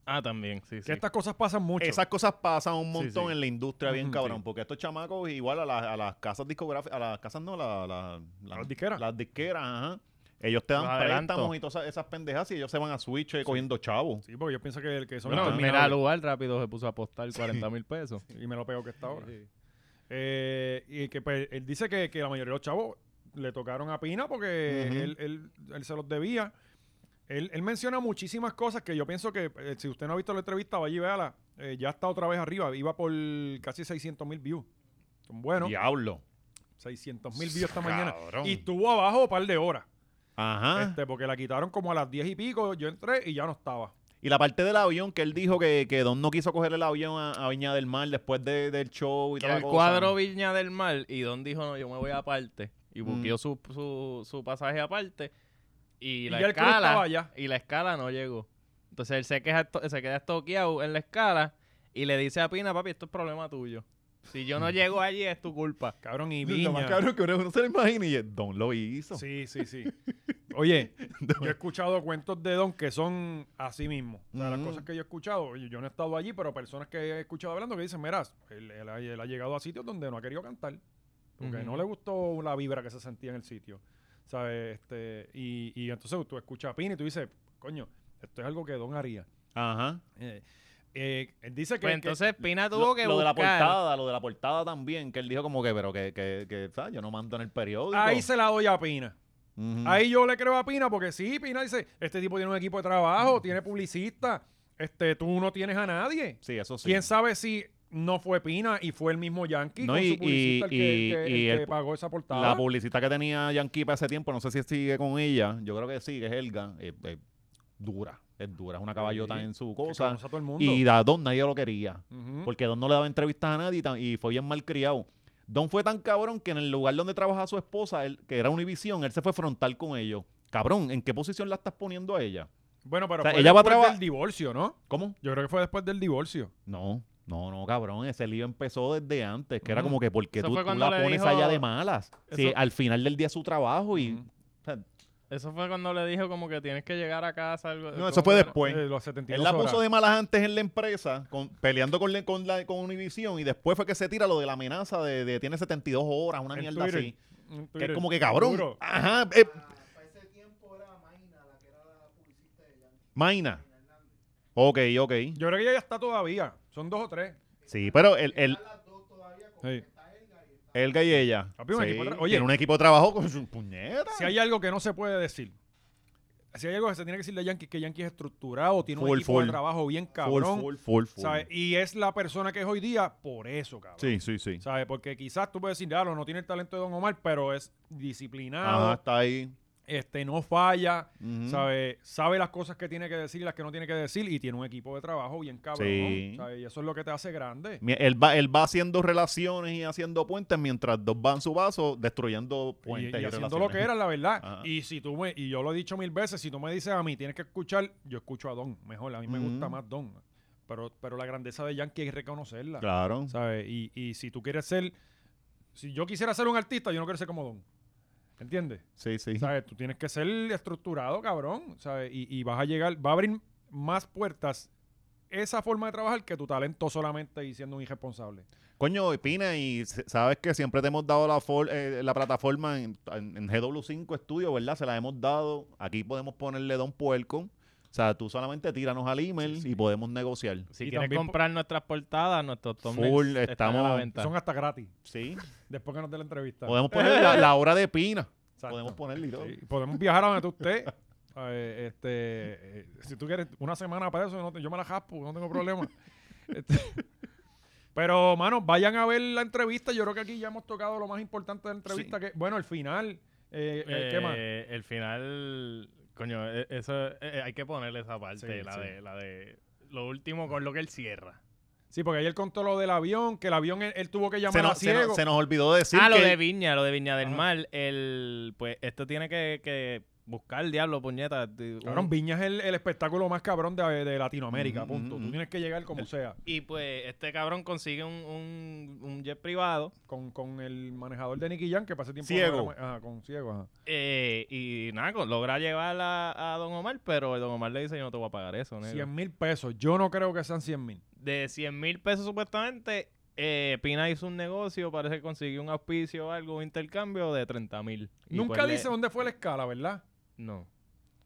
S2: Ah, también, sí,
S1: Que
S2: sí.
S1: estas cosas pasan mucho.
S3: Esas cosas pasan un montón
S1: sí.
S3: en la industria bien
S1: Ujú,
S3: cabrón,
S1: sí.
S3: porque estos chamacos igual a, las- a las casas discográficas, a las casas no, la- la- la-
S1: Las disqueras.
S3: Las disqueras, ajá. Ellos te dan
S2: Los adelantos.
S3: préstamos y todas esas, esas pendejas y ellos se van a Switch eh, cogiendo chavos.
S1: Sí, porque yo pienso que, que son
S2: Bueno,
S1: interminables.
S2: mira, lugar rápido se puso a apostar 40 mil pesos.
S1: Y me lo pegó que está ahora. Eh, y que pues, él dice que, que la mayoría de los chavos le tocaron a Pina porque
S3: Ujú.
S1: él, él- él se los debía. Él, él menciona muchísimas cosas que yo pienso que, eh, si usted no ha visto la entrevista, vaya y véala. Eh, ya está otra vez arriba. Iba por casi 600 mil views. Son buenos.
S3: Diablo.
S1: 600 mil views esta mañana.
S3: Cabrón. Ah.
S1: Y estuvo abajo un par de horas.
S3: Ajá.
S1: Este, porque la quitaron como a las 10 y pico. Yo entré y ya no estaba.
S3: Y la parte del avión que él dijo que, que Don no quiso coger el avión a, a Viña del Mar después de- del show y toda la
S2: El
S3: cosa.
S2: cuadro Viña del Mar y Don dijo, no, yo me voy aparte. Y
S1: Mm.
S2: buqueó su, su, su pasaje aparte. Y,
S1: Y
S2: la
S1: ya el crew estaba
S2: escala.
S1: allá.
S2: Y la escala no llegó. Entonces él se, queja, esto- se queda estoqueado en la escala y le dice a Pina, papi, esto es problema tuyo. Si yo no llego allí es tu culpa.
S1: Cabrón y
S3: Lo más
S1: Viña.
S3: cabrón que uno uno se lo imagina y es, Don lo hizo.
S1: Sí, sí, sí. Oye, yo he escuchado cuentos de Don que son así mismo. O sea, las
S2: Mm.
S3: Ujú.
S1: cosas que yo he escuchado, oye, yo no he estado allí, pero personas que he escuchado hablando que dicen, mira, él, él ha- él ha llegado a sitios donde no ha querido cantar, porque
S2: Ujú.
S1: no le gustó la vibra que se sentía en el sitio. ¿Sabes? Este, y, y entonces tú escuchas a Pini y tú dices, coño, esto es algo que Don haría.
S3: Ajá.
S1: Eh, eh, él dice que...
S2: Pues
S1: que-
S2: entonces Pina tuvo
S3: Lo,
S2: que
S3: lo de la
S2: buscar.
S3: portada, lo de la portada también, que él dijo como que, pero que, que, que, ¿sabes? yo no mando en el periódico.
S1: ahí se la doy a Pina.
S3: Ujú.
S1: Ahí yo le creo a Pina porque sí, Pina dice, este tipo tiene un equipo de trabajo, tiene publicista, este, tú no tienes a nadie.
S3: Sí, eso sí.
S1: ¿Quién sabe si no fue Pina y fue el mismo Yankee
S3: No,
S1: con
S3: y-
S1: su publicista el que,
S3: y-
S1: el que-
S3: y- y
S1: el
S3: el
S1: que
S3: pu-
S1: pagó esa portada?
S3: La publicista que tenía Yankee para ese tiempo, no sé si sigue con ella. Yo creo que sí, que es Helga. Es, es dura, es dura, es una caballota
S1: Sí,
S3: en su
S1: Que
S3: cosa.
S1: conoce a todo el mundo.
S3: Y a Don nadie lo quería.
S1: Ujú.
S3: Porque Don no le daba entrevistas a nadie y, tan- y fue bien mal criado. Don fue tan cabrón que en el lugar donde trabajaba su esposa, él, que era Univision, él se fue frontal con ellos. Cabrón, ¿en qué posición la estás poniendo a ella?
S1: Bueno, pero
S3: o sea,
S1: fue
S3: ella va a
S1: después
S3: traba-
S1: del divorcio, ¿no?
S3: ¿Cómo?
S1: Yo creo que fue después del divorcio.
S3: No, no, no, cabrón. Ese lío empezó desde antes, que era
S1: Ujú.
S3: como que porque
S2: Eso
S3: tú,
S2: fue
S3: tú
S2: cuando
S3: la
S2: le
S3: pones
S2: dijo-
S3: allá de malas. Si
S2: Eso-
S3: al final del día es su trabajo y.
S1: Ujú.
S3: o sea,
S2: Eso fue cuando le dijo como que tienes que llegar a casa. algo-
S3: No,
S2: como
S3: eso fue
S2: que-
S3: después.
S1: Eh, los 72
S3: Pues, Él la puso
S1: horas.
S3: de malas antes en la empresa, con- peleando con, le- con, la, con Univision, y después fue que se tira lo de la amenaza de, de tiene 72 horas, una
S1: En
S3: mierda
S1: Twitter,
S3: así.
S1: en
S3: Que
S1: Twitter.
S3: es como que cabrón.
S1: Duro.
S3: Ajá. eh, Maina. Ok, ok.
S1: Yo creo que ella ya está todavía. Son dos o tres.
S3: Sí, pero el, el,
S1: Sí.
S3: Helga y ella.
S1: Papi, un
S3: sí,
S1: equipo de tra- oye.
S3: tiene un equipo de trabajo con su puñeta.
S1: Si hay algo que no se puede decir, si hay algo que se tiene que decir de Yankee, es que Yankee es estructurado, tiene un
S3: Full,
S1: equipo de
S3: full.
S1: trabajo bien
S3: Full,
S1: cabrón.
S3: full, full, full.
S1: ¿sabes? Y es la persona que es hoy día por eso, cabrón.
S3: Sí, sí, sí.
S1: ¿Sabes? Porque quizás tú puedes decir, "Diablo, no tiene el talento de Don Omar, pero es disciplinado,
S3: Ajá, está ahí.
S1: este, no falla,
S3: Ujú.
S1: ¿sabe? sabe las cosas que tiene que decir y las que no tiene que decir y tiene un equipo de trabajo bien cabrón.
S3: Sí.
S1: ¿sabes? Y eso es lo que te hace grande.
S3: Mi- Él va, él va haciendo relaciones y haciendo puentes mientras dos van su vaso destruyendo
S1: Y, Pues, y
S3: puentes. y
S1: haciendo
S3: relaciones.
S1: lo que era, la verdad.
S3: Ajá.
S1: Y si tú me, y yo lo he dicho mil veces, si tú me dices a mí, tienes que escuchar, yo escucho a Don, mejor, a mí me gusta
S3: Ujú.
S1: más Don. Pero, pero la grandeza de Yankee hay que reconocerla.
S3: Claro.
S1: ¿sabes? Y, y si tú quieres ser, si yo quisiera ser un artista, yo no quiero ser como Don. ¿Entiendes?
S3: Sí, sí.
S1: ¿Sabes? Tú tienes que ser estructurado, cabrón. ¿Sabes? Y, y vas a llegar, va a abrir más puertas esa forma de trabajar que tu talento solamente y siendo un irresponsable.
S3: Coño, Pina, y s- sabes que siempre te hemos dado la, for- eh, la plataforma en, en- en GW5 Studio, ¿verdad? Se la hemos dado. Aquí podemos ponerle Don Puerco. O sea, tú solamente tíranos al email y podemos negociar.
S2: Si
S1: Y
S2: quieres
S1: también po-
S2: comprar nuestras portadas, nuestros thumbnails
S3: Full,
S2: están a la
S3: estamos-
S2: venta.
S1: Son hasta gratis,
S3: Sí.
S1: después que nos dé la entrevista.
S3: Podemos poner la, la hora de Pina.
S1: Exacto.
S3: Podemos ponerle y todo.
S1: Sí, podemos viajar a donde tú estés. A ver, este, eh, si tú quieres una semana para eso, no te- yo me la jaspo, no tengo problema. Este, pero, mano, vayan a ver la entrevista. Yo creo que aquí ya hemos tocado lo más importante de la entrevista. Que, bueno, el final. eh, eh, ¿Qué más?
S2: Eh, El final, coño, eh, eso eh, eh, hay que ponerle esa parte,
S1: Sí,
S2: la
S1: sí.
S2: de la de lo último con lo que él cierra.
S1: Sí, porque ahí él contó lo del avión, que el avión él, él tuvo que
S3: Se
S1: llamar a
S3: nos, se nos-
S1: ciego.
S3: se nos olvidó decir
S2: ah, lo
S3: que
S2: de Viña, lo de Viña del
S1: Ajá.
S2: Mar, el pues esto tiene que, que Buscar el diablo, puñeta. de-
S1: Cabrón,
S2: un-
S1: Viña es el, el espectáculo más cabrón de, de
S3: Mm,
S1: Latinoamérica, punto. Tú tienes que llegar
S3: Eh.
S1: como sea,
S2: y pues este cabrón consigue un, un, un jet privado
S1: con, con el manejador de Nicky Jam, que pasé tiempo...
S3: Ciego.
S1: Ajá, con ciego, ajá.
S2: eh, y nada, con- logra llevar a, a Don Omar, pero Don Omar le dice yo no te voy a pagar eso. negro".
S1: 100 mil pesos. Yo no creo que sean 100 mil.
S2: de 100 mil pesos supuestamente, eh, Pina hizo un negocio, parece que consiguió un auspicio o algo, un intercambio de 30 mil.
S1: Nunca dice dónde fue la escala, ¿verdad?
S2: pues No.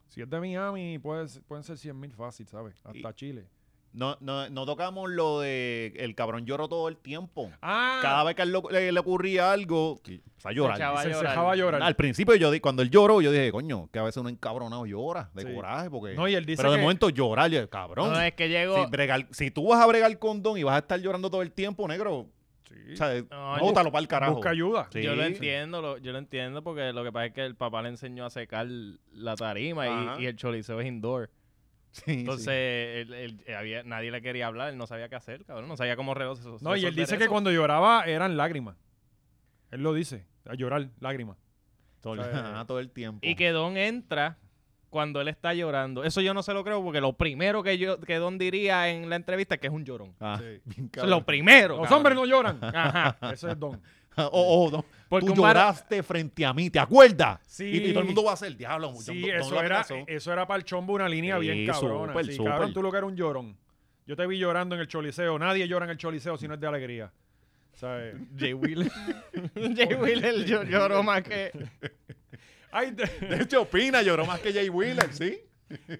S1: Si es de Miami, puede- pueden ser 100 mil fácil, ¿sabes? Hasta Chile.
S3: No, no, no tocamos lo de el cabrón lloró todo el tiempo.
S1: Ah,
S3: Cada vez que a él lo- le, le ocurría algo, y empezó a llorar.
S4: echaba
S1: se
S4: a llorar.
S1: dejaba llorar.
S3: Al principio, yo di- cuando él lloró, yo dije, coño, que a veces uno encabronado llora de
S1: Sí.
S3: coraje. Porque...
S1: No, y él dice
S3: Pero de
S1: que-
S3: momento llorar, yo, cabrón.
S4: No, es que llegó.
S3: si, bregar- si tú vas a bregar con Don y vas a estar llorando todo el tiempo, negro,
S1: Sí.
S3: o sea,
S2: No,
S3: bótalo para el carajo.
S1: Busca ayuda.
S3: Sí.
S2: yo lo entiendo, lo- yo lo entiendo porque lo que pasa es que el papá le enseñó a secar la tarima
S3: Ajá.
S2: y, y el choliseo es indoor.
S3: Sí, sí.
S2: Entonces, él- él- eh, había- nadie le quería hablar, él no sabía qué hacer, cabrón, no sabía cómo resolver eso.
S1: No, y él dice que cuando lloraba eran lágrimas. Él lo dice, a llorar, lágrimas.
S3: todo, el-
S1: o sea,
S3: ajá, todo el tiempo.
S2: Y que Don entra cuando él está llorando. Eso yo no se lo creo porque lo primero que, yo, que Don diría en la entrevista es que es un llorón.
S3: Ah,
S1: Sí.
S3: bien
S2: Eso es
S3: cabrón.
S2: lo primero.
S1: Los
S2: cabrón.
S1: hombres no lloran.
S2: Ajá.
S1: Ese es don.
S3: Oh, oh, no.
S2: Porque
S3: tú
S2: un vara-
S3: lloraste frente a mí, ¿te acuerdas?
S1: Sí.
S3: Y, y todo el mundo va a hacer diablo. mucho
S1: Sí, eso era, e eso era para el chombo una línea
S3: Sí,
S1: bien cabrona.
S3: súper,
S1: sí,
S3: súper.
S1: cabrón, tú lo que era un llorón. Yo te vi llorando en el choliseo. Nadie llora en el choliseo si no es de alegría. ¿Sabes?
S2: Jay Wheeler. Jay Wheeler yo- lloró más que.
S1: Ay, te-
S3: De hecho, Pina lloró más que Jay Wheeler, ¿sí?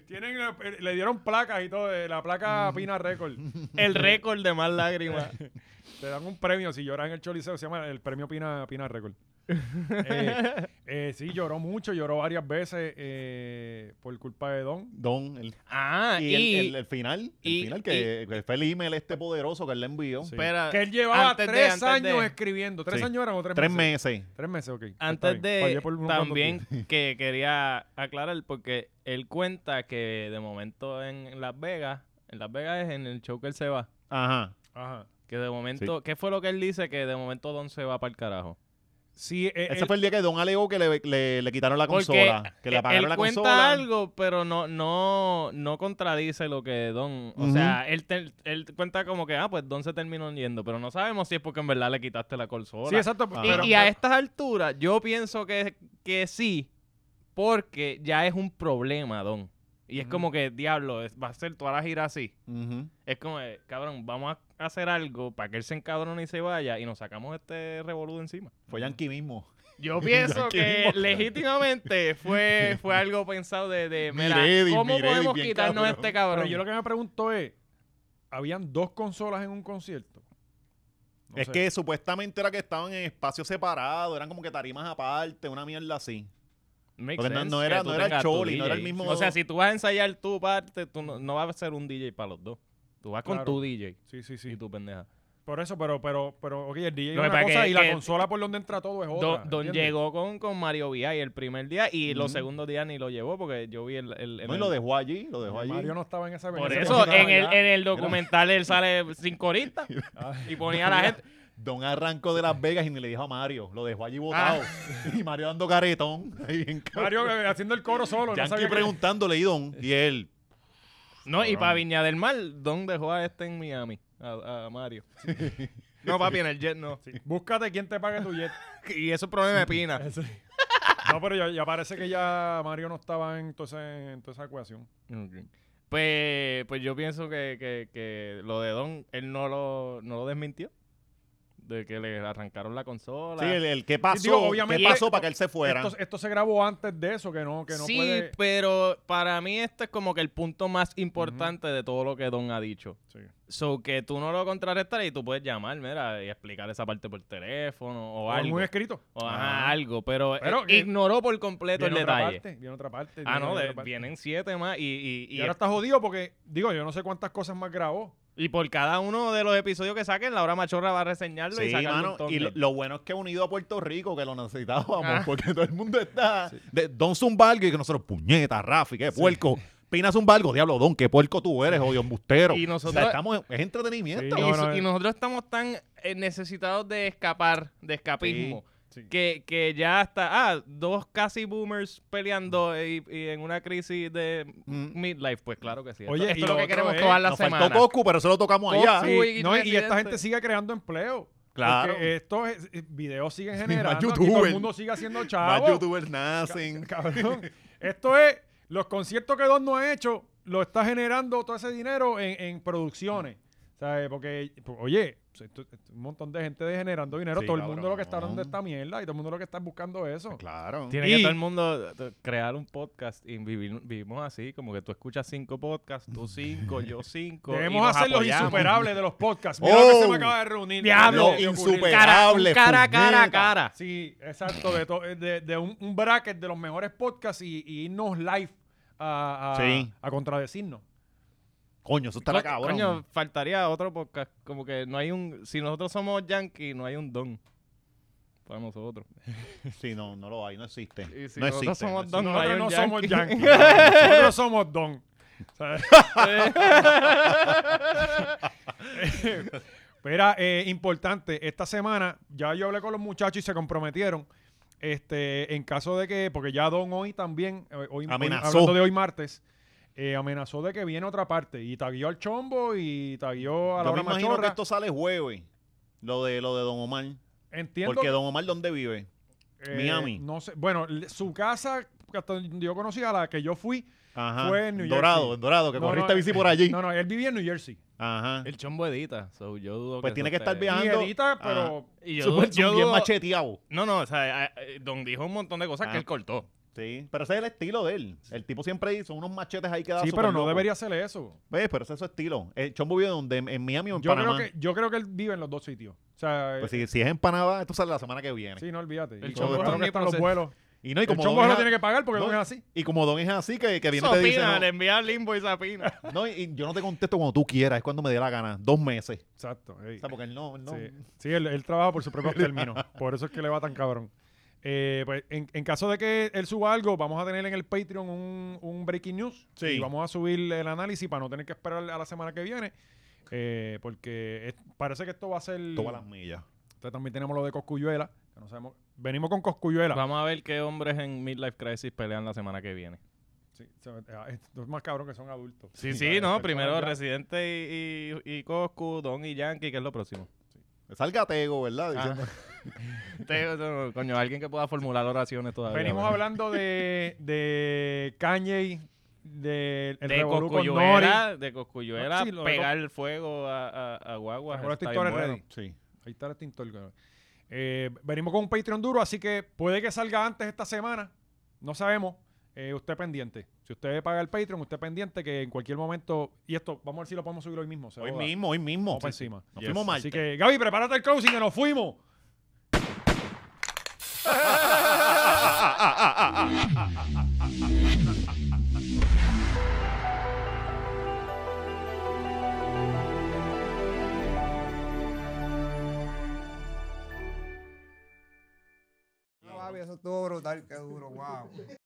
S1: tienen, eh, le dieron placas y todo. eh, La placa Pina Record.
S2: El récord de más lágrimas.
S1: Te dan un premio si lloras en el Choliseo, se llama el premio Pina, Pina Record. Eh, eh, sí, lloró mucho, lloró varias veces eh, por culpa de Don.
S3: Don. el-
S2: Ah,
S3: y
S2: y.
S3: el, el- el final, el
S2: y-
S3: final que, que fue el email este poderoso que él le envió.
S1: Sí.
S2: espera,
S1: Que él llevaba
S2: antes de-
S1: tres
S2: antes
S1: años
S2: de-
S1: escribiendo. ¿Tres
S3: Sí.
S1: años eran o tres,
S3: Tres
S1: meses?
S3: meses.
S1: Tres meses, ok. Está
S2: Antes
S1: bien. Fallé
S2: de
S1: por unos cuantos
S2: también
S1: días.
S2: que quería aclarar porque él cuenta que de momento en Las Vegas, en Las Vegas es en el show que él se va,
S3: Ajá.
S1: Ajá.
S2: que de momento, ¿qué fue lo que él dice? Que de momento Don se va para el carajo.
S1: Sí, eh,
S3: Ese
S1: él-
S3: fue el día que Don alegó que le, le- le quitaron la
S2: Porque
S3: consola. que le
S2: él-
S3: apagaron
S2: él
S3: la
S2: cuenta
S3: consola.
S2: algo, pero no, no, no contradice lo que Don. O
S3: Ujú.
S2: sea, él, te- él cuenta como que, ah, pues Don se terminó yendo, pero no sabemos si es porque en verdad le quitaste la consola.
S1: sí, exacto.
S3: Ah.
S2: y,
S1: pero-
S2: y a este estas alturas, yo pienso que, que sí, porque ya es un problema, Don. Y es como que, diablo, es- va a ser toda la gira así.
S3: Ujú.
S2: Es como, eh, cabrón, vamos a hacer algo para que él se encabrone y se vaya y nos sacamos este revolú de encima.
S3: Fue Yankee mismo.
S2: Yo pienso
S3: aquí
S2: que
S3: mismo.
S2: legítimamente fue, fue algo pensado de, de, mira,
S3: Miredi,
S2: ¿cómo
S3: Miredi,
S2: podemos
S3: bien
S2: quitarnos
S3: cabrón.
S2: este cabrón?
S1: pero yo lo que me pregunto es, ¿habían dos consolas en un concierto? No
S3: es
S1: sé.
S3: que supuestamente era que estaban en espacios separados, eran como que tarimas aparte, una mierda así.
S2: Makes
S3: porque no-
S2: sense
S3: no era-
S2: que tú
S3: no era el
S2: tengas tu
S3: Choli, no era el
S2: DJ.
S3: mismo-
S2: O sea, si tú vas a ensayar tu parte, tú no, no vas a ser un DJ para los dos. Tú vas
S1: Claro.
S2: con tu DJ
S1: Sí, sí,
S2: y
S1: sí.
S2: tu pendeja.
S1: Por eso, pero, pero, pero, ok, el DJ es
S2: Lo
S1: una
S2: que pasa que-
S1: cosa y la
S2: que-
S1: consola por donde entra todo es otra.
S2: Don, Don
S1: ¿entiendes?
S2: llegó con, con Mario VI el primer día y los
S3: Ujú.
S2: segundos días ni lo llevó porque yo vi el... el- el-
S3: No, y lo dejó allí, lo dejó allí.
S1: Mario no estaba en esa
S2: Por
S1: ese
S2: eso,
S1: momento
S2: en el,
S1: estaba
S2: en el documental él sale sin corista y ponía a la gente...
S3: Don arrancó de Las Vegas y ni le dijo a Mario. Lo dejó allí botado. Y Mario dando caretón. Ahí bien
S1: allá. Mario eh, haciendo el coro solo. no
S3: Yankee
S1: sabía que-
S3: preguntándole, y Don. Y él.
S2: No, y para Viña del Mar, Don dejó a este en Miami, a, a Mario. no, papi, en el jet no.
S1: Búscate quién te pague tu jet.
S2: Y eso es problema de Pina.
S1: No, pero ya, ya parece que ya Mario no estaba en, toda esa- en toda esa ecuación.
S2: pues, pues yo pienso que, que- que lo de Don, él no lo, no lo desmintió. De que le arrancaron la consola.
S3: Sí, el, el que pasó.
S1: Digo, obviamente-
S3: ¿Qué pasó para que él se fuera?
S1: Esto, esto se grabó antes de eso, que no, que no
S2: sí,
S1: puede...
S2: pero para mí este es como que el punto más importante de todo lo que Don ha dicho.
S1: Sí.
S2: So que tú no lo contrarrestas y tú puedes llamar, mira, y explicar esa parte por teléfono o
S1: O
S2: algo.
S1: algún escrito.
S2: O, ajá, algo, pero,
S1: Pero
S2: eh,
S1: que-
S2: ignoró por completo el
S1: Viene otra
S2: detalle.
S1: parte, viene otra parte.
S2: Ah,
S1: viene
S2: no,
S1: otra
S2: de-
S1: parte.
S2: vienen siete más y, y,
S1: Y
S2: y-
S1: ahora está jodido porque, digo, yo no sé cuántas cosas más grabó.
S2: y por cada uno de los episodios que saquen, la hora machorra va a reseñarlo y
S3: Sí,
S2: sacarle
S3: mano,
S2: un thumbnail.
S3: y lo, lo bueno es que unido a Puerto Rico, que lo necesitábamos,
S2: Ah.
S3: porque todo el mundo está. de- don Zumbalgo y que nosotros, puñeta, Rafi, qué puerco. Pina Zumbalgo, diablo, Don, qué puerco tú eres, odio embustero.
S2: Y
S3: O sea,
S2: nosotros-
S3: estamos, es entretenimiento.
S1: Sí, no,
S2: Y-
S1: no,
S2: y
S1: eh.
S2: nosotros estamos tan eh, necesitados de escapar, de escapismo, que, que ya está. Ah, dos casi boomers peleando y, y en una crisis de
S3: Mm.
S2: midlife. Pues claro que sí. Esto-
S1: Oye,
S2: esto,
S1: y
S2: es
S1: lo
S2: lo que
S1: otro
S2: queremos
S1: es-
S2: toda la
S3: Nos
S2: semana.
S3: faltó Coscu, pero eso lo tocamos allá.
S2: Coscu. Uy,
S1: No, y esta
S2: presidente.
S1: gente sigue creando empleo.
S3: Claro.
S1: Porque estos eh, videos siguen generando. aquí
S3: youtuber.
S1: todo el mundo sigue haciendo
S3: Más
S1: chavos.
S3: youtubers nacen.
S1: Cabrón. Esto es, los conciertos que Don no ha hecho, lo está generando todo ese dinero en, en producciones. ¿Sabes? Porque, pues, oye, pues, esto- esto- un montón de gente generando dinero.
S3: Sí,
S1: todo el mundo lo que
S3: cabrón.
S1: está hablando de esta mierda y todo el mundo lo que está buscando eso.
S3: Claro.
S2: Tiene
S1: Y-
S2: que todo el mundo eh, crear un podcast y vivir- vivimos así, como que tú escuchas cinco podcasts, tú cinco, yo cinco. y
S1: Debemos
S2: nos
S1: hacer los
S2: apoyamos.
S1: insuperables de los podcasts. Mira lo que se me
S3: Oh.
S1: acaba de reunir.
S3: Diablo,
S1: Lo que ocurrió.
S3: insuper-
S2: Cara, un
S3: Insuperables,
S2: cara a cara a
S3: puñeta.
S2: cara.
S1: Sí, exacto. De, to- de, de un, un bracket de los mejores podcasts y, y irnos live a, a-
S3: Sí.
S1: a contradecirnos.
S3: Coño, eso está la
S2: Co-
S3: cabrón.
S2: Coño, faltaría otro podcast. Como que no hay un. Si nosotros somos yankees, no hay un don. Para nosotros.
S3: Sí, no, no lo hay, no existe.
S2: Y si
S3: no
S2: nosotros
S3: existe.
S2: somos
S3: no
S2: dos,
S3: existe.
S2: no hay
S1: Nosotros
S2: un
S1: no somos
S2: yankee.
S1: yankees. Nosotros somos don. ¿Sabes? Espera, eh, importante, esta semana ya yo hablé con los muchachos y se comprometieron. Este, en caso de que, porque ya Don hoy también, eh, hoy, hoy-
S3: Amenazó.
S1: hablando de hoy martes, eh, amenazó de que viene otra parte y taguió al chombo y taguió a la
S3: Yo me
S1: hora
S3: imagino que
S1: machorra.
S3: esto sale jueves. Lo de, lo de Don Omar.
S1: Entiendo
S3: Porque Don Omar, ¿dónde vive?
S1: Eh,
S3: Miami.
S1: No sé. Bueno, le- su casa, hasta donde yo conocí, a la que yo fui.
S3: Ajá.
S1: Fue en New
S3: Dorado,
S1: Jersey.
S3: en Dorado, que
S1: No,
S3: corriste
S1: no,
S2: eh,
S3: bici por allí.
S1: No, no, él vivía en New Jersey.
S3: Ajá.
S2: El chombo edita. so yo dudo
S3: Pues
S2: que
S3: tiene
S2: eso
S3: que estar
S2: esté-
S1: Y
S3: viajando. ah,
S1: edita, pero.
S2: Y yo,
S3: Súper
S2: dudo- yo
S3: bien
S2: dudo-
S3: macheteado.
S2: No, no, o sea, eh, eh, Don dijo un montón de cosas
S3: Ah.
S2: que él cortó.
S3: Sí, pero ese es el estilo de él. El tipo siempre hizo unos machetes ahí que da
S1: Sí,
S3: súper
S1: pero no
S3: loco.
S1: debería ser eso.
S3: ¿Ves? Pero ese es su estilo. El Chombo vive donde, en Miami o en
S1: Yo creo,
S3: Panamá.
S1: que, yo creo que él vive en los dos sitios. O sea, eh,
S3: Pues si, si es en Panamá, esto sale la semana que viene.
S1: sí, no olvídate.
S2: El
S1: Y
S2: chombo
S1: como
S2: está
S1: dónde están los
S2: omnipresente.
S1: vuelos.
S3: Y no, y
S1: El
S3: como
S1: chombo
S3: Don
S1: no
S3: es a-
S1: tiene que pagar porque
S3: no,
S1: no es así.
S3: Y como Don es así, que, que viene y
S2: Sopina,
S3: te dice, no,
S2: le envía al limbo y sapina.
S3: no, y yo no te contesto cuando tú quieras, es cuando me dé la gana, dos meses.
S1: Exacto. ey.
S3: O sea, porque él no, él no-
S1: Sí, Sí, él, él trabaja por sus propios términos. Por eso es que le va tan cabrón. Eh, pues, en, en caso de que él suba algo, vamos a tener en el Patreon un, un breaking news.
S3: Sí.
S1: Y vamos a subir el análisis para no tener que esperar a la semana que viene. Eh, porque es- parece que esto va a ser.
S3: Todas las millas.
S1: Entonces también tenemos lo de Coscuyuela. Que no sabemos. Venimos con Coscuyuela.
S2: Vamos a ver qué hombres en Midlife Crisis pelean la semana que viene.
S1: Sí, se- ah, estos más cabrón que son adultos.
S2: Sí,
S1: Y
S2: sí,
S1: las
S2: no.
S1: personas
S2: Primero
S1: ya-
S2: Residente y, y, y Coscu, Don y Yankee, que es lo próximo.
S3: Salga Tego, ¿verdad? Diciendo-
S2: Te- no, Este, coño, alguien que pueda formular oraciones todavía.
S1: Venimos
S2: ¿verdad?
S1: hablando de, de Kanye, de el
S2: de
S1: revolú con
S2: Coscuyuela, de Coscuyuela,
S1: No, sí, lo de
S2: pegar el fuego a, a, a Guagua.
S3: Pues,
S1: Mejor este
S2: está bien
S1: historia
S2: bueno.
S1: ready.
S3: Sí.
S1: Ahí está el extintor. cabrón. Eh, venimos con un Patreon duro, así que puede que salga antes esta semana. No sabemos. Eh, usted pendiente. Si usted paga el Patreon, usted pendiente que en cualquier momento. Y esto, vamos a ver si lo podemos subir hoy mismo. se
S3: Hoy
S1: joda. pues
S3: mismo, hoy mismo.
S1: Vamos para encima.
S3: Nos fuimos mal.
S1: Así que, Gaby, prepárate el closing que nos fuimos.
S3: Ah,
S7: Ah, papi, eso estuvo brutal, qué duro, wow.